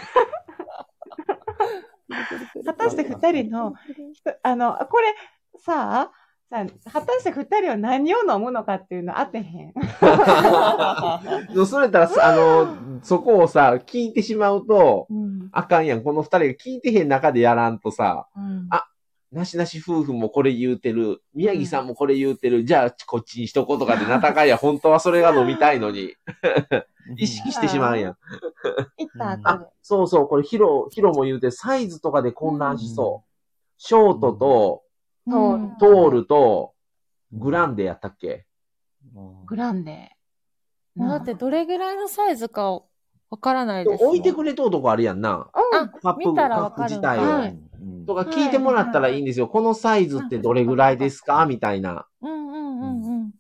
果たして二人 [LAUGHS] の、ひとあの、これ、さあ、さあ果たして二人は何を飲むのかっていうの当てへ [LAUGHS] ん。でも [LAUGHS] それやったらさ、あの、そこをさ、聞いてしまうと、うん。あかんやん。この二人が聞いてへん中でやらんとさ、うんあなしなし夫婦もこれ言うてる、宮城さんもこれ言うてる、じゃあこっちにしとこうとかでなたか [LAUGHS] いや、本当はそれが飲みたいのに、意識してしまうやん。行ったうん後あで。、 [LAUGHS] そうそう、これヒロ、ヒロも言うて、サイズとかで混乱しそう。ショートと、もううんトールと、グランデやったっけグランデ。もうだってどれぐらいのサイズかわからないですもん。置いてくれとうとこあるやんな。うんあカップ、見たらカわップかる自んだ体はをい。とかはい聞いてもらったらいいんですよ。このサイズってどれぐらいですかみたいな。うんうんうんうん。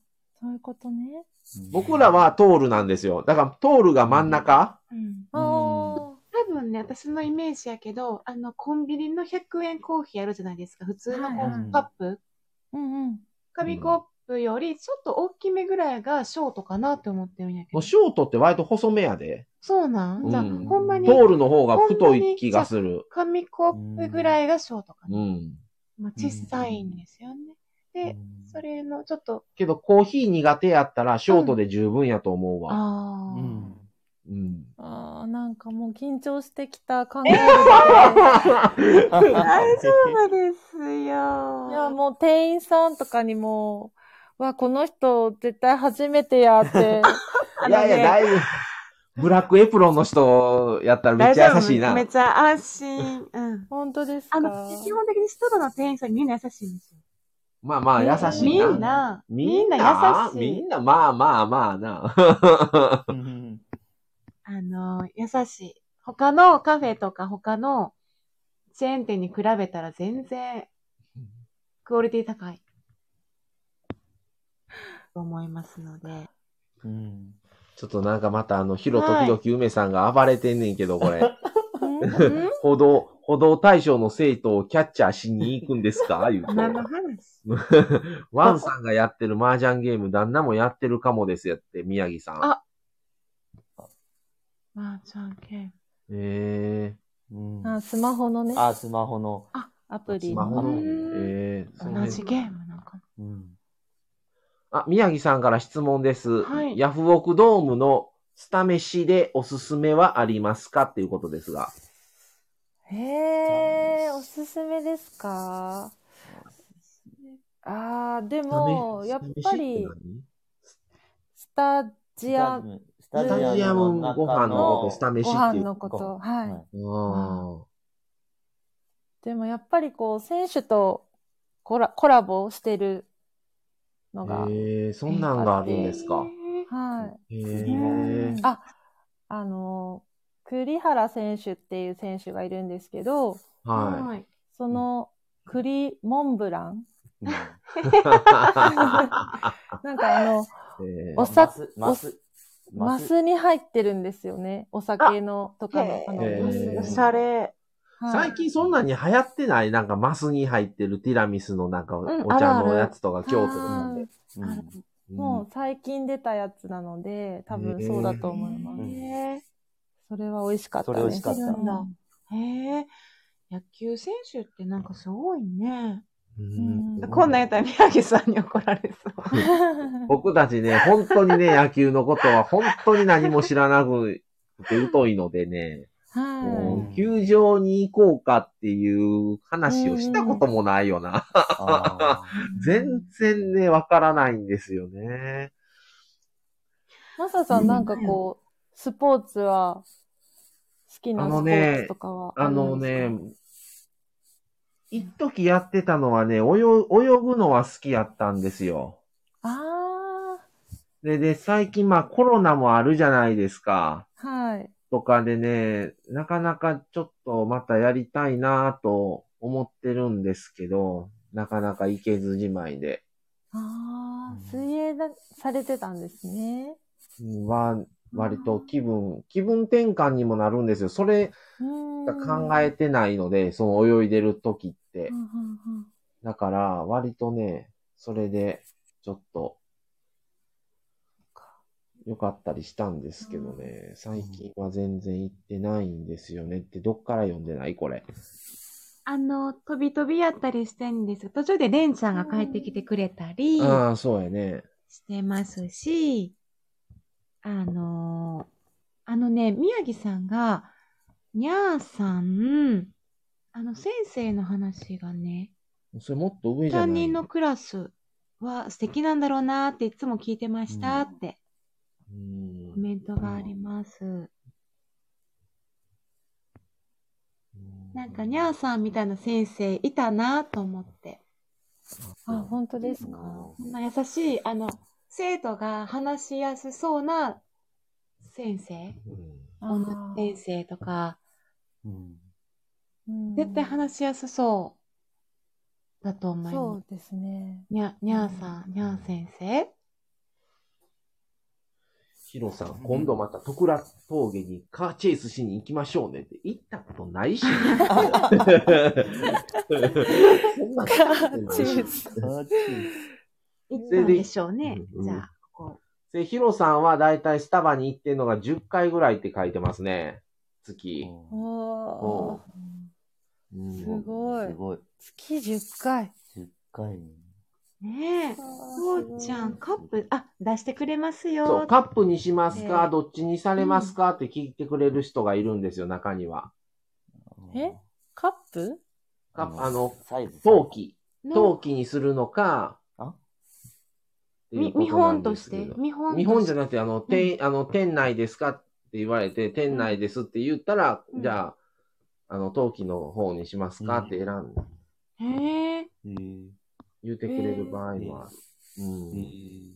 そういうことね。僕らはトールなんですよ。だからトールが真ん中うんああ。多分ね、私のイメージやけど、あの、コンビニの100円コーヒーあるじゃないですか。普通のコはいはいーカップ、うんうん。紙コップよりちょっと大きめぐらいがショートかなって思ってるんやけもどう。ショートって割と細めやで。そうなん、じゃあ、うんほんまトにールの方が太い気がする。紙コップぐらいがショートかうな。ん。まあ、小さいんですよね。で、それのちょっと、けどコーヒー苦手やったらショートで十分やと思うわ。ああ、うん。 [LAUGHS] ああ、なんかもう緊張してきた考えが出て。大丈夫夫ですよ。いや、もう店員さんとかにも、わ、この人絶対初めてやって。いやいや、あ大丈夫。ブラックエプロンの人やったらめっちゃ優しいな。 [LAUGHS] めっちゃ安心。うん。本当ですかあの、基本的にストロの店員さんみんな優しいんですよ。まあまあ、優しいみな。んな、みみんんなな優しい。みんな、まあまあまあな。 [LAUGHS] あの、優しい。他のカフェとか他のチェーン店に比べたら全然クオリティ高い。と思いますので。ちょっとなんかまたあの、ヒロ時々梅さんが暴れてんねんけど、これ。ん [LAUGHS] 歩道、歩道対象の生徒をキャッチャーしに行くんです [LAUGHS] か言う何のと。話ワンさんがやってる麻雀ゲーム、旦那もやってるかもですやって、宮城さん。あまあ、じゃんけん。えあスマホのね、あ、スマホの。アプえスリマホのう。んええその同辺じゲームなんかな。あ、宮城さんから質問です。はいヤフオクドームのスタ飯でおすすめはありますかっていうことですが。へえ、おすすめですかああ、でも、やっぱり、スタジアム、ススタジアムご飯のこと、スタ飯ごって飯いう。のこと。はい。うんでもやっぱりこう、選手とコラコラボしてるのが、へえ、そんなんがあるんですか。はい。へうえん。あ、あの、栗原選手っていう選手がいるんですけど、ははい。その栗モンブラ [LAUGHS] ンなんかあい。の、[LAUGHS] へえおマさス、マス、マスに入ってるんですよね。お酒のとかのへ、ーあの、へーマスおおにししゃゃれ。はい最近そんなに流行ってない、なんかマスに入ってるティラミスのなんかおうんお茶あるあのるやつとか京都で飲んで。うあんのもう最近出たやつなので、多分そうだと思います。へえ。それは美味しかったです。それ美味しかったなんだ。へえ。野球選手ってなんかすごいね。うんうんこんなんやったら宮城さんに怒られそう。 [LAUGHS] 僕たちね、本当にね、野球のことは本当に何も知らなくて疎いのでね、 [LAUGHS] はもう球場に行こうかっていう話をしたこともないよな。あ全然ね、わからないんですよね。い。マサさんなんかこう、スポーツは、好きなスポーツとかはあるのんですかね、一時やってたのはね、泳ぐ泳ぐのは好きやったんですよ。あで、で、最近まあコロナもあるじゃないですか。あ、はい。とかでね、なかなかちょっとまたやりたいなぁと思ってるんですけど、なかなか行けずじまいで。ああうん、水泳だされてたんですね。は、割と気分、気分転換にもなるんですよ。それうーがん考えてないので、その泳いでる時ってうん。うんうんだから、割とね、それで、ちょっと、良かったりしたんですけどね、最近は全然行ってないんですよねって、どっから読んでないこれ。あの、飛び飛びやったりしたいんですが、途中でレンちゃんが帰ってきてくれたりああ、そうやね。してますし、あのーあのね、宮城さんが、にゃーさん、あの先生の話がね、それもっと上じゃない担任のクラスは素敵なんだろうなーっていつも聞いてましたってうんコメントがあります。なんかにゃーさんみたいな先生いたなーと思って。あ、本当ですか。そんな優しい、あの、生徒が話しやすそうな先生、うんあ先ー生とか、うん絶対話しやすそうだと思いそますう。ですね。にゃ、にゃーさん、にゃー先生ヒロさん、今度また徳良峠にカーチェイスしに行きましょうねって行ったことないし。そんなことないしカーチェイスあ。行ったんでしょうね。うんじゃあ、こで、ヒロさんはだいたいスタバに行ってんのが10回ぐらいって書いてますね。月。おおーうんすごいす。ごい。月10回。 10回。う。ねえ。こうちゃん、カップ、あ、出してくれますそよう、。カップにしますか、ねどっちにされますかって聞いてくれる人がいるんですよ、中には。えカップカップあの、サイズ。陶器。の、陶器にするのか、あっていうこみと見本なんとでしすけてど。見本として見本じゃなくて、あの、て、あの、店内ですかって言われて、店内ですって言ったら、うんじゃあ、あの、陶器の方にしますかって選ん、へえ。えー言ってくれる場合もある。えうん。ー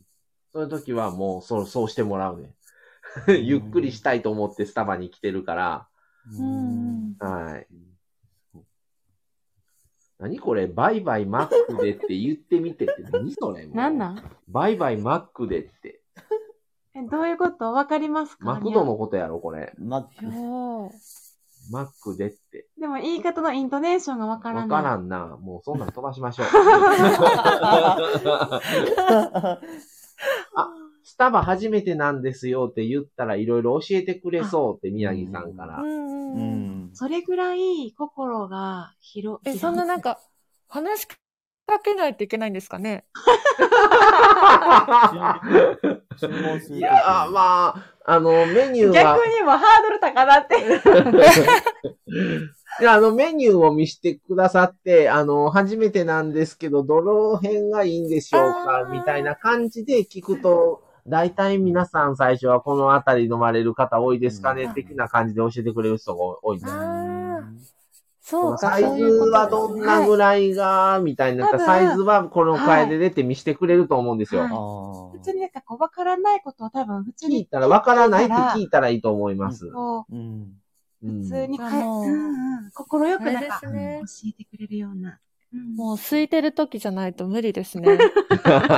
そういう時はもう、そう、そうしてもらうね。 [LAUGHS] ゆっくりしたいと思ってスタバに来てるから、うん。はい。何これバイバイマックでって言ってみてって何それもうなんなんバイバイマックでって。え、どういうことわかりますかマクドのことやろ、これ。マック。おーマックでって。でも言い方のイントネーションがわからなわい。からんな。もうそんなん飛ばしましょ [LAUGHS] う。スタバ初めてなんですよって言ったらいろいろ教えてくれそうって宮城さんかうら。んううんうん。ん。それぐらい心が広え、そんななんか、話しかけないといけないんですかね注文するいやー、まあ、あの、メニューは逆、にもハードル高だって。で、あの、メニューを見せてくださって、あの、初めてなんですけど、どの辺がいいんでしょうかあーみたいな感じで聞くと、大体皆さん最初はこの辺り飲まれる方多いですかね、うん的な感じで教えてくれる人が多いです。あーそうか、サイそうズいうことはどんなぐらいが、みたいな、多分サイズはこの替えで出て見せてくれると思うんですよ。はいあ普通になんかこう、わからないことを多分普通聞いに、たら、わからないって聞いたらいいと思います。こーうん。うう、ん普通にあ変え、のうーんうん、心よあくれなんでか、すね教。えてくれるような。うんもう空いてる時じゃないと無理で [LAUGHS] すね。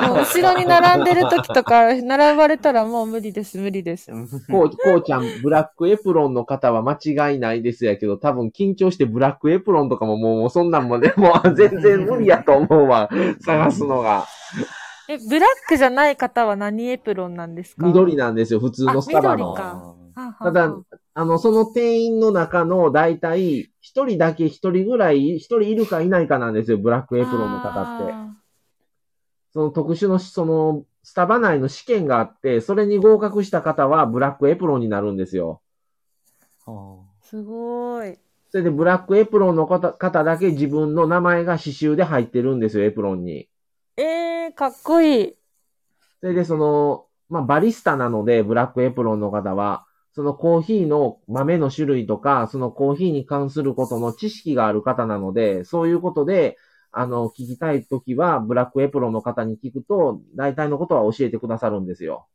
もう後ろに並んでる時とか、並ばれたらもう無理です、無理です。こう、こうちゃん、ブラックエプロンの方は間違いないですやけど、多分緊張してブラックエプロンとかももう、もうそんなんもね、もう全然無理やと思う [LAUGHS] わ。探すのが。え、ブラックじゃない方は何エプロンなんですか緑なんですよ、普通のスタバのあ。緑かはあただはあの、その店員の中の大体、一人だけ一人ぐらい、一人いるかいないかなんですよ、ブラックあエプロンの方って。あその特殊の、その、スタバ内の試験があって、それに合格した方はブラックエプロンになるんですよ。ーすごい。それでブラックエプロンの方方だけ自分の名前が刺繍で入ってるんですよ、エプロンに。えー、かっこいい。それでその、まあ、バリスタなので、ブラックエプロンの方は、そのコーヒーの豆の種類とか、そのコーヒーに関することの知識がある方なので、そういうことで、あの、聞きたいときは、ブラックエプロンの方に聞くと、大体のことは教えてくださるんですよ。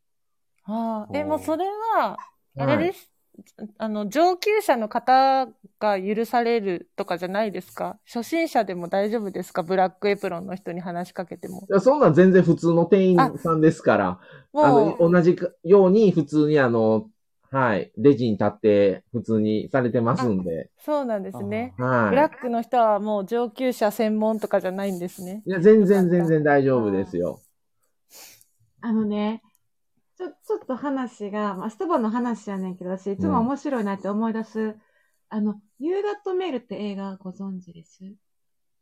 あーえ、おーもうそれは、あはれいです。あの、上級者の方が許されるとかじゃないですか初心者でも大丈夫ですかブラックエプロンの人に話しかけてもい。やそんなん全然普通の店員さんですから。あもの、う、同じかように普通にあの、はい、レジに立って普通にされてますんで、そうなんですね。ブラッはクの人はもう上級者専門とかじゃないんですね。い。いや、全然全然大丈夫ですよ。あのね、ちょ、ちょっと話が、まあ、スタバの話やねんけど、私、いつも面白いなって思い出す、あの、ユーガットメールって映画ご存知です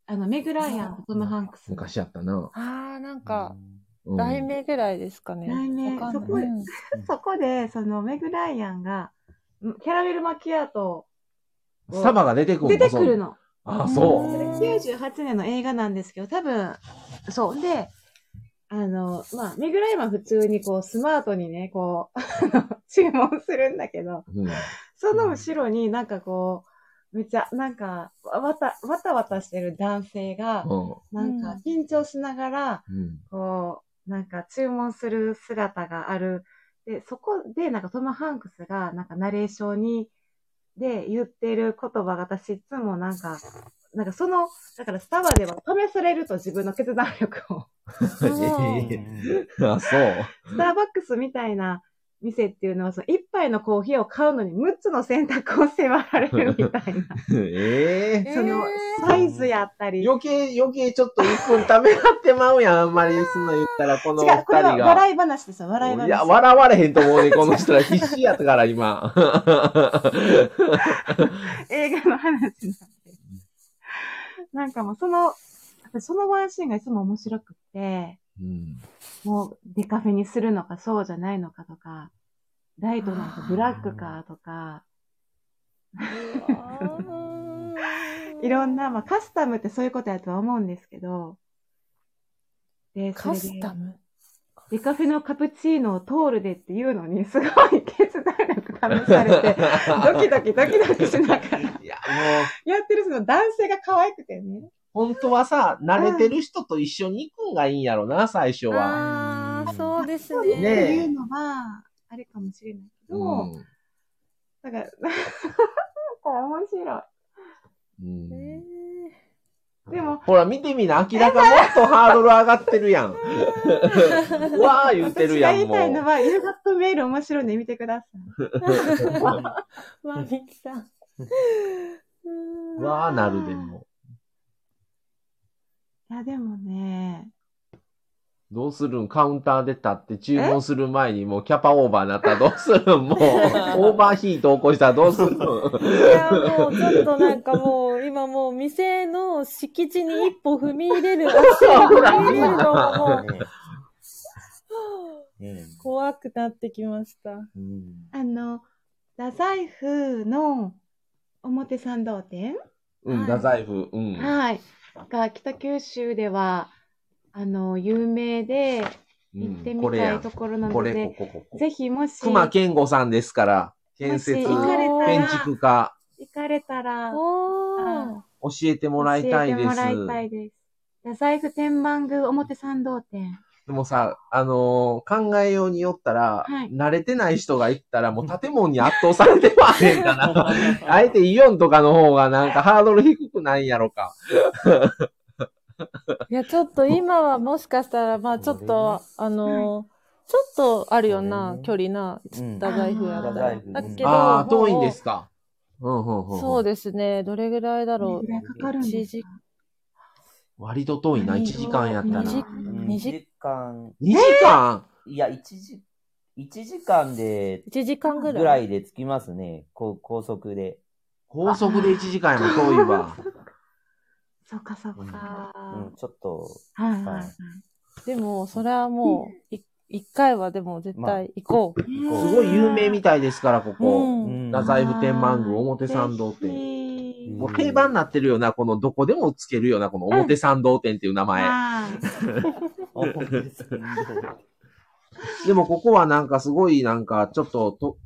あの、メグライアンとトム・ハンクス。昔やったな。ああ、なんか、うん題名ぐらいですかね。題名わかんないそこへうんそこで、その、メグライアンが、んキャラメルマキアートスタバが出てくる出てくるの。の。ああ、そう。うん98年の映画なんですけど、多分、そう。で、あの、まあ、メグライアンは普通にこう、スマートにね、こう、 [LAUGHS] あの注文するんだけど、うんその後ろになんかこう、めっちゃ、なんか、わわた、わたわたしてる男性が、なんか緊張しながら、うんこう、なんか注文する姿がある。で、そこでなんかトム・ハンクスがなんかナレーションに、で言ってる言葉が私いつもなんか、なんかその、だからスタバでは試されると自分の決断力を。うん。 [LAUGHS] あ、そう。 [LAUGHS] スターバックスみたいな店っていうのは、その一杯のコーヒーを買うのに6つの選択を迫られるみたいな。 [LAUGHS] ええ。そのえサイズやったり。違う、余計、余計ちょっと一分ためらってまうやん。あんまりそんなん言ったら、このお二これは人が。笑い話ですよ、笑い話。いや、笑われへんと思うね。この人ら必死やったから、今。 [LAUGHS] 映画の話なんで。なんかもうその、そのワンシーンがいつも面白くって、うんもうデカフェにするのかそうじゃないのかとか、ライトなんかブラックかとか、いろんな、まあカスタムってそういうことやとは思うんですけど、で、そカれでスタムデカフェのカプチーノを通るでっていうのに、すごい決断力試され [LAUGHS] て、ドキドキドキドキしながら、いや、もう、やってるその男性が可愛くてね。本当はさ、慣れてる人と一緒に行くんがいいんやろな、最初は。ああ、そうですそうね。ねえいうのは、あれかもしれないけど、うん [LAUGHS] だから、なんか面白うんえーでもほら、見てみな、明らかもっとハードル上がってるやん。うわーい。言うて [LAUGHS] 私るがや言ん、いもたいのう。は、ユーガットメール面白いんで見てください。まみきさん。うわーなるでも。いや、でもね、どうするんカウンターで立って注文する前にもうキャパオーバーなったらどうするんもう、オーバーヒート起こしたらどう [LAUGHS] するんいや、もうちょっとなんかもう、今もう店の敷地に一歩踏み入れる、足を踏み入れるのがもう怖くなってきました。あの、太宰府の表参道店うん、はい太宰府。うん。はい。が北九州では、あの、有名で、うん行ってみこれたやいところなこのれ、こで、こ、ここ。ぜひもし、熊健吾さんですから、建設、もし行かれた建ら、築家、行かれたら、おーあ教えてもらいたいで教えてすも。らいたいです。太宰府天満宮表参道店。でもさ、あのー考えようによったら、はい慣れてない人が行ったら、もう建物に圧倒されてはへんか [LAUGHS] な。あえてイオンとかの方がなんかハードル低くないんやろか。いや、ちょっと今はもしかしたら、まあちょっと、あのー、ちょっとあるよそうなね、距離な、うん太宰府やった太ら宰。府だけど、ああ、もう遠いんですか。うんうんうん、そうでですね、どれぐらいだろどれぐらいかかるんですか割と遠いな、1時間やったら。二2時うん二二時時間、時間いや、一時、一時間でう、1時間ぐぐらい。らいで着きますね。こう高速で。高速で1時間やも遠いわ。そうかそうか。うん、ちょっと、はいはいははいい。でも、それはもう、い一回はでも絶対行こ [LAUGHS] う。ねえすごい有名みたいですから、ここ。うん。太宰府天満宮表参道ぜ店。ひもう定番になってるよな、このどこでもつけるよな、この表参道店っていう名前。はい。でもここはなんかすごいなんかちょっとと、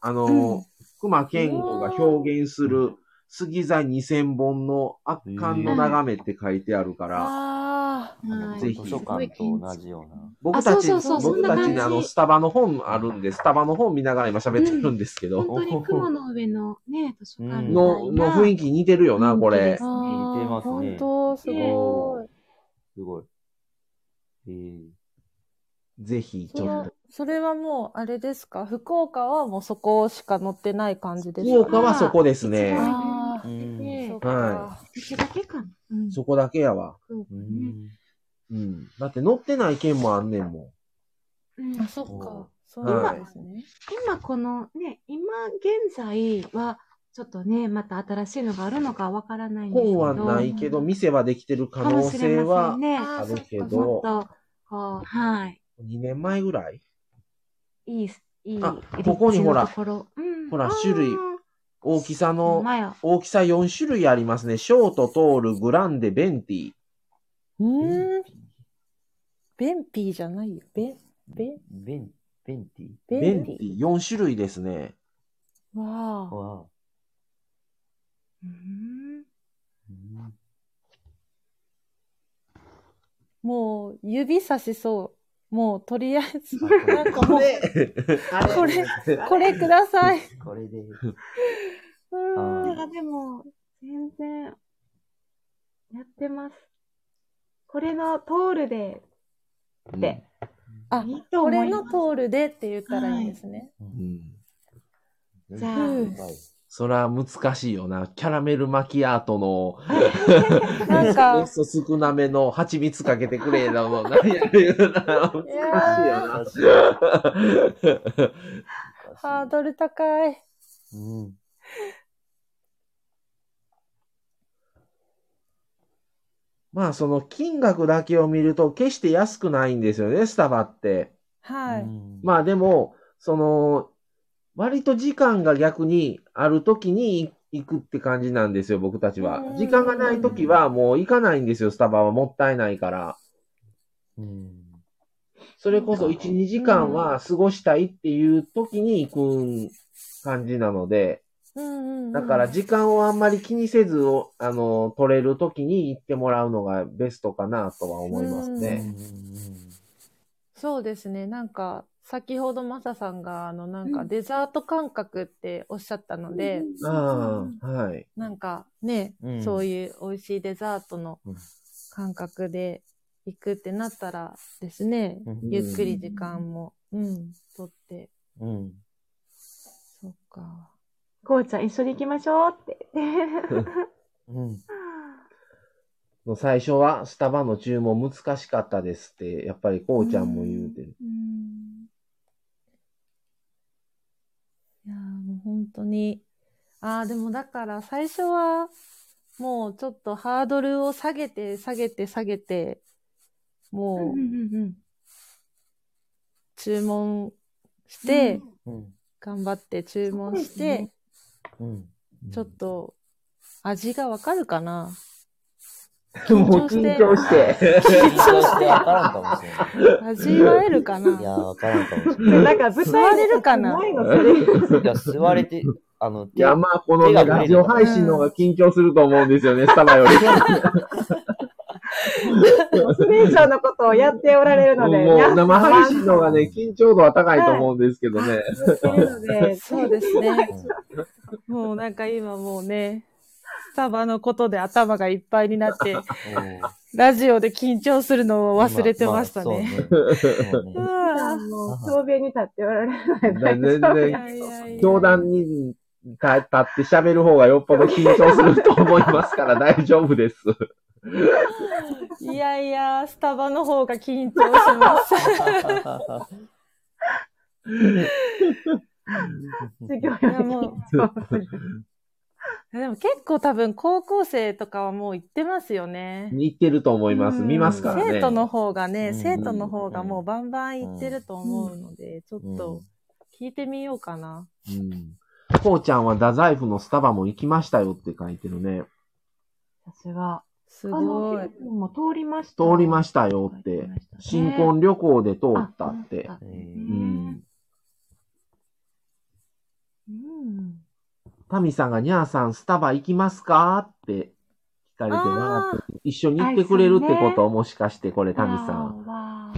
あのー、う熊健吾が表現する杉材2000本の圧巻の眺めって書いてあるから、あはいぜひ図書館と同じような。僕たち、あそうそうそう僕たそちんな感にじあの、スタバの本あるんで、スタバの本見ながら今喋ってるんですけど、本当に雲の上のね、図書館みたいな。の、の雰囲気似てるよな、これあ。。似てますね本当、すごい。すごい。えー、ぜひ、ちそょっのと。それはもう、あれですか福岡はもうそこしか乗ってない感じですか福岡はそこですね。あうんーそそうかはっちだけかな。うんそこだけやわ。そううかねんうん。だって乗ってない県もあんねんもん。うんあ、そっか。そうはないんですね。今このね、今現在は、ちょっとね、また新しいのがあるのかわからないんですけ本ど。はないけど、店はできてる可か能もし性れまはせんね。あるけもっど、と、こう、はい。 2年前ぐらいいい、いい、あここにほら立地のところうんほら種類あ大きさーの、前よ大きさ4種類ありますね。ショート、トール、グランデ、ベンティ。うーん。ベンピーじゃないよ。ベン、ベン、ベン、ベンティベベンンテティ4種類ですね。ィ。わあ。わあうんうんもう、指さしそう。もう、とりあえず、あなんかもう、あこれ、これください。これで、うあーなんん。かでも、全然、やってます。これのトールで、ってあ、いいとこ思れいまのす。トールでって言ったらいいんですね。うん。じゃあうんそら難しいよな。キャラメルマキアートの、なんお [LAUGHS] か、酢少なめの蜂蜜かけてくれなもん。なんや言うな。 [LAUGHS] 難しいよな。ハードル高い。うんまあその金額だけを見ると決して安くないんですよね、スタバって。はうい。んまあでも、その、割と時間が逆にある時に行くって感じなんですよ、僕たちはう。ん時間がない時はもう行かないんですよ、スタバはもったいないから。うんそれこそ1、2時間は過ごしたいっていう時に行く感じなので、うんうん。だから、時間をあんまり気にせずを、あの、取れる時に行ってもらうのがベストかなとは思いますうね。んそうですね。なんか、先ほどマサさんが、あの、なんうか、んデザート感覚っておっしゃったので、ああ、はい。なんかね、うんそういう美味しいデザートのうん感覚で行くってなったらですね、うんゆっくり時間も、うん、とって、うんそっか。こうちゃん一緒に行きましょうって。うんもう最初はスタバの注文難しかったですって、やっぱりこうちゃんも言うてる。うんいやーもう本当に。ああ、でもだから最初は、もうちょっとハードルを下げて、下げて、下げて、うんもううんうん注文して、うん頑張って注文しそうですねて、うんちょっと、味がわかるかなもう緊張して緊張して。緊張してわからんかもしれ味わえるかない。いなや、わからんかもしれなんか舞座台れるかな前のセリフない。いや、座れて、あの、い手や、まあ、このね、手がラ震えジるオ配信の方が緊張すると思うんですよね、スタバより。それ以上のことをやっておられるので、もう生配信の方ががね、緊張度は高いと思うんですけどね。ってるので、そうですね。 [LAUGHS] もうなんか今もうね、スタバのことで頭がいっぱいになって、うんラジオで緊張するのを忘れてましたね。まあまあそうねうそうねわぁもう、送迎に立っておられるので、全然大丈夫いやいやいや教団にた立って喋る方がよっぽど緊張すると思いますから [LAUGHS] 大丈夫です。いやいや、スタバの方が緊張します。授業よいやもうりも。でも結構多分高校生とかはもう行ってますよね。似てると思います。うん見ますからね。生徒の方がね、うん生徒の方がもうバンバン行ってると思うので、ちょっと聞いてみようかな。うんこうちゃんは太宰府のスタバも行きましたよって書いてるね。私は、すあごのい。、もう通りました。通りまししたよって。新婚旅行で通ったって。あ通ったううんん。うん。タミさんが、にゃーさん、スタバ行きますかって聞かれて笑ってる、一緒に行ってくれるってこと、もしかして、これ、タミさん。わあ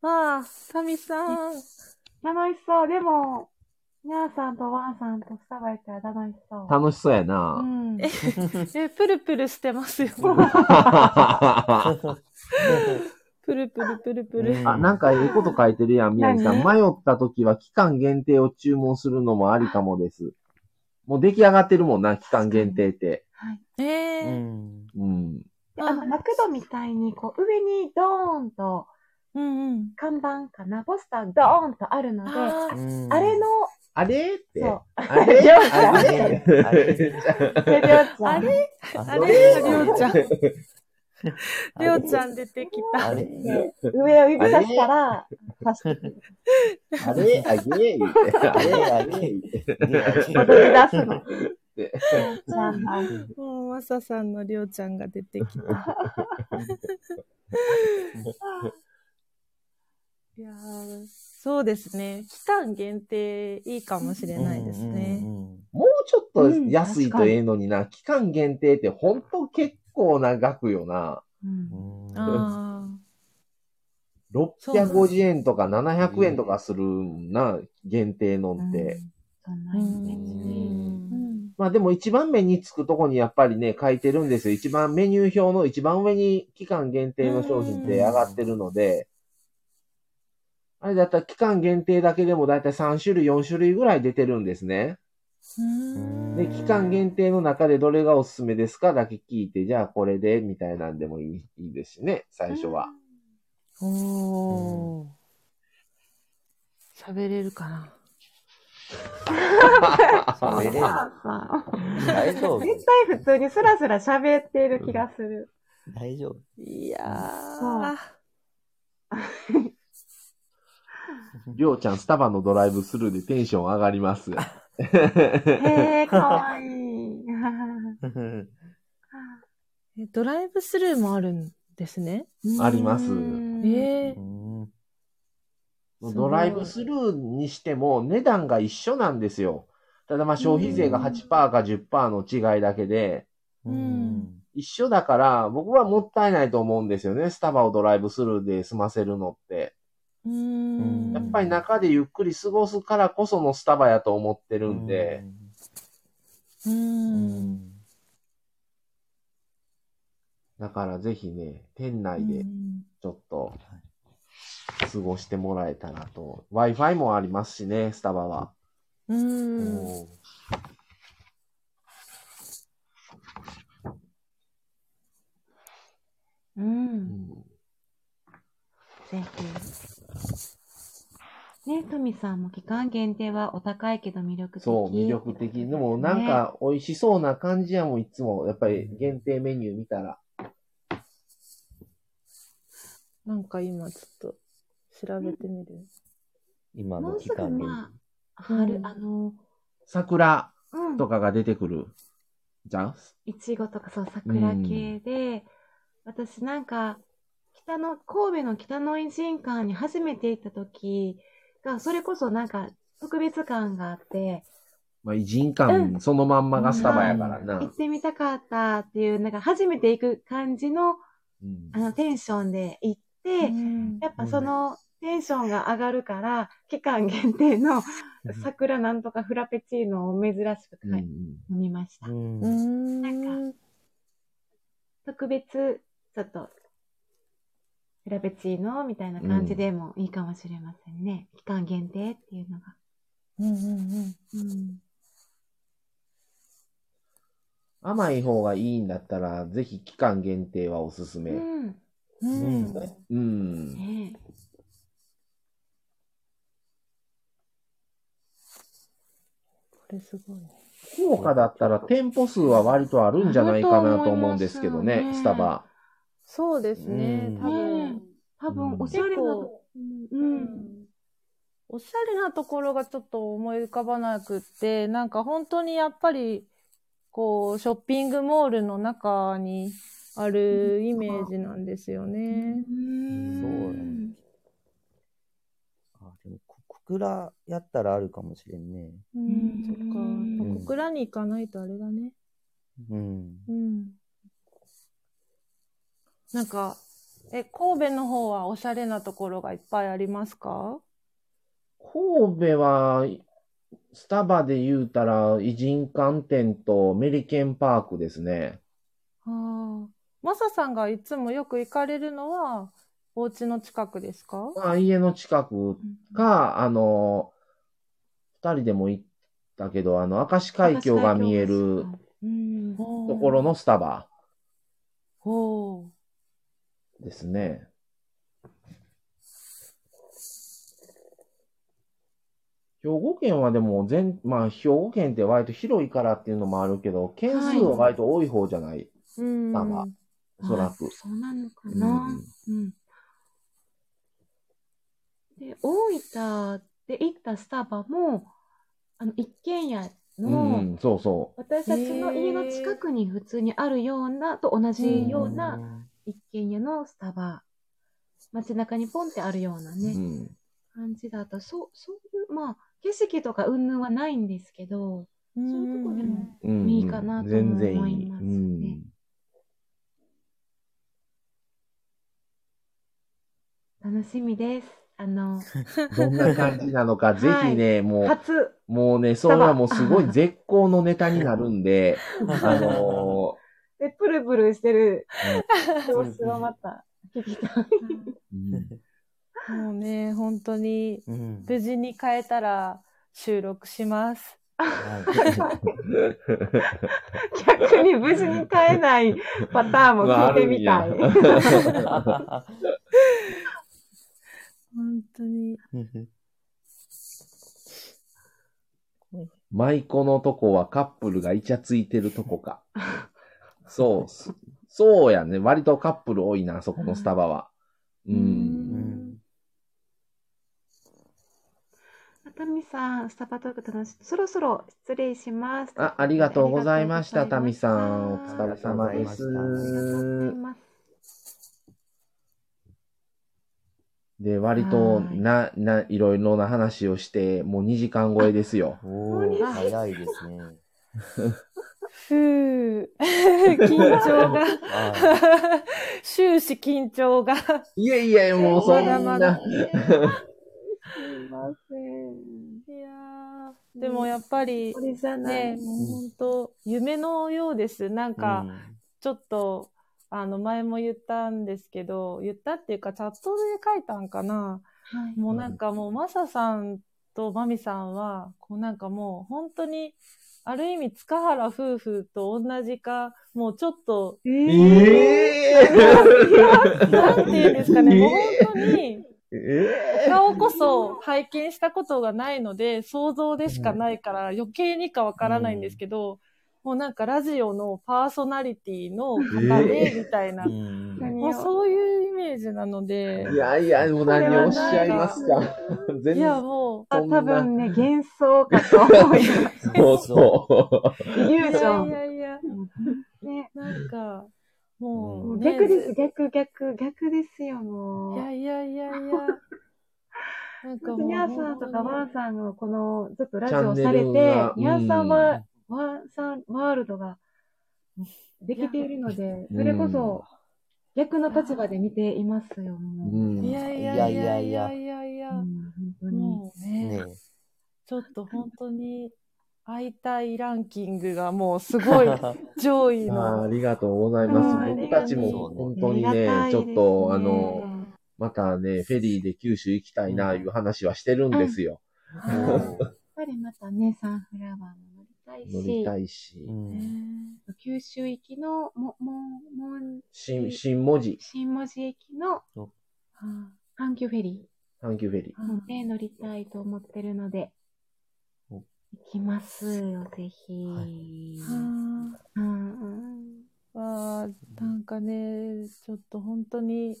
まあ、サミさん。楽しそう。でも、にゃーさんとワンさんとスタバ行ったら楽しそう。楽しそうやうな。ん。え、プルプルしてますよ。プルプルプルプル。うんあ、なんか、いいこと書いてるやん、宮城さん。迷った時は、期間限定を注文するのもありかもです。もう出来上がってるもんな、期間限定って。はい。えうー、んうん。であの、マクドみたいに、こう、上にドーンと、うんうん。看板かな、ポスタードーンとあるので、ああーうんれの、あれって。そうあれあれあれ手料ちゃんあれああれりれょうちゃん。りあれょうちゃん出てきあた。れで [LAUGHS] 上を指さしたら、パス踊あれあげ言って。あれあげ言って。り出 [LAUGHS] すの。でちゃんがもう、まささんのりょうちゃんが出て [LAUGHS] きた。いやーそうですね。期間限定いいかもしれないですうね。んうんうんもうちょっと安いとええのにな、期間限定ってほんと結構な額よな。うんうんあ650円とか700円とかするな、限定のって。そんあ。なうにねんん。まあでも一番目につくとこにやっぱりね、書いてるんですよ。一番メニュー表の一番上に期間限定の商品って上がってるので、あれだったら期間限定だけでもだいたい3種類、4種類ぐらい出てるんですね。うんで、期間限定の中でどれがおすすめですかだけ聞いて、じゃあこれで、みたいなんでもいいいいですしね、最初は。おー。喋れるかな喋れんまあ大丈夫絶対普通にスラスラ喋っている気がする。大丈夫いやそうー。りょうちゃん、スタバのドライブスルーでテンション上がります。へえ、かわいい。えドライブスルーもあるんですね。ありますうんえうー、んごいドライブスルーにしても値段が一緒なんですよ。ただまあ消費税が8%か10%の違いだけで、うん一緒だから僕はもったいないと思うんですよね。スタバをドライブスルーで済ませるのって。うーん。やっぱり中でゆっくり過ごすからこそのスタバやと思ってるんで。うー。うんんだからぜひね、店内でちょっと過ごしてもらえたらと。Wi-Fi もありますしね、スタバは。うーん。おーう。うんんぜひ。ね、トミさんも期間限定はお高いけど魅力的。そう、魅力的。でもなんか美味しそうな感じやもん、いつも。やっぱり限定メニュー見たら。なんか今ちょっと調べてみる。今ものう期すぐ間にまあ、春う、んあの、桜うん。とかが出てくる。じゃんいちごとかそう桜系で、私なんか北の神戸の北の維新館に初めて行った時がそれこそなんか特別感があってまあ、偉人感そのまんまがスタバやからな。行ってみたかったっていうなんか初めて行く感じのうんあのテンションで行って、やっぱそのテンションが上がるから期間限定の桜なんとかフラペチーノを珍しく買い飲みました。うーん。なんか、特別、ちょっと、フラペチーノみたいな感じでもいいかもしれませんね。期間限定っていうのが。うんうんうん。甘い方がいいんだったら、ぜひ期間限定はおすすめ。うん。うん。うん。うん。ねえこれすごいね。福岡だったら店舗数は割とあるんじゃないかなと思うんですけどあると思いね、ますスタバ。そうですねう、ん多分。多分、おしゃ結れな、うん構、うん。おしゃれなところがちょっと思い浮かばなくって、なんか本当にやっぱり、こう、ショッピングモールの中にあるイメージなんですよね。うんそうやねあ、でも、小倉やったらあるかもしれんね。ううんん、そっか。うん小倉に行かないとあれだね。うん。うん。なんか、え、神戸の方はおしゃれなところがいっぱいありますか神戸は、スタバで言うたら、偉人館店とメリケンパークですね。ああ。マサさんがいつもよく行かれるのは、お家の近くですかまあ、家の近くか、あの、二人でも行ったけど、あの、明石海峡が見えるうん。とところのスタバおーですね。兵庫県はでも全、まあ、兵庫県って割と広いからっていうのもあるけど、件数は割と多い方じゃない、うん。まあまあおそらあく。そうなのかうんな。うん。で、大分で行ったスタバも、あの、一軒家うんの、うん、そうそ私たちの家の近くに普通にあるようなと同じような一軒家のスタバ、街中にポンってあるようなう。ね、うん感じだったそうそういうまあ景色とか云々はないんですけどそそういうとこでもうんいいかなとも全然い思いますうねん。楽しみです。あの、どんな感じなの [LAUGHS] か、ぜひね、もう、初、もうね、それはもうすごい絶好のネタになるん [LAUGHS] で、あので、プルプルしてるうん様子をまた聞きたい。ーもうね、本当に、うん。無事に帰ったら収録します。は逆に無事に買えないパターンも聞いてみたい。まああ本当に。い舞妓のとこはカップルがイチャついてるとこ [LAUGHS] か。そう、そそうやね。割とカップル多いな、そこのスタバは。う。うんん。熱海さん、スタバトーク楽しい。そろそろ失礼します。あ、ありがとうございました、タミさん。おあり疲がれ様でありがとうごとうございす。ますで、割と、な、な、いろいろな話をして、もう2時間超えですよ。おー、早いですね。ふぅ。 [LAUGHS] 緊張が。あ終始緊張が。いやいや、もうそんな。まだまだすいません。いやーでもやっぱりこ、れじゃない。ね、もう本当、夢のようです。なんーか、ちょっと、あの、前も言ったんですけど、言ったっていうか、チャットで書いたんかな。はい。もうなんかもう、マサさんとマミさんは、こうなんかもう、本当に、ある意味、塚原夫婦と同じか、もうちょっ [LAUGHS] と、えなんて言うんですかね、もう本当に、え顔こそ拝見したことがないので、想像でしかないから余計にかわからないんですけど、もうなんかラジオのパーソナリティの方で、みたいな、うん何もうそういうイメージなのでー、いやいや、もう何をおっしゃいますか。全いやもあそんな多分ね、幻想かと思います。そうそイリューう、いジョやいン。やいやね。ね、なんか、ももうう、ね逆です、逆、逆、逆ですよ、もう。いやいやいやいや。なんか本も当う。にャーさんとかワンさんのこの、ずっとラジチャオンネされて、ルニがャーさんうは、ワンさんワールドができているので、それこそ逆の立場で見ていますよ、うもう。ん。いやいやいやいやいやいや。うん本当に。もうね、ねちょっと本当に会いたいランキングがもう [LAUGHS] すごい上位あーあの。りがとうございます。うん僕たちも本当にありねがた、いちですょねっとあの、またね、フェリーで九州行きたいな、いう話はしてるんですよ。はいやっぱりまたね、サンフラワーも乗りたい乗りし、たいしう。ん九州行きの、も、も、も、新、新文字、新門寺駅のお、あー阪急フェリー。阪急フェリー。ね、乗りたいと思ってるので、お行きますよ、ぜひ。はうんうんわあなんかね、ちょっと本当に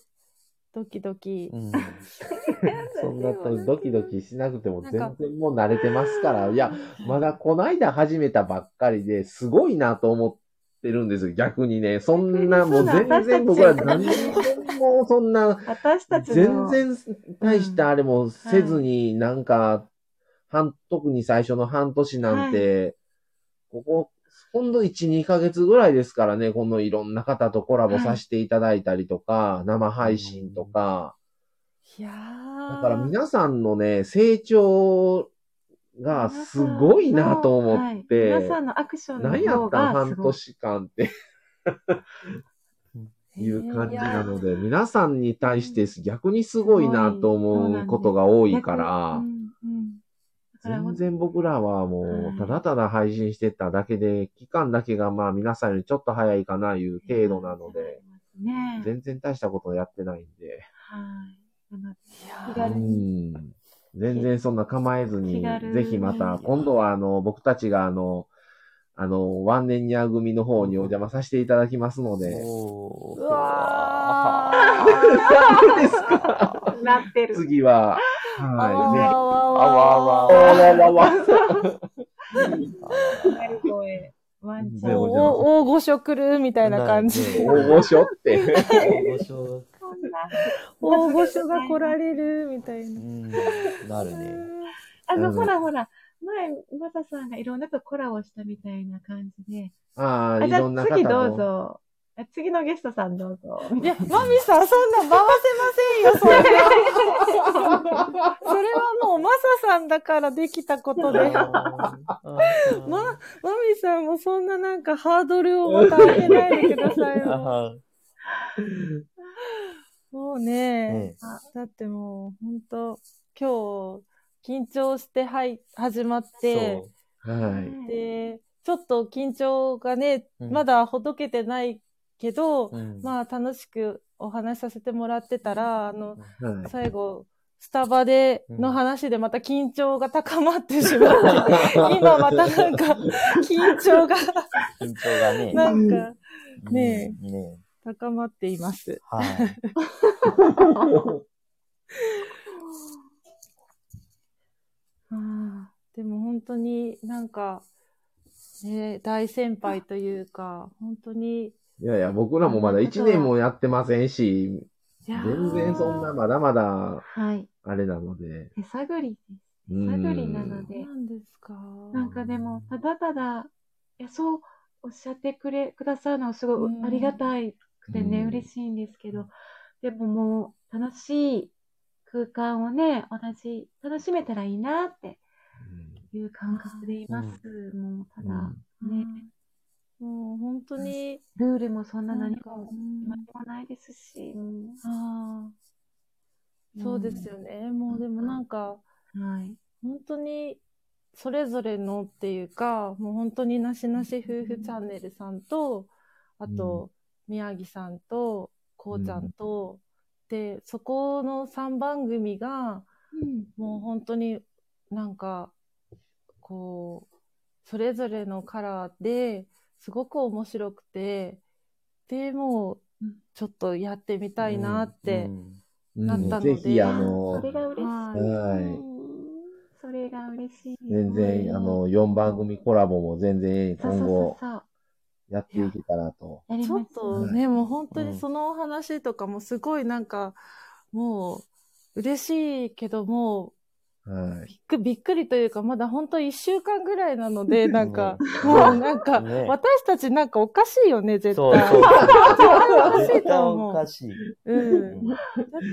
ドキドキ。うん [LAUGHS] そんなとドキドキしなくても全然もう慣れてますから。いや、まだこないだ始めたばっかりで、すごいなと思ってるんですよ、逆にね。そんな、もう全然僕ら何もそんな、私たち全の、然大したあれもせずに、なんか、半、特に最初の半年なんて、ここ、ほんと1、2ヶ月ぐらいですからね、このいろんな方とコラボさせていただいたりとか、生配信とか、いやーだから皆さんのね、成長がすごいなと思っはいて、皆さんのアクションの何や方ったんがす半ごい。年間っていう感じないやので、皆さんに対して逆にすごいなと思うことが多いからう、んうんだから全然僕らはもう、ただただ配信してただけで、期間だけがまあ皆さんよりちょっと早いかないう程度なので、。ね全然大したことやってないんで、はい。なのでー気軽うにん全然そんな構えずに気軽、にぜひまた、今度はあの、僕たちがあの、あの、ワンネンニャー組の方にお邪魔させていただきますので、おーうわー何ですかなってる。次は、あわはわあわあわあい、ぜわひ。わわわわなり声。ワンちゃでん。もお大御所来るみたいな感じ。大御所って。大御所こんな大御所が来られるみたいなう。んなるね。あうの、んほらほら、前、マサさんがいろんなとコラボしたみたいな感じで。ああ、あ、いじゃろんなあ方次どうもぞ。あ次のゲストさんどうぞ。いや、マミさん、そんなん回せませんよ、それは。それはもう、マサさんだからできたことで。ま、マミさんもそんななんかハードルをまた上げないでくださ [LAUGHS] いよ。あもうーね、ねだってもう、ほんと、今日、緊張して、はい、始まって、そはい。で、ちょっと緊張がね、うんまだほどけてないけど、ううんまあ、楽しくお話しさせてもらってたら、あの、はい。最後、スタバでうんの話でまた緊張が高まってしま [LAUGHS] って、今またなんか、緊張が、緊張がね。なんか、ねえ。ね高まっています。え。はい。あーでも本当になんか、ね、大先輩というか、本当に、いやいや、僕らもまだ1年もやってませんし、いやー全然そんな、まだまだ、はい。あれなので。手探りです。う手ん探りなのそうで。なんですか。なんかでも、ただただ、いや、そうおっしゃってくれ、くださるのはすごいうんありがたいくてね、うん嬉しいんですけど、でももう、楽しい空間をね、同じ、楽しめたらいいなっていう感覚でいます。もう、ただ、ね、もう本当に、ルールもそんな何なんもかうん決まりもないですし、もああ、そうですよね。もうでもなんか、う、はい。本当にそれぞれのっていうか、もう本当になしなし夫婦チャンネルさんと、あと、宮城さんと、こうちゃんと、で、そこの3番組が、うん。もう本当になんか、こう、それぞれのカラーですごく面白くて、で、もううん、ちょっとやってみたいなって、うんなったのぜでひ、あその、れが嬉しい。はいそれが嬉しい。全然、あの、4番組コラボも全然そう今そう後そうやっていけたらと。やりちょまっすとね、もう本当にそのお話とかもすごいなんか、もう嬉しいけども、はびっくびっくりというか、まだ本当一週間ぐらいなので、なんか、うんもうなんか、ね私たちなんかおかしいよね、絶そう対。そう。おかし絶い対とお思かう。しい。うん。だっ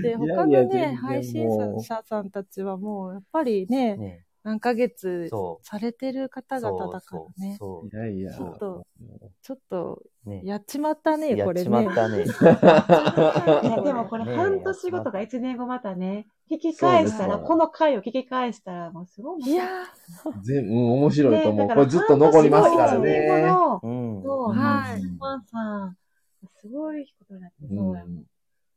て他のいやいや全ね然配信もう者さんたちはもう、やっぱりね、ね、何ヶ月そされてるう。方々だからね、そうい。いやいや。ちょっともちょっと、そうね。やっちまったね、やこっれちまねっ。たね。 [LAUGHS] いやでもこれねえ半年後とか1年後またね、聞き返したそうら、ですこの回を聞き返したら、もうすごい面い白い。やー、う [LAUGHS] 全うん、面白いと思う。ねこれずっと残りますからだから半年ね。後のうん。そう、うんはい。ワンさん、すごいことだって、そうやもん。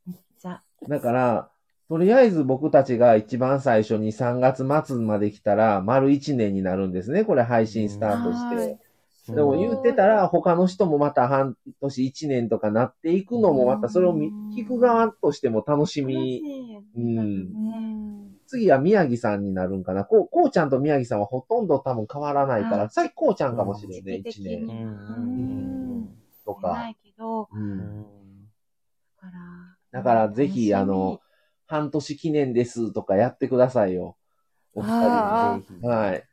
めっちゃ。だから、とりあえず僕たちが一番最初に3月末まで来たら、丸1年になるんですね。これ配信スタートして。うんでも言ってたら、他の人もまた半年1年とかなっていくのも、またそれを見聞く側としても楽し楽しみ。いよね。うんうん次は宮城さんになるんかな。こう、こうちゃんと宮城さんはほとんど多分変わらないかあら、さっきこうちゃんかもしれない、うん1時期的年うにんうんとなか。いけど、ううんうんん。だから。だからぜ楽しみひ、あの、、半年記念ですとかやってくださいよ。お二あ人。はい。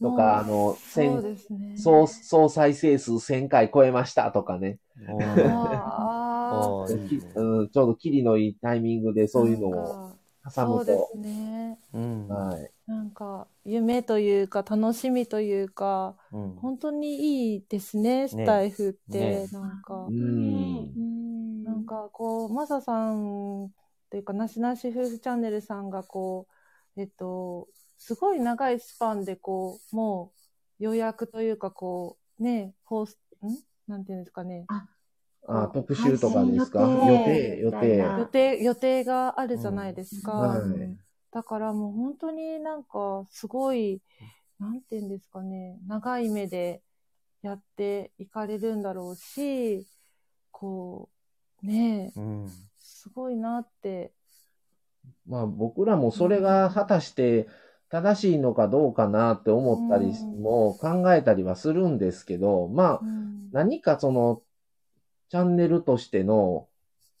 とか、あの、そう千、ですね。総、総再生数1000回超えましたとかね。おあーあおーいいねうん、ちょうどキリのいいタイミングでそういうのをなんか挟そうむでと。すね。うんはい。なんか、夢というか、楽しみというか、うん本当にいいですね、スタイフって。ねなんか、うんう。ん。なんかこう、マサさんというか、なしなし夫婦チャンネルさんがこう、えっと、すごい長いスパンでこう、もう予約というか、こう、ね、放送、んなんていうんですかね。あ、特集とかですか配予定予信、予定定。あ予定、予定があるじゃないですか。うんはいだからもう本当になんかすごい、なんて言うんですかね、長い目でやっていかれるんだろうし、こう、ねえ、うんすごいなって。まあ僕らもそれが果たして正しいのかどうかなって思ったりうんも考えたりはするんですけど、まあうん何かそのチャンネルとしての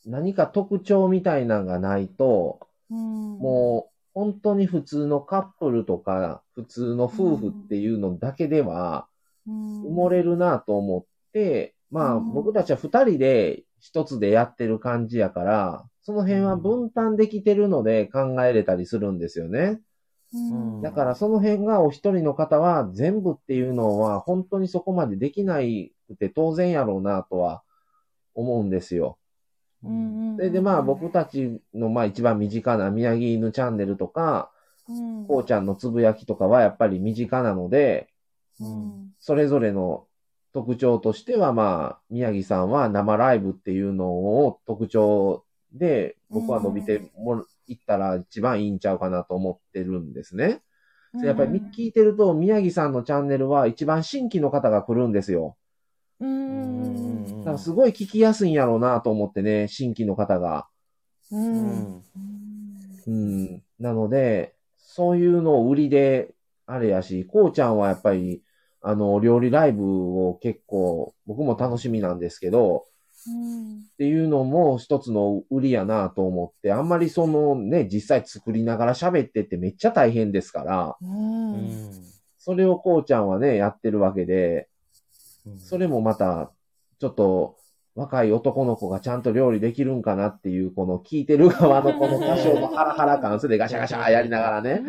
何か特徴みたいなのがないと、うんもう本当に普通のカップルとか普通の夫婦っていうのだけではうん埋もれるなと思って、まあうん僕たちは二人で一つでやってる感じやから、その辺は分担できてるので考えれたりするんですよね。うんだからその辺がお一人の方は全部っていうのは本当にそこまでできないくて当然やろうなとは思うんですよ。うんで、でまあ僕たちのまあ一番身近な宮城犬チャンネルとか、うんこうちゃんのつぶやきとかはやっぱり身近なので、うんそれぞれの特徴としては、まあ、宮城さんは生ライブっていうのを特徴で、僕は伸びてもらいったら一番いいんちゃうかなと思ってるんですね。うんやっぱりみ聞いてると、宮城さんのチャンネルは一番新規の方が来るんですよ。うんうんだからすごい聞きやすいんやろうなと思ってね、新規の方が。ううんんうん。なので、そういうのを売りで、あれやし、こうちゃんはやっぱり、あの、料理ライブを結構、僕も楽しみなんですけど、っていうのも一つの売りやなと思って、あんまりそのね、実際作りながら喋ってってめっちゃ大変ですから、うんそれをこうちゃんはね、やってるわけで、それもまた、ちょっと、若い男の子がちゃんと料理できるんかなっていう、この聞いてる側のこの多少のハラハラ感、それでガシャガシャやりながらね、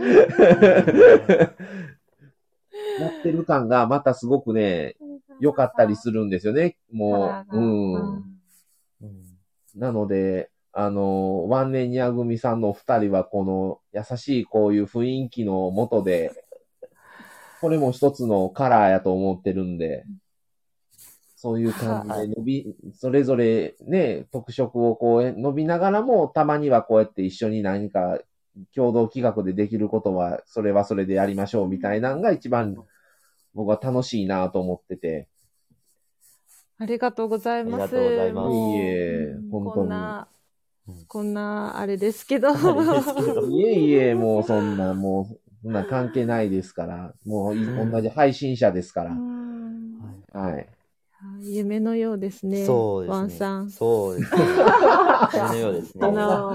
やってる感がまたすごくね、良かったりするんですよね、もう。うん。なので、あの、ワンネニア組さんのお二人は、この優しいこういう雰囲気のもとで、これも一つのカラーやと思ってるんで、そういう感じで伸び、それぞれね、特色をこう伸びながらも、たまにはこうやって一緒に何か共同企画でできることは、それはそれでやりましょうみたいなのが一番僕は楽しいなと思ってて。ありがとうございます。ありがとうございますもういえ本当にこんなうん、こんな、あれですけど。いえいえ、もうそんな、もう、そんな関係ないですから、もういうん同じ配信者ですかうら、んはい。 [LAUGHS] 夢のようですね。そうですね。ワンさん。そうですね。そのようですね。[LAUGHS] あの、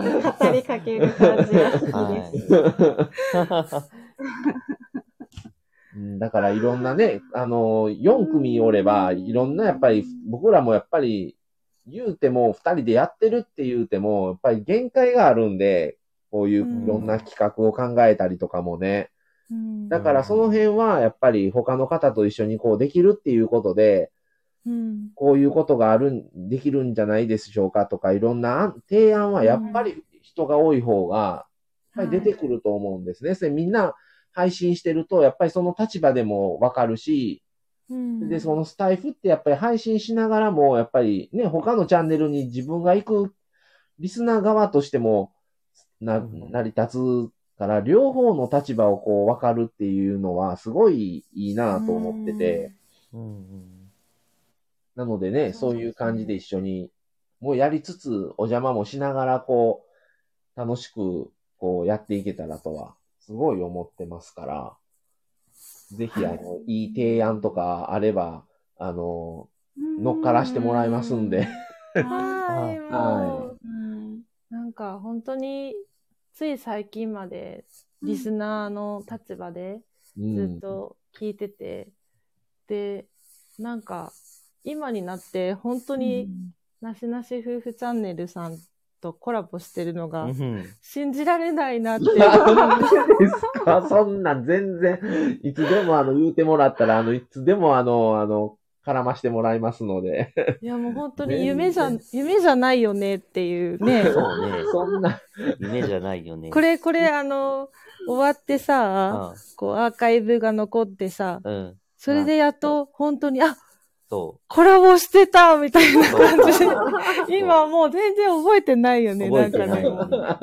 語りかける感じが好きです。うんだからいろんなね、あの、4組おれば、いろんなやっぱり、僕らもやっぱり、言うても、2人でやってるって言うても、やっぱり限界があるんで、こういういろんな企画を考えたりとかもね。うんだからその辺は、やっぱり他の方と一緒にこうできるっていうことで、うんこういうことがあるん、できるんじゃないでしょうかとか、いろんな案提案はやっぱり人が多い方が、やっぱり出てくると思うんですね。それみんな配信してると、やっぱりその立場でもわかるし、うんで、そのスタイフってやっぱり配信しながらも、やっぱりね、他のチャンネルに自分が行く、リスナー側としても、な、うん成り立つから、両方の立場をこう分かるっていうのは、すごいいいなと思ってて、うんなのでね、そそううですねいう感じで一緒に、もうやりつつ、お邪魔もしながら、こう、楽しく、こう、やっていけたらとは、すごい思ってますから、ぜひ、あの、いい提案とかあれば、あの、乗っからしてもらいますんで。はい、はいもうなんか本当につい最近までリスナーの立場でずっと聞いてて、で、なんか今になって本当になしなし夫婦チャンネルさんとコラボしてるのうがん。信じられないな [LAUGHS] って。なんでですか [LAUGHS] そんなん全然、いつでもあの、言うてもらったら、あの、いつでもあの、あの、絡ましてもらいますので。いやもう本当に夢じゃ、夢じゃないよねっていうね。 [LAUGHS] そうね。そんな、夢じゃないよね。これ、これあの、終わってさ、あこうアーカイブが残ってさ、あうん。それでやっと本当に、あ、そ。コラボしてたみたいうなそう感じで、 [LAUGHS] 今はもう全然覚えてないよね、覚なえんてかないね。よね。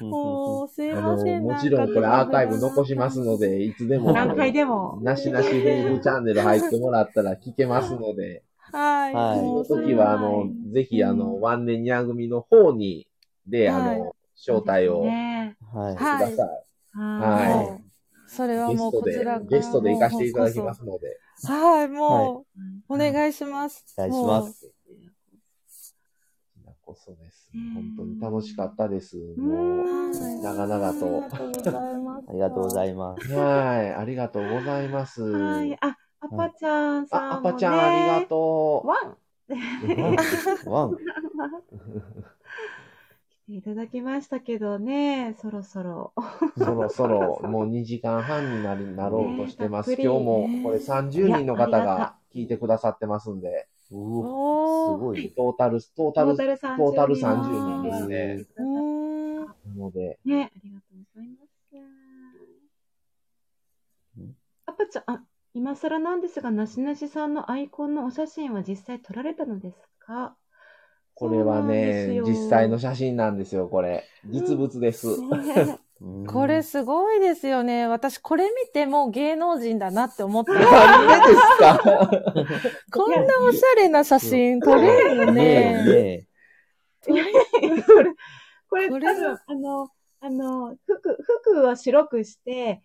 もう、すいあまの、せん。もちろんこれアーカイブ残しますので、いつでも、何回でも。なしなしレイブチャンネル入ってもらったら聞けますので、はい。はいそものうそれ時は、あの、ぜひ、あの、ワンネニャ組の方に、で、あはいの、招待をくねはい。だはい。さはいはい。もうそれはいゲもうスこトちらからでも、ゲストで行かせていただきますので。もうこそ。はい、もう、お願いします。お願いしますもこちう。らこそです。本当に楽しかったです。うもう、んは長々と。い。ありがとうございます。ありがとうございます。はい、ありがとうございます。はい。あ、アパちゃんあ、さアんもね。パちゃんありがとう。ワン [LAUGHS] ワン。来ていただきましたけどね、そろそろ。そろそろもう2時間半になりなろうとしてます。ねえ今日もたっぷりねこれ30人の方いやありがが聞いてくださってますんで、うわすおー。ごい。トータル、トートタール、タトル30人。ータル30人ですね。ううんーん。なので、ね、ありがとうございます。アパちゃん、あ、今更なんですが、なしなしさんのアイコンのお写真は実際撮られたのですかこれはね、実際の写真なんですよ、これ。実物です。ねこれすごいですよね。私、これ見てもう芸能人だなって思った。なんでですかこんなおしゃれな写真撮れるよねえ、ね。ねえ。 [LAUGHS] これ、これこ多れ分、あの、あの、服、服を白くして、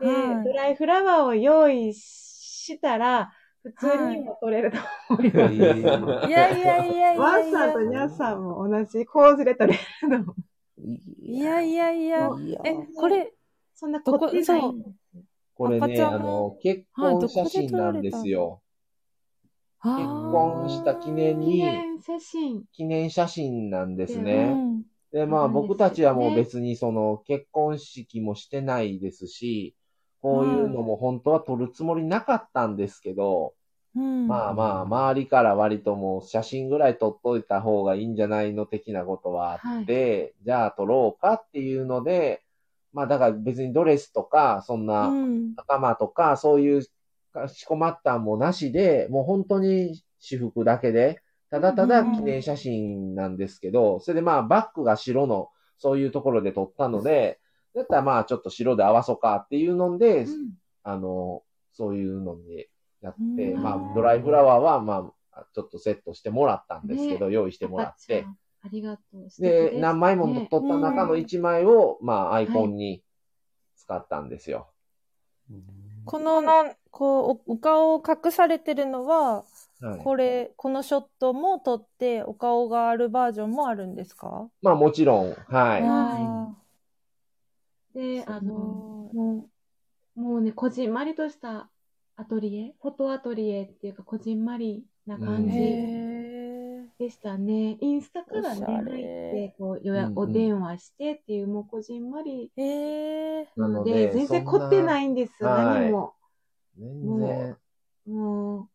で、はいドライフラワーを用意したら、普通にも撮れると思います。えーいやいやいやいワやンいさんやと。ニャンさんも同じ構図で撮れるの。いやいやいや。いやえ、これ、そんなこってないんですよ。これ赤ね、ちゃんあの、結婚写真なんですよ。あ結ー婚した記念記に、念写真。記念写真なんですうね。んで、まなあんですよね僕たちはもう別にその結婚式もしてないですし、こういうのも本当は撮るつもりなかったんですけど、うんまあまあ周りから割ともう写真ぐらい撮っといた方がいいんじゃないの的なことはあって、じゃあ撮ろうかっていうので、まあだから別にドレスとか、そんなうん仲間とか、そういうかしこまったんもなしで、もう本当に私服だけで、ただただ記念写真なんですけど、それでまあバックが白の、そういうところで撮ったので、だったらまあちょっと白で合わそうかっていうので、あの、そういうのにやって、うんまあドライフラワーはまあちょっとセットしてもらったんですけど、用意してもらって、。ありがとう。素敵で、す何枚も撮った中の1枚を、まあアイコンに使ったんですよ。この、こうおお顔を隠されてるのは、はいこれこのショットも撮ってお顔があるバージョンもあるんですか？まあもちろん、はい。はあで、ーあの、すごいもうね、こじんまりとしたアトリエ、フォトアトリエっていうか、こじんまりな感うんじへーでしたね。インスタからおね、しゃ入っれて、こう、予約、うんうんお電話してっていう、もうこじんまりへえ。なのなので、で全然凝ってないんです、そんな何も。全然。もう、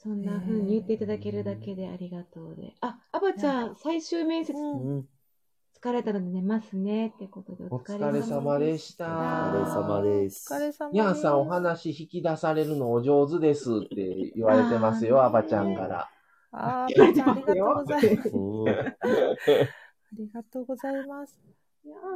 そんな風に言っていただけるだけでありがとうで。あ、アバちゃん、最終面接うん。疲れたので寝ますねってことで、おお疲れ様でした。お疲れ様です。お疲れ様です。ニャンさんお話引き出されるのお上手ですって言われてますよ、あーアバちゃんから。あー、疲ればあちてゃんあまりすがとようございます。あおーりがとうございます。いやあ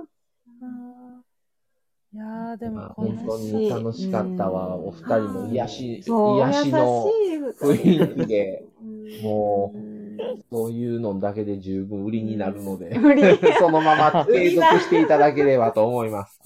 ーいやーでまあもこん本な当に楽しかったわ。うんお二人の癒し、そう、癒しの優しい雰囲気で、うんもうんう、そういうのだけで十分売りになるの [LAUGHS] で、無理。そのまま継続していただければと思います。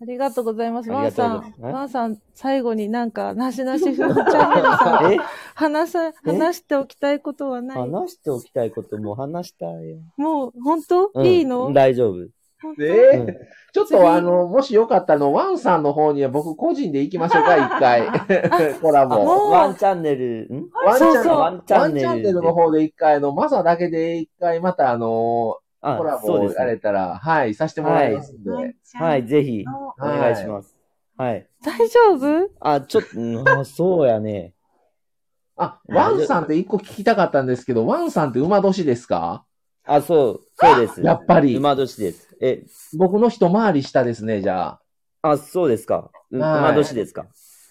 ありがとうございます。あワりがとンさうございま、すんワンさん、最後になんか、なしなし夫婦チャンネルさん、え話さ、話しておきたいことはない。話しておきたいことも話したいよ。もう、本当、うんいいの大丈夫。本当えうんちょっとあの、もしよかったの、ワンさんの方には僕個人で行きましょうか、一 [LAUGHS] 回。コラあ、ボ。ワンチャンネル、んワンチャンそうそうワンチャンネル。ワンチャンネルの方で一回、あの、マサだけで一回、またあの、あコラボそうでをすやねれたら、はい、させてもらいますんで。はい、ぜひ、おはい願いします。はい。大丈夫あ、ちょっとうん、あ、そうやね。あ、ワンさんって一個聞きたかったんですけど、ワンさんって馬年ですかあ、そう、そうです。やっぱり。馬年です。え、僕の一回り下ですね、じゃあ。あ、そうですか。うはい馬年ですか。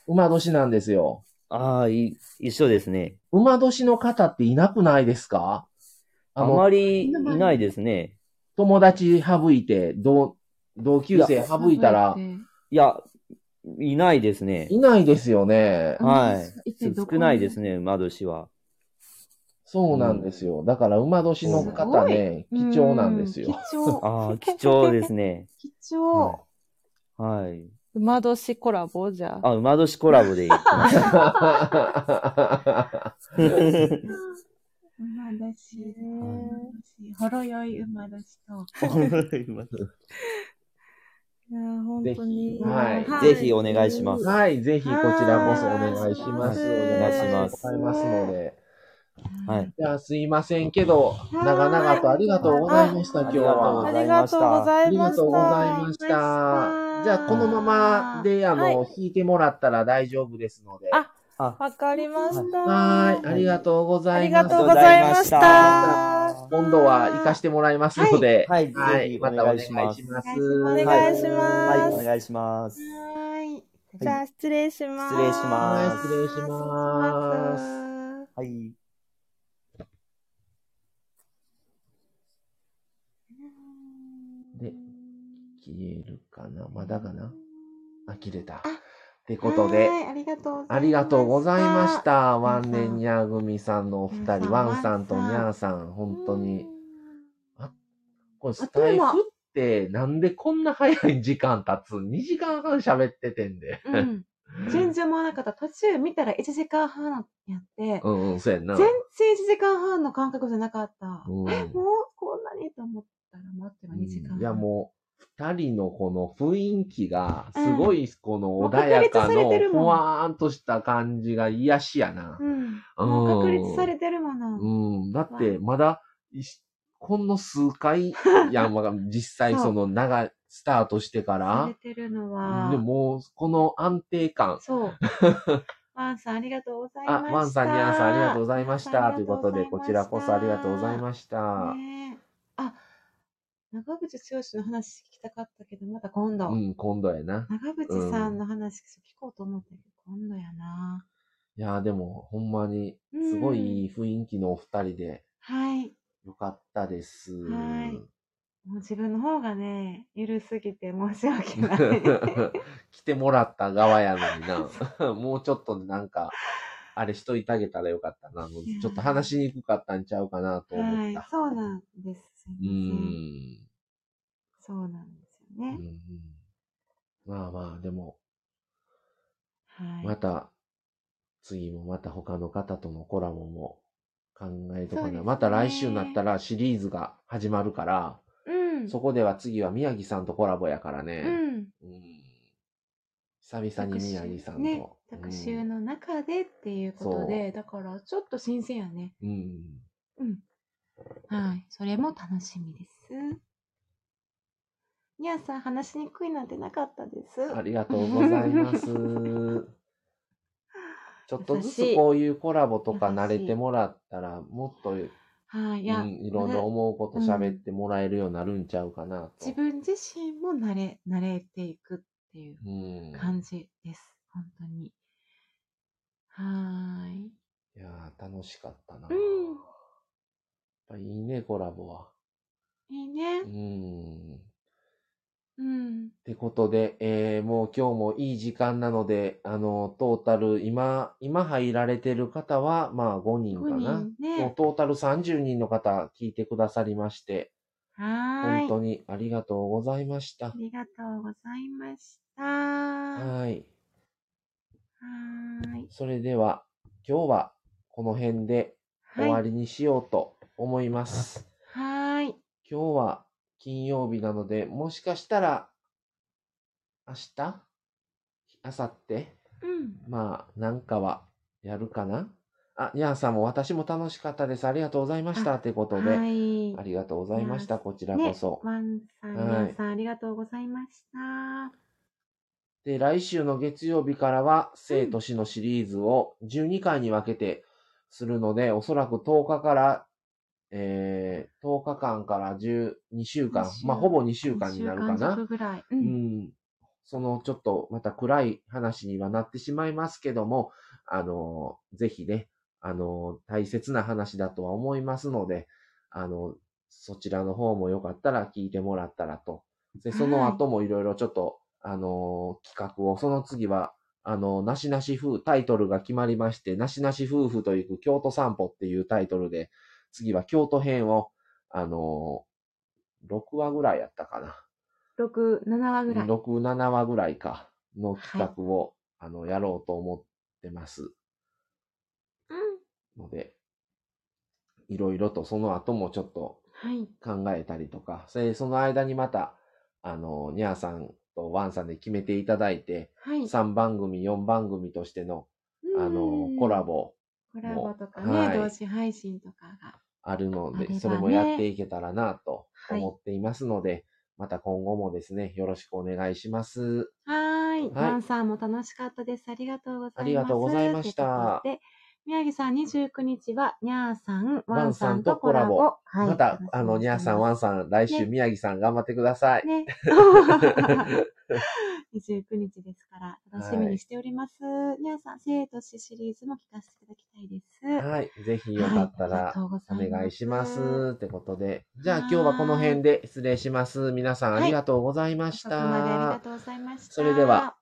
馬年なんですよ。ああ、い、一緒ですね。馬年の方っていなくないですかああの、まりいないですね。友達省いて、同、同級い生省いたら、いや、いないですね。いないですよね。はい。一体どこ少ないですね、馬年は。そうなんですよ。だから、馬年の方ね、貴うん重なんです [LAUGHS] よ。貴重。あ [LAUGHS] あ、貴重ですね。貴重。はい。馬年コラボじゃあ。あ、馬年コラボで言ってます。馬だし、ほろ酔い馬だしと。いやー、本当に。はいぜひお願いします。はい、ぜひこちらこそお願いします。はいお願いしますお願いしますので。はい。じゃあ、すいませんけど、い長々とありがとうございました、今日あは。りがとうござあいりまがしとうございました。じありがとうございましたゃあ、このままで、あの、弾いてもらったら大丈夫ですので。ああ、わかりました。はい、ありがとうござあいりまがす。とうございました。ありがとうございまし今度は行かしてもらいますので、はいはいぜひまたお願いします。お願おいします願いしはい、ます。お願いします。はい。じゃあ、失礼します。失礼しまはい、失礼します。はい。で、消えるかなまだかなあ、切れた。ってことで、はいありがとうございましたありがとうございまし。た。ワンネ皆さんンニャー組さんのお二人、皆さんワンさんとニワンさんャーさん、本当うにん。。これスタイフってなんでこんな早い時間経つ ?2 時間半喋っててんで。うん。全然思わなかった。途中見たら1時間半やって、 [LAUGHS] うんうん、そうやんな。全然1時間半の感覚じゃなかった。うんえ、もうこんなにと思ったら待っては2時間半。いやもう、二人のこの雰囲気が、うんすごいこのもう穏やか確立されのてるもんふわーんとした感じが癒しやなう。ん。うんもう確立されてるもの。うん。だって、まだ、いしほんの数回やん、まあ実際そう [LAUGHS] その長、スタートしてかさられ、てるのは。でも、この安定感。 [LAUGHS] そう。ワンさんありがとうございまあ、した。ワンさん、ニャンさん、ありがとうございました。ワンとさいんうことで、こちらこそありがとうございしましたた。ねえあ、長渕剛の話聞きたかったけど、また今度。うん、今度やな。長渕さんの話聞こうと思ったけど、今度やな。いやー、でも、ほんまに、すごいいい雰囲気のお二人で、はい。よかったです。はいもう自分の方がね、ゆるすぎて申し [LAUGHS] 訳ない。来てもらった側やのにな。 [LAUGHS] もうちょっとでなんか、あれしといてあげたらよかったな。もうちょっと話しにくかったんちゃうかなとは思っいた。。そうなんです。すいーうません。ん。そうなんですようね。んまあまあ、でも、はい。また、次もまた他の方とのコラボも考えとかそうですな。ねまた来週になったらシリーズが始まるから、うん。そこでは次は宮城さんとコラボやからうね。ん。うん久々に宮城さんと。ね、う特ん集の中でっていうことで、だからちょっと新鮮やね。うん。うん。はい。それも楽しみです。にゃーさん、話しにくいなんてなかったです。ありがとうござい [LAUGHS] ます。ちょっとずつこういうコラボとか慣れてもらったら、もっとはい。いや、うん、いろんな思うこと喋ってもらえるようになるんちゃうかなと。自分自身も慣れ、慣れていくっていううん。感じです。本当に。はーい。いやー楽しかったな。うやんっぱいいね、コラボは。いいねう。ん。っうん。てことで、えー、もう今日もいい時間なので、あの、トータル、今、今入られてる方は、まあ5人か5な。も人うね。トータル30人の方聞いてくださりまして、は本ーい。あ当にありがとうございました。りがとうございました。ははい。ーい。それでは、今日はこの辺で終わはい。りにしようと思います。はーい。今日は金曜日なので、もしかしたら、明日明後日うん。まあ、なんかはやるかなあ、にゃんさんも私も楽しかったです。ありがとうございました。あってことで、あはい。りがとうございました。こちらねこそ。ワンさん、はい皆さん、ありがとうございました。で、来週の月曜日からは、生と死のシリーズを12回に分けてするので、おそらく10日から、えー、10日間から12週間二、週まあ、ほぼ2週間になるか一週間な。弱ぐらい。うう。んん、そのちょっとまた暗い話にはなってしまいますけども、あの、ぜひね、あの、大切な話だとは思いますので、あの、そちらの方もよかったら聞いてもらったらと。で、その後もいろいろちょっと、あの、企画を、その次は、あの、なしなし夫、タイトルが決まりまして、なしなし夫婦と行く京都散歩っていうタイトルで、次は京都編を、あの、6話ぐらいやったかな。六、七話ぐらい。 6、7話ぐらいかの企画を、あの、やろうと思ってますうん。ので、いろいろとその後もちょっとはい。考えたりとか、それその間にまた、あの、ニャーさんとワンさんで決めていただいて、はい。 3番組、4番組としての、あのうん、コラ。ボコラボとかはいね、同時配信とかが。あるのあればで、ねそれもやっていけたらなとはい思っていますので、また今後もですね、よろしくお願いします。はーい。はいワンさんも楽しかったです。ありがとうございます。ありがとうございましたということで、宮城さん29日は、にゃーさん、ワワンンささんんととココララボボ。はいまた、あの、ニャーさん、ワンン。さん、来週、ね宮城さん頑張ってください。ね。29日ですから、楽しみにしております。にゃーさん、生と死シリーズも聞かせていただきたいです。はい。ぜひよかったはいありがらとうござおいます願いします。ってことで。じゃあ今はい日はこの辺で失礼します。皆さんありがとうございまし遅くまでありた。がとうございました。それでは、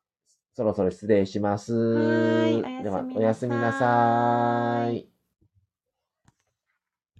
そろそろ失礼します。はーいおやすみなさいでは、おやすみなさーい。